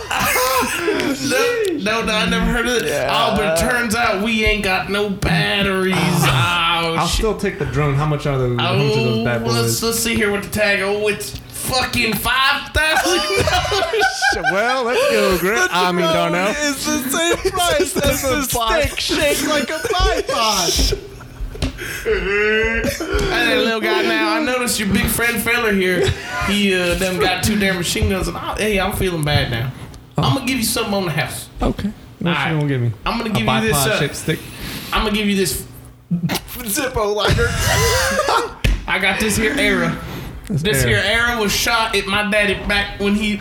[SPEAKER 2] no, no, I never heard of it. Oh, but it turns out we ain't got no batteries. Oh,
[SPEAKER 3] I'll
[SPEAKER 2] shit.
[SPEAKER 3] still take the drone. How much are those? how much are
[SPEAKER 2] Oh,
[SPEAKER 3] those bad
[SPEAKER 2] let's,
[SPEAKER 3] boys?
[SPEAKER 2] let's see here with the tag. Oh, it's fucking five thousand dollars.
[SPEAKER 3] well, let's go, Grant. I mean, Darnell.
[SPEAKER 1] It's the same price as the stick shaped like a bipod.
[SPEAKER 2] Hey, little guy, now I noticed your big friend Feller here. He uh, done got two damn machine guns, and I, hey, I'm feeling bad now.
[SPEAKER 3] Oh.
[SPEAKER 2] I'm gonna give you something on the house.
[SPEAKER 3] Okay. What
[SPEAKER 2] Alright.
[SPEAKER 3] you gonna give me?
[SPEAKER 2] I'm gonna
[SPEAKER 3] A
[SPEAKER 2] give you this.
[SPEAKER 3] bipod
[SPEAKER 2] Uh,
[SPEAKER 3] shaped stick.
[SPEAKER 2] I'm gonna give you this.
[SPEAKER 1] Zippo lighter.
[SPEAKER 2] I got this here era. This
[SPEAKER 3] Era.
[SPEAKER 2] here era was shot at my daddy back when he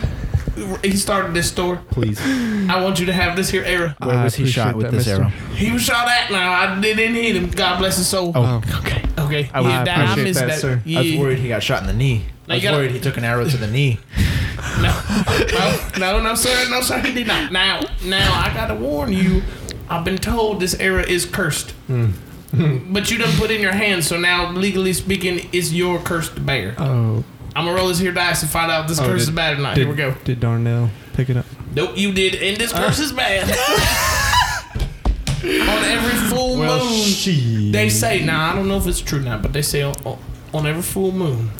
[SPEAKER 2] he started this store.
[SPEAKER 3] Please.
[SPEAKER 2] I want you to have this here era.
[SPEAKER 1] Where
[SPEAKER 3] I
[SPEAKER 1] was he shot
[SPEAKER 3] appreciate
[SPEAKER 1] with
[SPEAKER 3] that,
[SPEAKER 1] this
[SPEAKER 3] mister.
[SPEAKER 1] arrow?
[SPEAKER 2] He was shot at. Now I didn't hit him. God bless his soul.
[SPEAKER 3] Oh,
[SPEAKER 2] Okay, okay.
[SPEAKER 3] would
[SPEAKER 2] Yeah, that-
[SPEAKER 3] appreciate that, sir.
[SPEAKER 2] Yeah.
[SPEAKER 1] I was worried he got shot in the knee.
[SPEAKER 2] Now you
[SPEAKER 1] I was
[SPEAKER 2] gotta-
[SPEAKER 1] worried he took an arrow to the knee.
[SPEAKER 2] no, no, no, sir, no, sir, he did not. Now, now, I gotta warn you. I've been told this era is cursed,
[SPEAKER 3] Hmm.
[SPEAKER 2] but you done put in your hands, so now legally speaking, it's your curse to bear.
[SPEAKER 3] Oh.
[SPEAKER 2] I'm gonna roll this here dice and find out if this
[SPEAKER 3] Oh,
[SPEAKER 2] curse
[SPEAKER 3] did-
[SPEAKER 2] is bad or not.
[SPEAKER 3] Did, Uh.
[SPEAKER 2] here we go.
[SPEAKER 3] Did Darnell pick it up?
[SPEAKER 2] Nope, you did, and this curse is bad. on every full
[SPEAKER 3] Oh,
[SPEAKER 2] moon,
[SPEAKER 3] she.
[SPEAKER 2] they say. Now I don't know if it's true now, but they say on, on- on every full moon.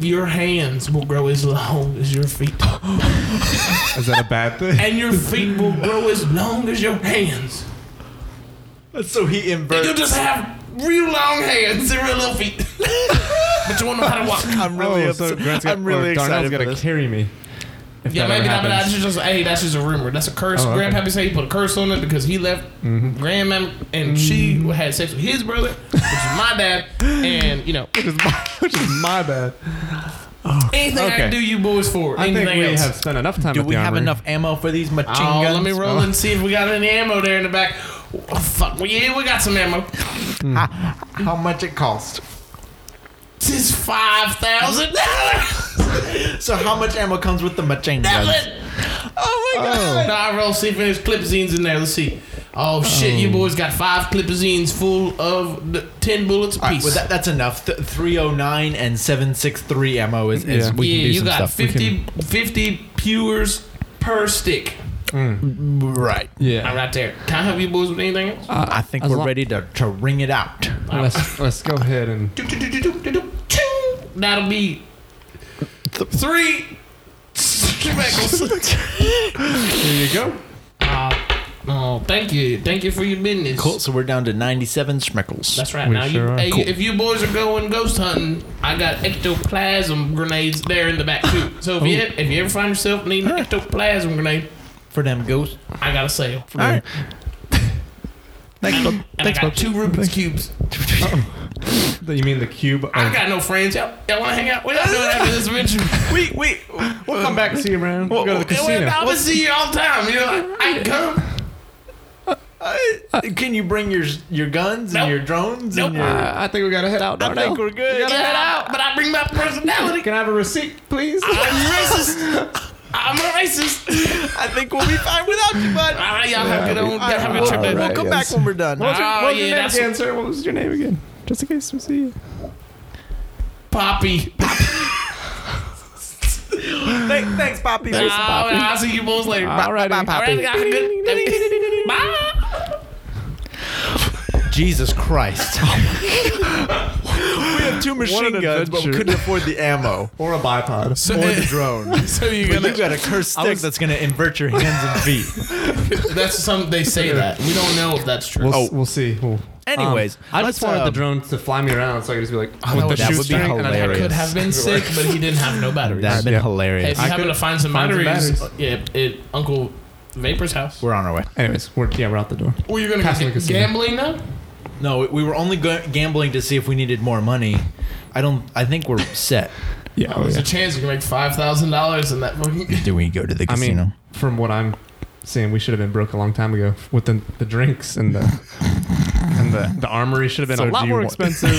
[SPEAKER 2] Your hands will grow as long as your feet.
[SPEAKER 3] Is that a bad thing?
[SPEAKER 2] and your feet will grow as long as your hands.
[SPEAKER 1] So he
[SPEAKER 2] And
[SPEAKER 1] inverted.
[SPEAKER 2] you'll just have real long hands and real little feet. but you won't know how to walk.
[SPEAKER 1] I'm really
[SPEAKER 3] oh,
[SPEAKER 1] upset.
[SPEAKER 3] so Grant's got,
[SPEAKER 1] I'm really
[SPEAKER 3] or Darnell's
[SPEAKER 1] excited for
[SPEAKER 3] gotta
[SPEAKER 1] this.
[SPEAKER 3] carry me. If
[SPEAKER 2] Yeah,
[SPEAKER 3] that
[SPEAKER 2] maybe
[SPEAKER 3] ever
[SPEAKER 2] not, but that's
[SPEAKER 3] happens.
[SPEAKER 2] just hey, that's just a rumor. That's a curse.
[SPEAKER 3] Oh, okay. Mm-hmm.
[SPEAKER 2] Grandpappy said he put a curse on it because he left grandma and she
[SPEAKER 3] Mm.
[SPEAKER 2] had sex with his brother, which is my dad, and you know
[SPEAKER 3] Which is my, which is my bad.
[SPEAKER 2] Anything I
[SPEAKER 3] Okay.
[SPEAKER 2] can do, you boys for.
[SPEAKER 3] I
[SPEAKER 2] Anything
[SPEAKER 3] think we
[SPEAKER 2] else.
[SPEAKER 3] have spent enough time.
[SPEAKER 1] Do
[SPEAKER 3] at
[SPEAKER 1] we
[SPEAKER 3] the
[SPEAKER 1] have
[SPEAKER 3] armory.
[SPEAKER 1] enough ammo for these machine
[SPEAKER 2] Oh,
[SPEAKER 1] guns?
[SPEAKER 2] let me roll and see if we got any ammo there in the back. Oh, fuck, we, yeah, we got some ammo.
[SPEAKER 1] How much it cost?
[SPEAKER 2] This is five thousand dollars.
[SPEAKER 1] So how much ammo comes with the machine
[SPEAKER 2] That
[SPEAKER 1] guns?
[SPEAKER 2] was- Oh my god! Now I roll see if there's clipazines in there. Let's see. Oh shit, you boys got five clipazines full of the ten bullets
[SPEAKER 1] All right,
[SPEAKER 2] apiece.
[SPEAKER 1] well, that, that's enough. Th- 309 and 763 ammo is, is
[SPEAKER 3] Yeah.
[SPEAKER 1] we
[SPEAKER 2] yeah,
[SPEAKER 1] can do
[SPEAKER 2] you
[SPEAKER 1] some
[SPEAKER 2] got
[SPEAKER 1] stuff. We can-
[SPEAKER 2] 50, 50 pewers per stick.
[SPEAKER 1] right.
[SPEAKER 2] I'm
[SPEAKER 3] Yeah.
[SPEAKER 2] right there. Can I help you boys with anything else?
[SPEAKER 1] I think
[SPEAKER 3] as
[SPEAKER 1] we're
[SPEAKER 3] lo-
[SPEAKER 1] ready to, to ring it out.
[SPEAKER 3] Let's let's go ahead and
[SPEAKER 2] Do, do, do, do, do, do, do, choo. That'll be three tobaccos.
[SPEAKER 3] here you go.
[SPEAKER 2] Uh, oh, thank you, thank you for your business.
[SPEAKER 1] Cool. So we're down to 97 schmeckles.
[SPEAKER 2] That's right.
[SPEAKER 3] We
[SPEAKER 2] now,
[SPEAKER 3] sure
[SPEAKER 2] you,
[SPEAKER 3] are.
[SPEAKER 2] hey,
[SPEAKER 3] Cool.
[SPEAKER 2] if you boys are going ghost hunting, I got ectoplasm grenades there in the back too. So if you if you ever find yourself needing an ectoplasm grenade,
[SPEAKER 1] For them ghosts.
[SPEAKER 2] I got a sale.
[SPEAKER 1] All right.
[SPEAKER 4] Thanks, Bob.
[SPEAKER 2] And
[SPEAKER 4] Thanks,
[SPEAKER 2] I got
[SPEAKER 4] Bob.
[SPEAKER 2] two Rubik's cubes.
[SPEAKER 3] You mean the cube? of-
[SPEAKER 2] I got no friends. Y'all, y'all want to hang out? What y'all doing after this adventure?
[SPEAKER 1] Wait, wait.
[SPEAKER 3] We'll come back and see you, man. We'll
[SPEAKER 1] Well,
[SPEAKER 3] go to the
[SPEAKER 1] well,
[SPEAKER 2] I'm
[SPEAKER 3] casino.
[SPEAKER 2] gonna see you all the time. You know, like, I can come.
[SPEAKER 1] Uh, Can you bring your your guns
[SPEAKER 2] Nope.
[SPEAKER 1] and your drones?
[SPEAKER 2] Nope.
[SPEAKER 1] And your,
[SPEAKER 3] Uh, I think we gotta head out.
[SPEAKER 1] I
[SPEAKER 3] Darnell.
[SPEAKER 1] think we're good.
[SPEAKER 2] Yeah, but I bring my personality.
[SPEAKER 3] Can I have a receipt, please?
[SPEAKER 2] I'm racist. I'm a racist.
[SPEAKER 1] I think we'll be fine without you, bud.
[SPEAKER 2] All right, y'all have a good old
[SPEAKER 1] All
[SPEAKER 2] have a
[SPEAKER 1] right,
[SPEAKER 2] good trip.
[SPEAKER 1] we'll,
[SPEAKER 2] baby.
[SPEAKER 1] we'll come
[SPEAKER 4] yes.
[SPEAKER 1] back when we're done.
[SPEAKER 3] What was, your,
[SPEAKER 2] Oh,
[SPEAKER 3] what was
[SPEAKER 2] yeah,
[SPEAKER 3] your name
[SPEAKER 2] that's-
[SPEAKER 3] again, sir? What was your name again? Just in case we see you.
[SPEAKER 2] Poppy.
[SPEAKER 1] Thank- thanks, Poppy.
[SPEAKER 2] Oh, and I'll see you both later. Bye.
[SPEAKER 3] All right,
[SPEAKER 2] All right, y'all have a good- Bye.
[SPEAKER 1] Jesus Christ. we have two
[SPEAKER 3] What
[SPEAKER 1] machine
[SPEAKER 3] an
[SPEAKER 1] guns, but we
[SPEAKER 3] adventure.
[SPEAKER 1] couldn't afford the ammo
[SPEAKER 3] Or a bipod.
[SPEAKER 1] or the drone.
[SPEAKER 2] So you
[SPEAKER 1] But
[SPEAKER 2] gonna?
[SPEAKER 1] you got a cursed stick
[SPEAKER 3] was-
[SPEAKER 1] that's going to invert your hands and feet.
[SPEAKER 2] that's something they say that we don't know if that's true.
[SPEAKER 3] We'll, oh. we'll see. We'll-
[SPEAKER 1] Anyways,
[SPEAKER 3] Um, I
[SPEAKER 1] let's,
[SPEAKER 3] just wanted the
[SPEAKER 1] um,
[SPEAKER 3] drone to fly me around so I could just be like,
[SPEAKER 1] that
[SPEAKER 3] with
[SPEAKER 1] would-
[SPEAKER 3] the
[SPEAKER 1] that would be
[SPEAKER 3] shoestring, and I
[SPEAKER 1] hilarious.
[SPEAKER 3] could-
[SPEAKER 2] Could have been sick, but he didn't have no batteries.
[SPEAKER 1] That'd been
[SPEAKER 3] Yeah.
[SPEAKER 2] Hey, if
[SPEAKER 1] hilarious.
[SPEAKER 2] you
[SPEAKER 3] I
[SPEAKER 2] happen to
[SPEAKER 3] could
[SPEAKER 2] find some
[SPEAKER 3] find some
[SPEAKER 2] batteries, uh,
[SPEAKER 3] batteries.
[SPEAKER 2] yeah, it Uncle Vapor's house.
[SPEAKER 1] We're on our way.
[SPEAKER 3] Anyways, we're, yeah, we're out the door.
[SPEAKER 2] Well, you're gonna
[SPEAKER 3] Pass
[SPEAKER 2] be
[SPEAKER 3] me the casino.
[SPEAKER 2] gambling now.
[SPEAKER 1] No, we- we were only go- gambling to see if we needed more money. I don't. I think we're set.
[SPEAKER 3] Oh, Yeah,
[SPEAKER 2] There's a chance you can make five thousand dollars in that fucking.
[SPEAKER 1] Do we go to the
[SPEAKER 3] I mean, from what I'm seeing, we should have been broke a long time ago with the, the drinks and the and the, the armory should have been
[SPEAKER 4] So
[SPEAKER 3] a lot
[SPEAKER 4] do you
[SPEAKER 3] more
[SPEAKER 4] want-
[SPEAKER 3] expensive.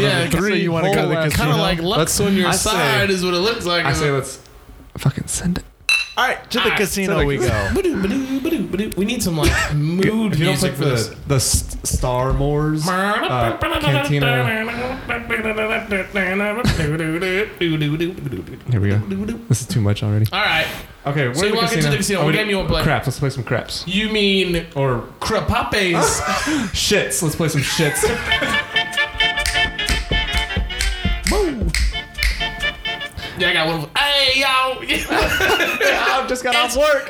[SPEAKER 2] yeah,
[SPEAKER 3] three
[SPEAKER 2] you
[SPEAKER 3] wanna
[SPEAKER 2] want to
[SPEAKER 3] go to the
[SPEAKER 2] Kind
[SPEAKER 3] casino?
[SPEAKER 2] of uh, like
[SPEAKER 3] Let's-
[SPEAKER 2] Lux on your
[SPEAKER 3] I say-
[SPEAKER 2] side is what it looks like.
[SPEAKER 3] I say let's fucking send it.
[SPEAKER 1] All right, to the
[SPEAKER 2] Ah,
[SPEAKER 1] casino
[SPEAKER 3] to the
[SPEAKER 1] we go.
[SPEAKER 2] Ba-doo, ba-doo, ba-doo, ba-doo. We need some like mood
[SPEAKER 3] If you don't
[SPEAKER 2] music
[SPEAKER 3] like
[SPEAKER 2] for this.
[SPEAKER 3] the the S- Star Moors uh, Cantina, here we go. This is too much already.
[SPEAKER 2] All right.
[SPEAKER 3] Okay,
[SPEAKER 2] Uh,
[SPEAKER 3] we're
[SPEAKER 2] So
[SPEAKER 3] in
[SPEAKER 2] you
[SPEAKER 3] the
[SPEAKER 2] walk
[SPEAKER 3] casino.
[SPEAKER 2] into the casino.
[SPEAKER 3] Oh,
[SPEAKER 2] What
[SPEAKER 3] we
[SPEAKER 2] game
[SPEAKER 3] do-
[SPEAKER 2] you wanna play?
[SPEAKER 3] Craps. Let's play some craps
[SPEAKER 2] You mean
[SPEAKER 3] or
[SPEAKER 2] crepapes?
[SPEAKER 3] shits. Let's play some shits.
[SPEAKER 2] yeah, I got one. of- Hey, y'all.
[SPEAKER 3] I've just got off work.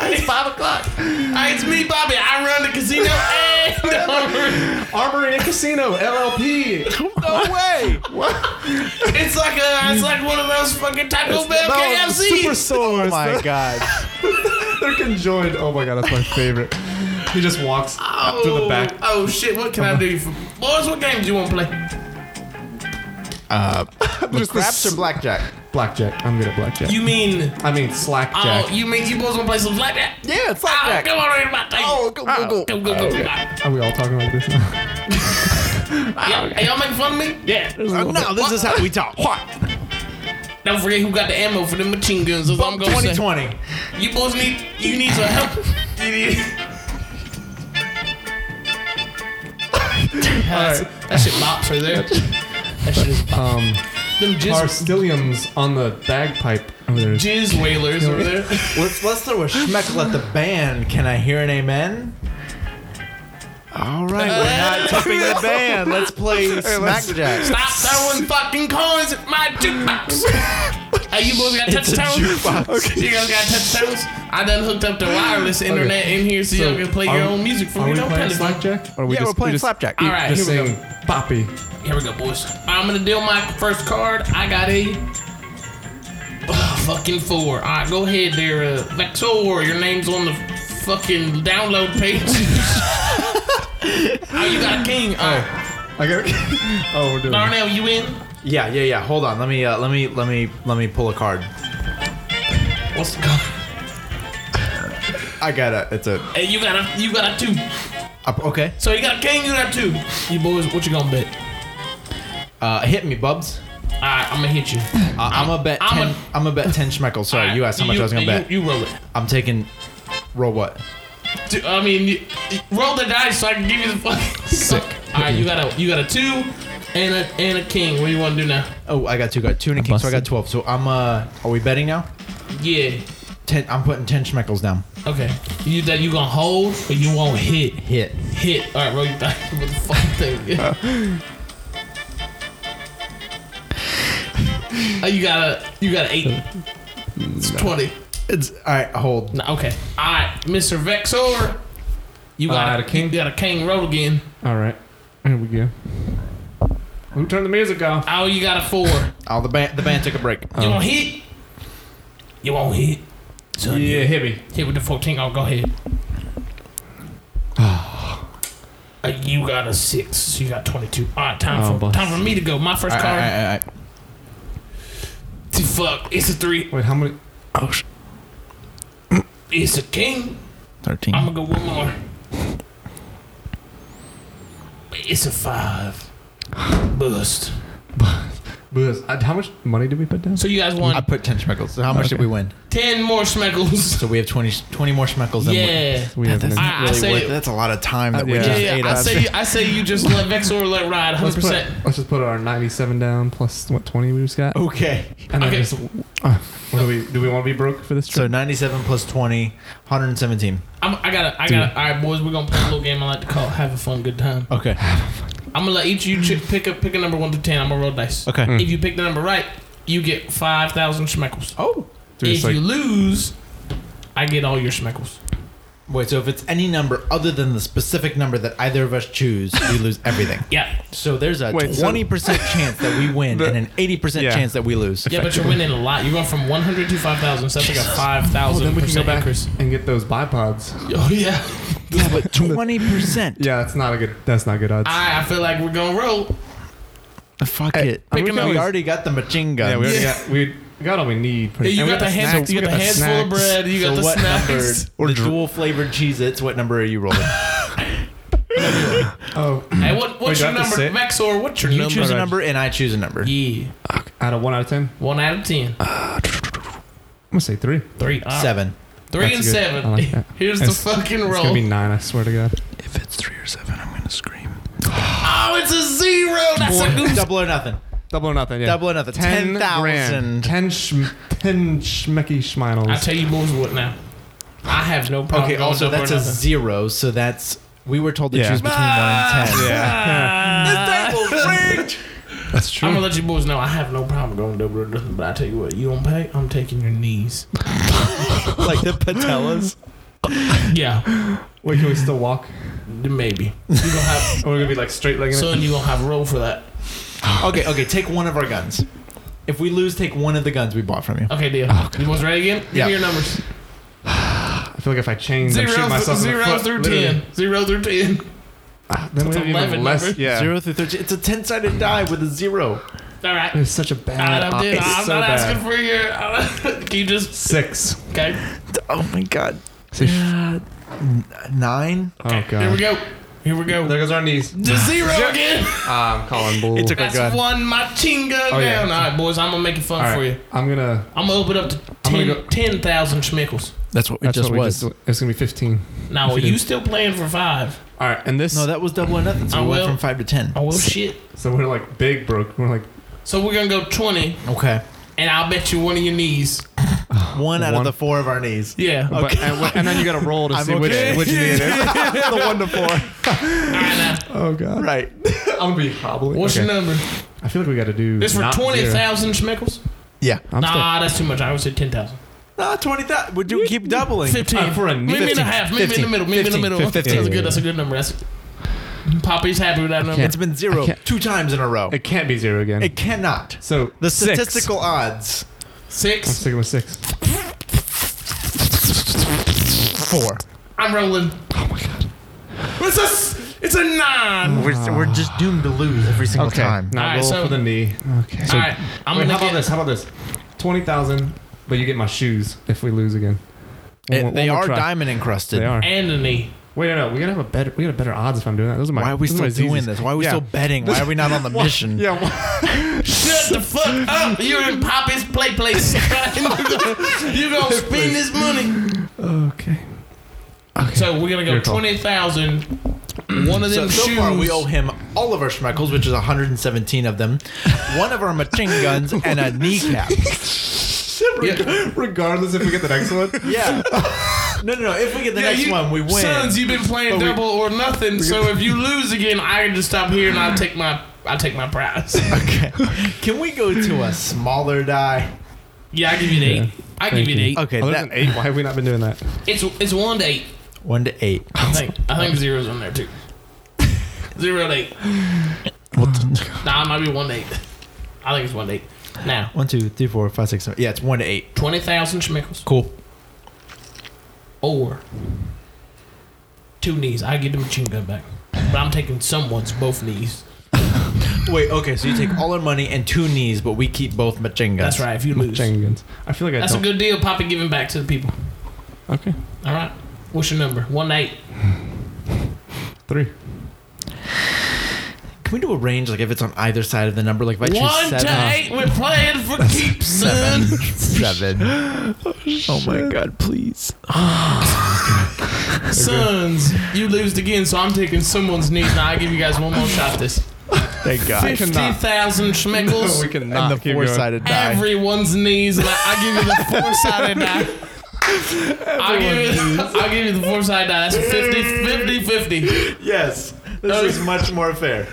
[SPEAKER 2] it's five o'clock. Hey, it's me, Bobby. I run the casino. uh, Hey, no.
[SPEAKER 3] Armory and Casino LLP.
[SPEAKER 1] No way!
[SPEAKER 2] it's like a, it's like one of those fucking Taco Bell
[SPEAKER 3] No, Super
[SPEAKER 2] KFCs.
[SPEAKER 3] Sores.
[SPEAKER 1] Oh my god.
[SPEAKER 3] They're conjoined. Oh my god, that's my favorite. He just walks
[SPEAKER 2] Ah,
[SPEAKER 3] up to the back.
[SPEAKER 2] Oh shit! What can I do for boys? What games you want to play?
[SPEAKER 3] Just the
[SPEAKER 1] Craps
[SPEAKER 3] s-
[SPEAKER 1] or blackjack?
[SPEAKER 3] blackjack. I'm good at blackjack.
[SPEAKER 2] You mean?
[SPEAKER 3] I mean
[SPEAKER 2] Oh,
[SPEAKER 3] slackjack.
[SPEAKER 2] you mean you boys want to play some blackjack?
[SPEAKER 1] Yeah, it's
[SPEAKER 3] Ah,
[SPEAKER 2] Oh, come on, everybody.
[SPEAKER 1] Oh, go, go, go.
[SPEAKER 2] Go, go, go.
[SPEAKER 3] Are we all talking like this now?
[SPEAKER 2] Y'all- Hey, y'all making fun of me? Yeah.
[SPEAKER 3] Ah.
[SPEAKER 1] Uh, no, this is how we talk.
[SPEAKER 2] Don't forget who got the ammo for the machine guns.
[SPEAKER 1] Um,
[SPEAKER 2] That's all I'm gonna say.
[SPEAKER 1] 2020.
[SPEAKER 2] You boys need you need some help. You need- That shit bops right there. That shit is bops.
[SPEAKER 3] Um,
[SPEAKER 2] Them jizz,
[SPEAKER 3] Parstiliums on the bagpipe over there.
[SPEAKER 2] jizz whalers over there.
[SPEAKER 1] Let's let's throw a schmeckle at the band. Can I hear an amen? All right, we're not tipping the band. Let's play smackjack.
[SPEAKER 2] Stop throwing fucking coins at my jukebox. hey, you boys got
[SPEAKER 1] It's a
[SPEAKER 2] touchstones?
[SPEAKER 1] jukebox.
[SPEAKER 2] You guys got touchstones? I done hooked up the wireless internet in here so, y'all can play your
[SPEAKER 3] are-
[SPEAKER 2] own music for
[SPEAKER 3] Are
[SPEAKER 2] me.
[SPEAKER 3] we
[SPEAKER 2] Don't
[SPEAKER 3] playing
[SPEAKER 2] play this.
[SPEAKER 3] slackjack? Or we
[SPEAKER 1] yeah,
[SPEAKER 3] just,
[SPEAKER 1] we're playing
[SPEAKER 3] we just,
[SPEAKER 1] slapjack.
[SPEAKER 2] All right,
[SPEAKER 3] Just
[SPEAKER 2] here we
[SPEAKER 3] saying,
[SPEAKER 2] go.
[SPEAKER 3] boppy.
[SPEAKER 2] Here we go, boys. I'm gonna deal my first card. I got a Ugh, fucking four. All right, go ahead there, uh, Vector. Your name's on the fucking download page. oh, you got a king. All right,
[SPEAKER 3] I got. oh, we're doing.
[SPEAKER 2] Darnell, you in?
[SPEAKER 1] Yeah, yeah, yeah. Hold on. Let me uh, let me let me let me pull a card.
[SPEAKER 2] What's the color?
[SPEAKER 1] I got a. It's a.
[SPEAKER 2] Hey, you got a you got a two.
[SPEAKER 1] a- okay.
[SPEAKER 2] So you got a king, you got a two. You boys, what you gonna bet?
[SPEAKER 1] Uh, hit me, Bubs.
[SPEAKER 2] All right, I'm gonna hit you.
[SPEAKER 1] Uh, I'm a bet.
[SPEAKER 2] I'm
[SPEAKER 1] ten,
[SPEAKER 2] a-
[SPEAKER 1] I'm a bet ten schmeckles.
[SPEAKER 2] All
[SPEAKER 1] Sorry,
[SPEAKER 2] right,
[SPEAKER 1] you asked how much I was gonna
[SPEAKER 2] you-
[SPEAKER 1] bet.
[SPEAKER 2] You roll it.
[SPEAKER 1] I'm taking. Roll what?
[SPEAKER 2] Dude, I mean, you- you- roll the dice so I can give you the fucking. Sick. All right, you got a you got a two and a and a king. What do you want to do now?
[SPEAKER 1] Oh, I got two. Got two and a king, so I got
[SPEAKER 4] busted.
[SPEAKER 1] twelve. So I'm. Uh, are we betting now?
[SPEAKER 2] Yeah.
[SPEAKER 1] Ten. I'm putting ten schmeckles down.
[SPEAKER 2] Okay. You that you gonna hold or you won't hit?
[SPEAKER 1] Hit.
[SPEAKER 2] Hit. All right, roll your dice. What the fuck thing? Oh, you got a you got an eight. It's twenty.
[SPEAKER 1] It's all right. Hold.
[SPEAKER 2] No, okay. All right, Mr. Vexor. You got
[SPEAKER 3] Uh, the king?
[SPEAKER 2] You got a king roll again.
[SPEAKER 3] All right. Here we go. Who turned the music off?
[SPEAKER 2] Oh, you got a four. You
[SPEAKER 1] Oh, the band. The band took a break.
[SPEAKER 2] won't hit. You won't hit. So
[SPEAKER 3] Yeah, hit me.
[SPEAKER 2] Hit with the 14. Oh, go ahead. Uh, you got a six. So you got 22. All right, time,
[SPEAKER 3] Oh,
[SPEAKER 2] for,
[SPEAKER 3] boy.
[SPEAKER 2] time for me to go. My first
[SPEAKER 1] All right, all
[SPEAKER 2] card.
[SPEAKER 1] right, all right, all right.
[SPEAKER 2] Fuck. It's a three.
[SPEAKER 3] Wait, how many?
[SPEAKER 4] Oh, sh-
[SPEAKER 2] It's a king.
[SPEAKER 4] 13.
[SPEAKER 2] I'm going to go one more. It's a five. Bust.
[SPEAKER 3] Buzz, uh, how much money did we put down?
[SPEAKER 2] So you guys won
[SPEAKER 1] I put ten schmeckles. So how much did
[SPEAKER 3] Okay.
[SPEAKER 1] we win?
[SPEAKER 2] 10 more schmeckles.
[SPEAKER 1] So we have 20, 20 more schmeckles. Than we-
[SPEAKER 2] Yeah.
[SPEAKER 3] We have an-
[SPEAKER 4] That's-
[SPEAKER 2] I, I say,
[SPEAKER 1] Wait, that's a lot of time that we
[SPEAKER 3] Yeah.
[SPEAKER 2] yeah,
[SPEAKER 1] just
[SPEAKER 2] yeah,
[SPEAKER 1] ate
[SPEAKER 2] I
[SPEAKER 1] up.
[SPEAKER 2] say, I say you just let Vexor let ride 100.
[SPEAKER 3] let's, put,
[SPEAKER 2] Ah, percent Oh.
[SPEAKER 3] let's just put our 97 down plus what 20 we just got.
[SPEAKER 1] okay.
[SPEAKER 3] And then
[SPEAKER 2] Okay.
[SPEAKER 3] just, uh, what do we do? We want to be broke for this
[SPEAKER 1] So
[SPEAKER 3] trip.
[SPEAKER 1] 97 plus 20, 117.
[SPEAKER 2] I'm, I gotta, I gotta. All right, boys, we're gonna play a little game. I like to call "Have a Fun Good Time."
[SPEAKER 1] Okay.
[SPEAKER 2] I'm gonna let each of you ch- pick a pick a number one to ten. I'm gonna roll dice.
[SPEAKER 1] Okay.
[SPEAKER 3] Mm.
[SPEAKER 2] If you pick the number right, you get five thousand schmeckles.
[SPEAKER 1] Oh.
[SPEAKER 3] Dude, it's
[SPEAKER 2] if
[SPEAKER 3] like-
[SPEAKER 2] you lose, I get all your schmeckles.
[SPEAKER 1] Wait, so if it's any number other than the specific number that either of us choose, we lose everything.
[SPEAKER 2] Yeah,
[SPEAKER 1] So there's a
[SPEAKER 4] Wait, so-
[SPEAKER 1] 20% chance that we win
[SPEAKER 4] The-
[SPEAKER 1] and an 80%
[SPEAKER 4] Yeah.
[SPEAKER 1] chance that we lose.
[SPEAKER 2] yeah, but you're winning a lot. You're going from one hundred to five thousand. So that's like a five
[SPEAKER 3] Oh,
[SPEAKER 2] thousand.
[SPEAKER 3] then we can go back
[SPEAKER 2] Increase.
[SPEAKER 3] and get those bipods.
[SPEAKER 2] Oh yeah.
[SPEAKER 1] Yeah, but 20%.
[SPEAKER 3] Yeah, that's not a good. That's not good odds.
[SPEAKER 2] I I feel like we're gonna roll.
[SPEAKER 4] Fuck it.
[SPEAKER 1] I mean,
[SPEAKER 2] Pick 'em
[SPEAKER 1] we
[SPEAKER 2] up.
[SPEAKER 1] already got the machine gun.
[SPEAKER 4] Yeah, we already
[SPEAKER 3] yeah, we got all we need.
[SPEAKER 2] Hey,
[SPEAKER 3] Pretty,
[SPEAKER 2] you
[SPEAKER 3] and we
[SPEAKER 2] got the hands.
[SPEAKER 3] snacks,
[SPEAKER 2] You
[SPEAKER 3] we
[SPEAKER 2] got the hands full of
[SPEAKER 3] snacks.
[SPEAKER 2] bread. You got
[SPEAKER 1] so
[SPEAKER 2] the
[SPEAKER 1] what number?
[SPEAKER 2] snacks.
[SPEAKER 1] the dual flavored Cheez Its, what number are you rolling?
[SPEAKER 3] Oh,
[SPEAKER 2] Hey, what, what's
[SPEAKER 3] Wait, do I
[SPEAKER 2] your number,
[SPEAKER 3] have to sit?
[SPEAKER 2] Maxor? What's your
[SPEAKER 1] you
[SPEAKER 2] number?
[SPEAKER 1] choose a number and I choose a number.
[SPEAKER 2] Yeah,
[SPEAKER 3] out of one out of ten, I'm
[SPEAKER 2] one out of ten.
[SPEAKER 3] Uh, gonna say three.
[SPEAKER 2] Three. All right.
[SPEAKER 1] Seven.
[SPEAKER 2] Three
[SPEAKER 3] That's
[SPEAKER 2] and
[SPEAKER 3] good.
[SPEAKER 2] seven.
[SPEAKER 3] I like that.
[SPEAKER 2] Here's
[SPEAKER 3] It's-
[SPEAKER 2] the fucking
[SPEAKER 3] It's
[SPEAKER 2] roll.
[SPEAKER 3] gonna be nine. I swear to God.
[SPEAKER 4] If it's three or seven, I'm gonna scream.
[SPEAKER 2] oh, it's a zero. That's a goose.
[SPEAKER 1] Double or nothing.
[SPEAKER 3] Double or nothing. Yeah.
[SPEAKER 1] Double or nothing.
[SPEAKER 3] Ten grand.
[SPEAKER 1] 10,000.
[SPEAKER 3] Ten schm. Ten schmecky
[SPEAKER 2] I
[SPEAKER 3] schmeinals.
[SPEAKER 2] tell you, boys, what now? I have no problem.
[SPEAKER 1] Okay,
[SPEAKER 2] going
[SPEAKER 1] also,
[SPEAKER 2] double or
[SPEAKER 1] that's a
[SPEAKER 2] nothing.
[SPEAKER 1] zero, so that's. We were told to
[SPEAKER 3] Yeah.
[SPEAKER 1] choose between one and ten.
[SPEAKER 2] Ah.
[SPEAKER 3] That's
[SPEAKER 2] I'm gonna
[SPEAKER 3] true.
[SPEAKER 2] let you boys know I have no problem going double or nothing. But I tell you what, you don't pay, I'm taking your knees.
[SPEAKER 1] like the patellas.
[SPEAKER 2] Yeah,
[SPEAKER 3] Wait, can we still walk?
[SPEAKER 2] maybe you gonna have
[SPEAKER 3] Or we're gonna be like straight legging it.
[SPEAKER 2] son. You gonna have roll for that?
[SPEAKER 1] Okay, okay, take one of our guns. If we lose, take one of the guns we bought from you.
[SPEAKER 2] Okay, deal.
[SPEAKER 3] Ah.
[SPEAKER 2] you boys ready again? Give
[SPEAKER 1] Yeah.
[SPEAKER 2] me your numbers.
[SPEAKER 3] I feel like if I change, I'm
[SPEAKER 2] Zero,
[SPEAKER 3] shooting
[SPEAKER 2] th-
[SPEAKER 3] myself in the
[SPEAKER 2] zero
[SPEAKER 3] foot,
[SPEAKER 2] through
[SPEAKER 3] literally.
[SPEAKER 2] ten. Zero through ten.
[SPEAKER 3] Ah, Then we
[SPEAKER 2] That's
[SPEAKER 3] have
[SPEAKER 2] eleven
[SPEAKER 3] even less.
[SPEAKER 2] numbers.
[SPEAKER 3] Yeah.
[SPEAKER 1] Zero through thirteen. It's a ten-sided die with a zero.
[SPEAKER 2] All right.
[SPEAKER 3] It's such a
[SPEAKER 2] I
[SPEAKER 3] bad.
[SPEAKER 2] don't do-
[SPEAKER 3] Mm. Ah, it's
[SPEAKER 2] I'm
[SPEAKER 3] so
[SPEAKER 2] not
[SPEAKER 3] bad.
[SPEAKER 2] asking for your. can you just
[SPEAKER 3] Six.
[SPEAKER 2] okay?
[SPEAKER 4] Oh my god.
[SPEAKER 1] Yeah, n- nine.
[SPEAKER 3] Oh god.
[SPEAKER 2] Here we go. Here we go.
[SPEAKER 3] There goes our knees.
[SPEAKER 2] The zero again.
[SPEAKER 3] Ah, I'm calling bull.
[SPEAKER 1] It took
[SPEAKER 2] That's
[SPEAKER 1] a gun.
[SPEAKER 2] one machinga
[SPEAKER 3] Oh,
[SPEAKER 2] down.
[SPEAKER 3] yeah.
[SPEAKER 2] All right, boys, I'm gonna make it fun
[SPEAKER 3] All right,
[SPEAKER 2] for you.
[SPEAKER 3] I'm gonna.
[SPEAKER 2] I'm gonna open up to
[SPEAKER 3] I'm gonna go-
[SPEAKER 2] 10 10,000 schmickles.
[SPEAKER 1] That's what
[SPEAKER 3] That's what we just- it's gonna be 15.
[SPEAKER 2] Now, are
[SPEAKER 3] If you
[SPEAKER 2] you
[SPEAKER 3] did-
[SPEAKER 2] still playing for five?
[SPEAKER 3] All right, and this.
[SPEAKER 1] No, that was double or nothing. So
[SPEAKER 2] I
[SPEAKER 1] we went
[SPEAKER 2] will.
[SPEAKER 1] from five to ten.
[SPEAKER 2] Oh well, shit.
[SPEAKER 3] so we're like big broke. We're like
[SPEAKER 2] So we're gonna go 20,
[SPEAKER 1] Okay,
[SPEAKER 2] and I'll bet you one of your knees.
[SPEAKER 1] one out
[SPEAKER 3] One.
[SPEAKER 1] of the four of our knees.
[SPEAKER 2] Yeah. All
[SPEAKER 3] But, and, wh- and then you got to roll to
[SPEAKER 1] I'm
[SPEAKER 3] see
[SPEAKER 1] okay.
[SPEAKER 3] which which knee it is. the one to four.
[SPEAKER 2] right, now,
[SPEAKER 3] Oh god.
[SPEAKER 1] Right.
[SPEAKER 3] I'm gonna be hobbling.
[SPEAKER 2] what's your number?
[SPEAKER 3] I feel like we got to do.
[SPEAKER 2] This for
[SPEAKER 3] not zero.
[SPEAKER 2] 20,000 schmickles?
[SPEAKER 1] Yeah.
[SPEAKER 3] I'm
[SPEAKER 2] Nah, that's too much. I would say 10,000.
[SPEAKER 1] Ah, twenty thousand. Would you keep doubling?
[SPEAKER 2] 15.
[SPEAKER 3] Uh, for a
[SPEAKER 2] Meet
[SPEAKER 3] knee-
[SPEAKER 2] me in the
[SPEAKER 1] 15,
[SPEAKER 2] half. Meet me in the
[SPEAKER 1] 15,
[SPEAKER 2] middle. Meet me in the
[SPEAKER 1] 15,
[SPEAKER 2] middle.
[SPEAKER 1] 15.
[SPEAKER 2] That's good. That's a good number. That's Poppy's happy with that number.
[SPEAKER 1] It's been
[SPEAKER 3] I
[SPEAKER 1] zero
[SPEAKER 3] can't-
[SPEAKER 1] two times in a row.
[SPEAKER 3] Still, it can't be zero again.
[SPEAKER 1] It cannot.
[SPEAKER 3] so
[SPEAKER 1] The
[SPEAKER 3] six.
[SPEAKER 1] statistical odds.
[SPEAKER 3] I'm
[SPEAKER 2] Six.
[SPEAKER 3] sticking with six.
[SPEAKER 1] Four.
[SPEAKER 2] I'm rolling.
[SPEAKER 3] Oh my god.
[SPEAKER 2] What's this? It's a nine.
[SPEAKER 6] We're, we're just doomed to lose every single
[SPEAKER 3] Okay.
[SPEAKER 6] time.
[SPEAKER 3] Now
[SPEAKER 2] All right,
[SPEAKER 3] roll
[SPEAKER 2] so-
[SPEAKER 3] for the knee.
[SPEAKER 6] Okay.
[SPEAKER 2] All right, I'm
[SPEAKER 3] Wait,
[SPEAKER 2] gonna
[SPEAKER 3] how about
[SPEAKER 2] get-
[SPEAKER 3] this? How about this? Twenty thousand, but you get my shoes if we lose again. One
[SPEAKER 1] It-
[SPEAKER 3] more-
[SPEAKER 1] they
[SPEAKER 3] one more
[SPEAKER 1] are
[SPEAKER 3] try.
[SPEAKER 1] diamond encrusted.
[SPEAKER 3] They are.
[SPEAKER 2] Anthony.
[SPEAKER 3] Wait, no, no. We gotta have a better. We got a better odds if I'm doing that. Those are my.
[SPEAKER 1] Why are we
[SPEAKER 3] those
[SPEAKER 1] still
[SPEAKER 3] my
[SPEAKER 1] doing
[SPEAKER 3] Zs.
[SPEAKER 1] this? Why are we
[SPEAKER 3] Yeah.
[SPEAKER 1] still betting? Why are we not on the mission?
[SPEAKER 3] Yeah. why-
[SPEAKER 2] Shut the fuck up. You're in Poppy's play place. you gonna spend this money.
[SPEAKER 3] Okay.
[SPEAKER 2] So we're gonna go
[SPEAKER 3] Your call.
[SPEAKER 2] twenty thousand. One of
[SPEAKER 1] So,
[SPEAKER 2] them
[SPEAKER 1] so
[SPEAKER 2] shoes.
[SPEAKER 1] far, we owe him all of our schmeckles, which is 117 of them, one of our machine guns, and a kneecap.
[SPEAKER 2] Yeah.
[SPEAKER 3] Regardless if we get the next one.
[SPEAKER 1] Yeah. No, no, no. If we get the
[SPEAKER 2] Yeah,
[SPEAKER 1] next
[SPEAKER 2] you-
[SPEAKER 1] one, we win.
[SPEAKER 2] Sons, you've been playing
[SPEAKER 1] But we-
[SPEAKER 2] double or nothing. So if you lose again, I can just stop here and I'll take my I will take my prize.
[SPEAKER 1] okay. Can we go to a smaller die?
[SPEAKER 2] Yeah, I give you an eight. I give
[SPEAKER 3] Thank
[SPEAKER 2] you an
[SPEAKER 3] you.
[SPEAKER 2] eight.
[SPEAKER 1] Okay,
[SPEAKER 3] Oh, there's
[SPEAKER 1] that
[SPEAKER 3] an eight. Why have we not been doing that?
[SPEAKER 2] It's it's one to eight.
[SPEAKER 1] one to eight.
[SPEAKER 2] I think I think zero's on there too. Zero to eight. Nah, it might be one to eight. I think it's one to eight. Now,
[SPEAKER 1] One, two, three, four, five, six, seven. Yeah, it's one to eight.
[SPEAKER 2] twenty thousand schmickles
[SPEAKER 1] Cool.
[SPEAKER 2] or two knees. I get the machine gun back, but I'm taking someone's both knees.
[SPEAKER 1] Wait, okay, so you take all our money and two knees, but we keep both machine guns.
[SPEAKER 2] That's right. If you lose,
[SPEAKER 3] Jenkins. I feel like I
[SPEAKER 2] that's a
[SPEAKER 3] don't.
[SPEAKER 2] good deal. Poppy giving back to the people.
[SPEAKER 3] okay.
[SPEAKER 2] All right. What's your number? One to eight.
[SPEAKER 3] Three.
[SPEAKER 1] Can we do a range, like if it's on either side of the number? Like if I choose
[SPEAKER 2] One
[SPEAKER 1] seven.
[SPEAKER 2] to eight. We're playing for keeps, son.
[SPEAKER 1] Seven.
[SPEAKER 4] Oh my god, please.
[SPEAKER 2] Sons, you lose again, so I'm taking someone's knees. Now I give you guys one more shot. at This
[SPEAKER 4] Thank God.
[SPEAKER 2] fifty thousand schmickles.
[SPEAKER 3] cannot.
[SPEAKER 1] and the four sided die.
[SPEAKER 2] Everyone's knees, and I, I give you the four sided die. I give you, I give you the four sided die. That's 50, 50, 50.
[SPEAKER 1] Yes. This
[SPEAKER 2] is
[SPEAKER 1] much more fair.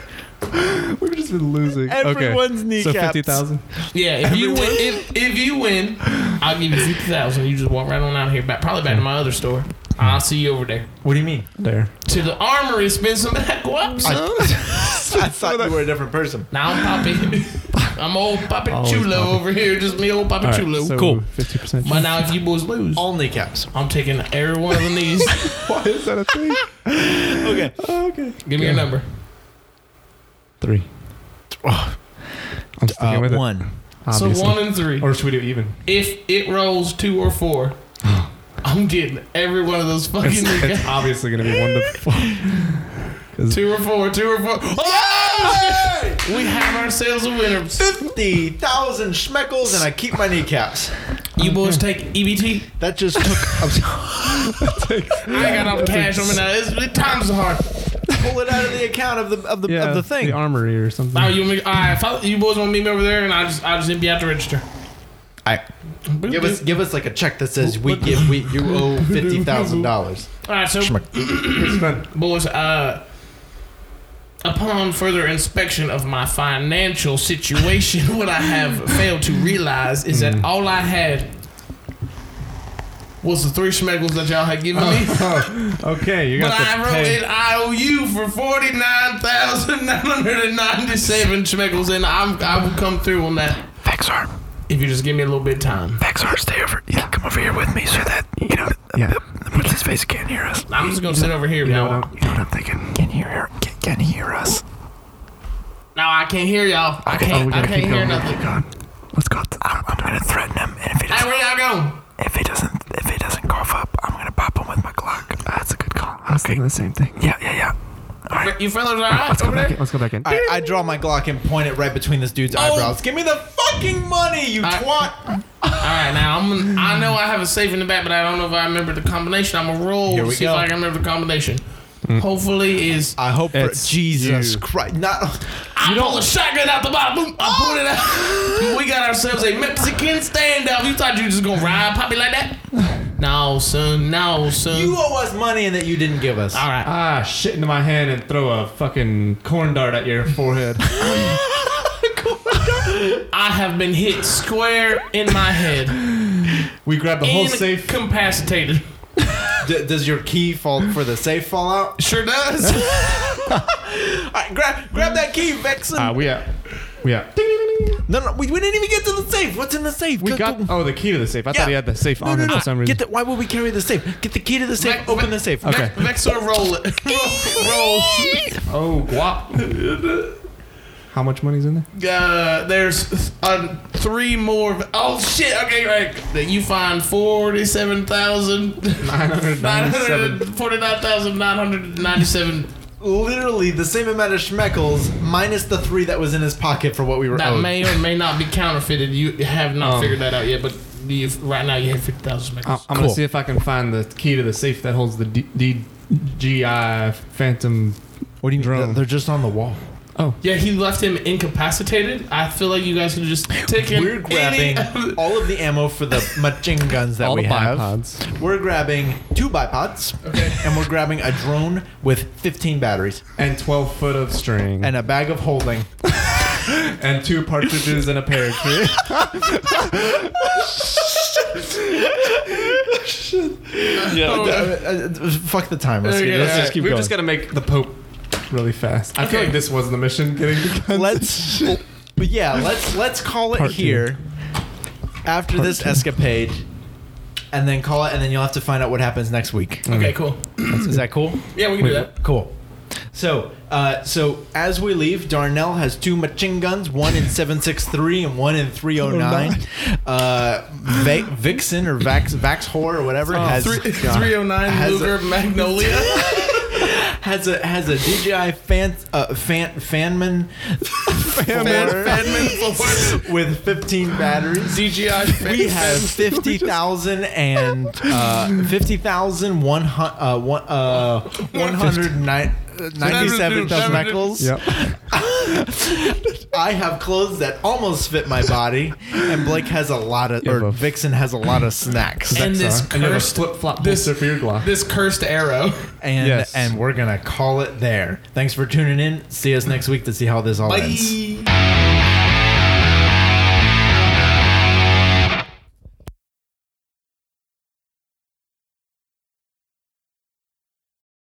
[SPEAKER 3] We've just been losing.
[SPEAKER 1] Everyone's
[SPEAKER 3] okay. So
[SPEAKER 1] kneecaps.
[SPEAKER 3] fifty thousand.
[SPEAKER 2] Yeah, if you win, if, if you win, I'll give you fifty thousand. You just walk right on out here, back probably back to my other store. I'll see you over there
[SPEAKER 1] What do you mean?
[SPEAKER 3] There.
[SPEAKER 2] to the armory. Spend some back up, son.
[SPEAKER 1] I thought you were a different person.
[SPEAKER 2] Now I'm Poppy. I'm old Poppy
[SPEAKER 3] Always
[SPEAKER 2] Chulo
[SPEAKER 3] Poppy.
[SPEAKER 2] over here. Just me, old Poppy
[SPEAKER 3] All right,
[SPEAKER 2] Chulo.
[SPEAKER 3] so Oh.
[SPEAKER 1] Cool.
[SPEAKER 3] Fifty percent.
[SPEAKER 2] But now if you boys lose,
[SPEAKER 1] All kneecaps.
[SPEAKER 2] I'm taking every one of the knees.
[SPEAKER 3] Why is that a thing?
[SPEAKER 1] Okay.
[SPEAKER 3] okay.
[SPEAKER 2] Give me your number.
[SPEAKER 3] Three. I'm sticking
[SPEAKER 1] Oh. Uh,
[SPEAKER 3] with it.
[SPEAKER 1] one.
[SPEAKER 3] obviously.
[SPEAKER 2] So one and three.
[SPEAKER 3] Or should we do even?
[SPEAKER 2] if it rolls two or four, I'm getting every one of those fucking
[SPEAKER 3] It's, it's
[SPEAKER 2] niggas.
[SPEAKER 3] obviously gonna be one to four.
[SPEAKER 2] Two or four, two or four. Oh! We have ourselves a winner.
[SPEAKER 1] 50,000 schmeckles and I keep my kneecaps.
[SPEAKER 2] You boys take E EBT.
[SPEAKER 1] That just took. I'm sorry,
[SPEAKER 2] I ain't got all the cash on me now. It's, it, times are hard.
[SPEAKER 1] pull it out of the account of the of the, of the thing.
[SPEAKER 3] The armory or something.
[SPEAKER 2] Now you, want me- all right, if I, you boys want to meet me over there, and I just, I just empty out the register.
[SPEAKER 1] I, give us give us like a check that says we give we you owe fifty thousand dollars.
[SPEAKER 2] All right, so boys, uh, upon further inspection of my financial situation, what I have failed to realize is that all I had was the three schmeckles that y'all had given me.
[SPEAKER 3] okay, you
[SPEAKER 2] But
[SPEAKER 3] got
[SPEAKER 2] I
[SPEAKER 3] to
[SPEAKER 2] wrote
[SPEAKER 3] pay.
[SPEAKER 2] an IOU for forty nine thousand nine hundred and ninety seven schmeckles, and I'm I will come through on that
[SPEAKER 4] Vaxar.
[SPEAKER 2] if you just give me a little bit of time.
[SPEAKER 4] Vaxar, stay over. Yeah. Come over here with me so that, you know,
[SPEAKER 3] Yeah.
[SPEAKER 4] what's his face can't hear us.
[SPEAKER 2] I'm just gonna sit over here
[SPEAKER 3] No,
[SPEAKER 2] now.
[SPEAKER 3] no.
[SPEAKER 4] You know what I'm thinking? Can hear her. Can, can hear us.
[SPEAKER 2] No, I can't hear y'all. I can't. I can't hear nothing.
[SPEAKER 4] Oh, Keep going. Let's go. I'm, I'm gonna threaten him, and if he
[SPEAKER 2] Hey,
[SPEAKER 4] doesn't,
[SPEAKER 2] where y'all going?
[SPEAKER 4] if he doesn't, if he doesn't cough up, I'm gonna pop him with my Glock. That's a good call. Okay.
[SPEAKER 3] the same thing.
[SPEAKER 4] Yeah, yeah, yeah. All right.
[SPEAKER 2] You fellas all right
[SPEAKER 4] Let's go
[SPEAKER 2] over
[SPEAKER 4] back
[SPEAKER 2] there?
[SPEAKER 4] in.
[SPEAKER 3] Let's go back in.
[SPEAKER 1] I, I draw my Glock and point it right between this
[SPEAKER 3] Oh,
[SPEAKER 1] dude's eyebrows. Give me the fucking money, you
[SPEAKER 2] I-
[SPEAKER 1] twat!
[SPEAKER 2] All right, now I'm. Gonna, I know I have a safe in the back, but I don't know if I remember the combination. I'm gonna roll
[SPEAKER 1] Here
[SPEAKER 2] to
[SPEAKER 1] we
[SPEAKER 2] see
[SPEAKER 1] go.
[SPEAKER 2] if I can remember the combination. Hopefully, is
[SPEAKER 1] I hope for
[SPEAKER 3] It's
[SPEAKER 1] Jesus
[SPEAKER 3] you.
[SPEAKER 1] Christ. Not
[SPEAKER 2] I pull a shotgun out the bottom. Boom, I pull it out. we got ourselves a Mexican standoff. You thought you were just gonna ride Poppy like that? No, son. No, son.
[SPEAKER 1] you owe us money and that you didn't give us.
[SPEAKER 2] All right.
[SPEAKER 3] Ah, shit into my hand and throw a fucking corn dart at your forehead.
[SPEAKER 2] I have been hit square in my head.
[SPEAKER 3] we grabbed the whole safe.
[SPEAKER 2] Incapacitated.
[SPEAKER 1] D- does your key fall for the safe fall out?
[SPEAKER 2] Sure does.
[SPEAKER 1] All right, grab grab that key, Vixen.
[SPEAKER 3] Um, Ah, we out. We out. Ding, ding, ding, ding.
[SPEAKER 1] No, no, we, we didn't even get to the safe. What's in the safe?
[SPEAKER 3] We
[SPEAKER 1] Go-
[SPEAKER 3] got
[SPEAKER 1] go-
[SPEAKER 3] oh the key to the safe. I thought he had the safe
[SPEAKER 1] no,
[SPEAKER 3] on
[SPEAKER 1] no,
[SPEAKER 3] him
[SPEAKER 1] no.
[SPEAKER 3] for some reason.
[SPEAKER 1] Get the, why would we carry the safe? Get the key to the safe.
[SPEAKER 2] Mac- Mac-
[SPEAKER 1] open the safe.
[SPEAKER 3] Okay.
[SPEAKER 2] Vexor, roll it. roll.
[SPEAKER 3] oh guap. How much money's in there?
[SPEAKER 2] roll. Uh, there's uh, three more. Oh shit! Okay, right. That you find forty-seven thousand
[SPEAKER 3] Nine hundred
[SPEAKER 2] nine hundred forty-nine thousand nine hundred ninety-seven.
[SPEAKER 1] Literally the same amount of schmeckles minus the three that was in his pocket for what we were
[SPEAKER 2] That
[SPEAKER 1] owed.
[SPEAKER 2] may or may not be counterfeited. You have not
[SPEAKER 3] Um,
[SPEAKER 2] figured that out yet, but you, right now you have fifty thousand.
[SPEAKER 3] I'm gonna
[SPEAKER 1] Cool.
[SPEAKER 3] see if I can find the key to the safe that holds the D- D- GI Phantom.
[SPEAKER 1] what do you
[SPEAKER 3] Drone.
[SPEAKER 1] They're just on the wall.
[SPEAKER 2] Yeah, he left him incapacitated. I feel like you guys could just take him.
[SPEAKER 1] We're grabbing all of the ammo for the machine guns that
[SPEAKER 3] all
[SPEAKER 1] we
[SPEAKER 3] the
[SPEAKER 1] have.
[SPEAKER 3] bipods.
[SPEAKER 1] We're grabbing two bipods,
[SPEAKER 2] Okay.
[SPEAKER 1] and we're grabbing a drone with 15 batteries
[SPEAKER 3] And 12 foot of string.
[SPEAKER 1] and a bag of holding.
[SPEAKER 3] and two partridges and a parakeet.
[SPEAKER 2] Oh,
[SPEAKER 1] Uh, uh, fuck the time. Let's,
[SPEAKER 2] Okay,
[SPEAKER 1] get- let's
[SPEAKER 2] alright.
[SPEAKER 1] just keep
[SPEAKER 3] We've
[SPEAKER 1] going.
[SPEAKER 3] just got to make the Pope really fast. I feel
[SPEAKER 2] Okay.
[SPEAKER 3] like this was the mission getting the guns.
[SPEAKER 1] let's but yeah let's let's call it
[SPEAKER 3] Part two.
[SPEAKER 1] here after this escapade and then call it and then you'll have to find out what happens next week
[SPEAKER 2] okay, cool.
[SPEAKER 1] is that cool
[SPEAKER 2] Yeah, we can do that.
[SPEAKER 1] cool so uh, so as we leave darnell has two machine guns one in 763 and one in 309
[SPEAKER 3] Oh,
[SPEAKER 1] uh, Va- vixen or vax vax whore or whatever has
[SPEAKER 2] Oh, Three- 309
[SPEAKER 1] Has a-
[SPEAKER 2] Luger Magnolia.
[SPEAKER 1] has a has a dji fan uh, fan fanman
[SPEAKER 2] Fan-
[SPEAKER 1] fanman
[SPEAKER 2] Fanman Ford.
[SPEAKER 1] with 15 batteries
[SPEAKER 2] DGI.
[SPEAKER 1] we have 50,000 and uh, 50,197 uh, one- uh, 197 schmeckles.
[SPEAKER 3] Yep.
[SPEAKER 1] I have clothes that almost fit my body, and Blake has a lot of, or
[SPEAKER 3] Yeah, but-
[SPEAKER 1] Vixen has a lot of snacks.
[SPEAKER 2] And this
[SPEAKER 3] and you have a
[SPEAKER 2] cursed,
[SPEAKER 3] flip flop
[SPEAKER 2] this-
[SPEAKER 3] holster for your Glock.
[SPEAKER 2] this cursed arrow.
[SPEAKER 1] And,
[SPEAKER 3] Yes.
[SPEAKER 1] and we're going to call it there. Thanks for tuning in. See us next week to see how this all ends.
[SPEAKER 2] Bye.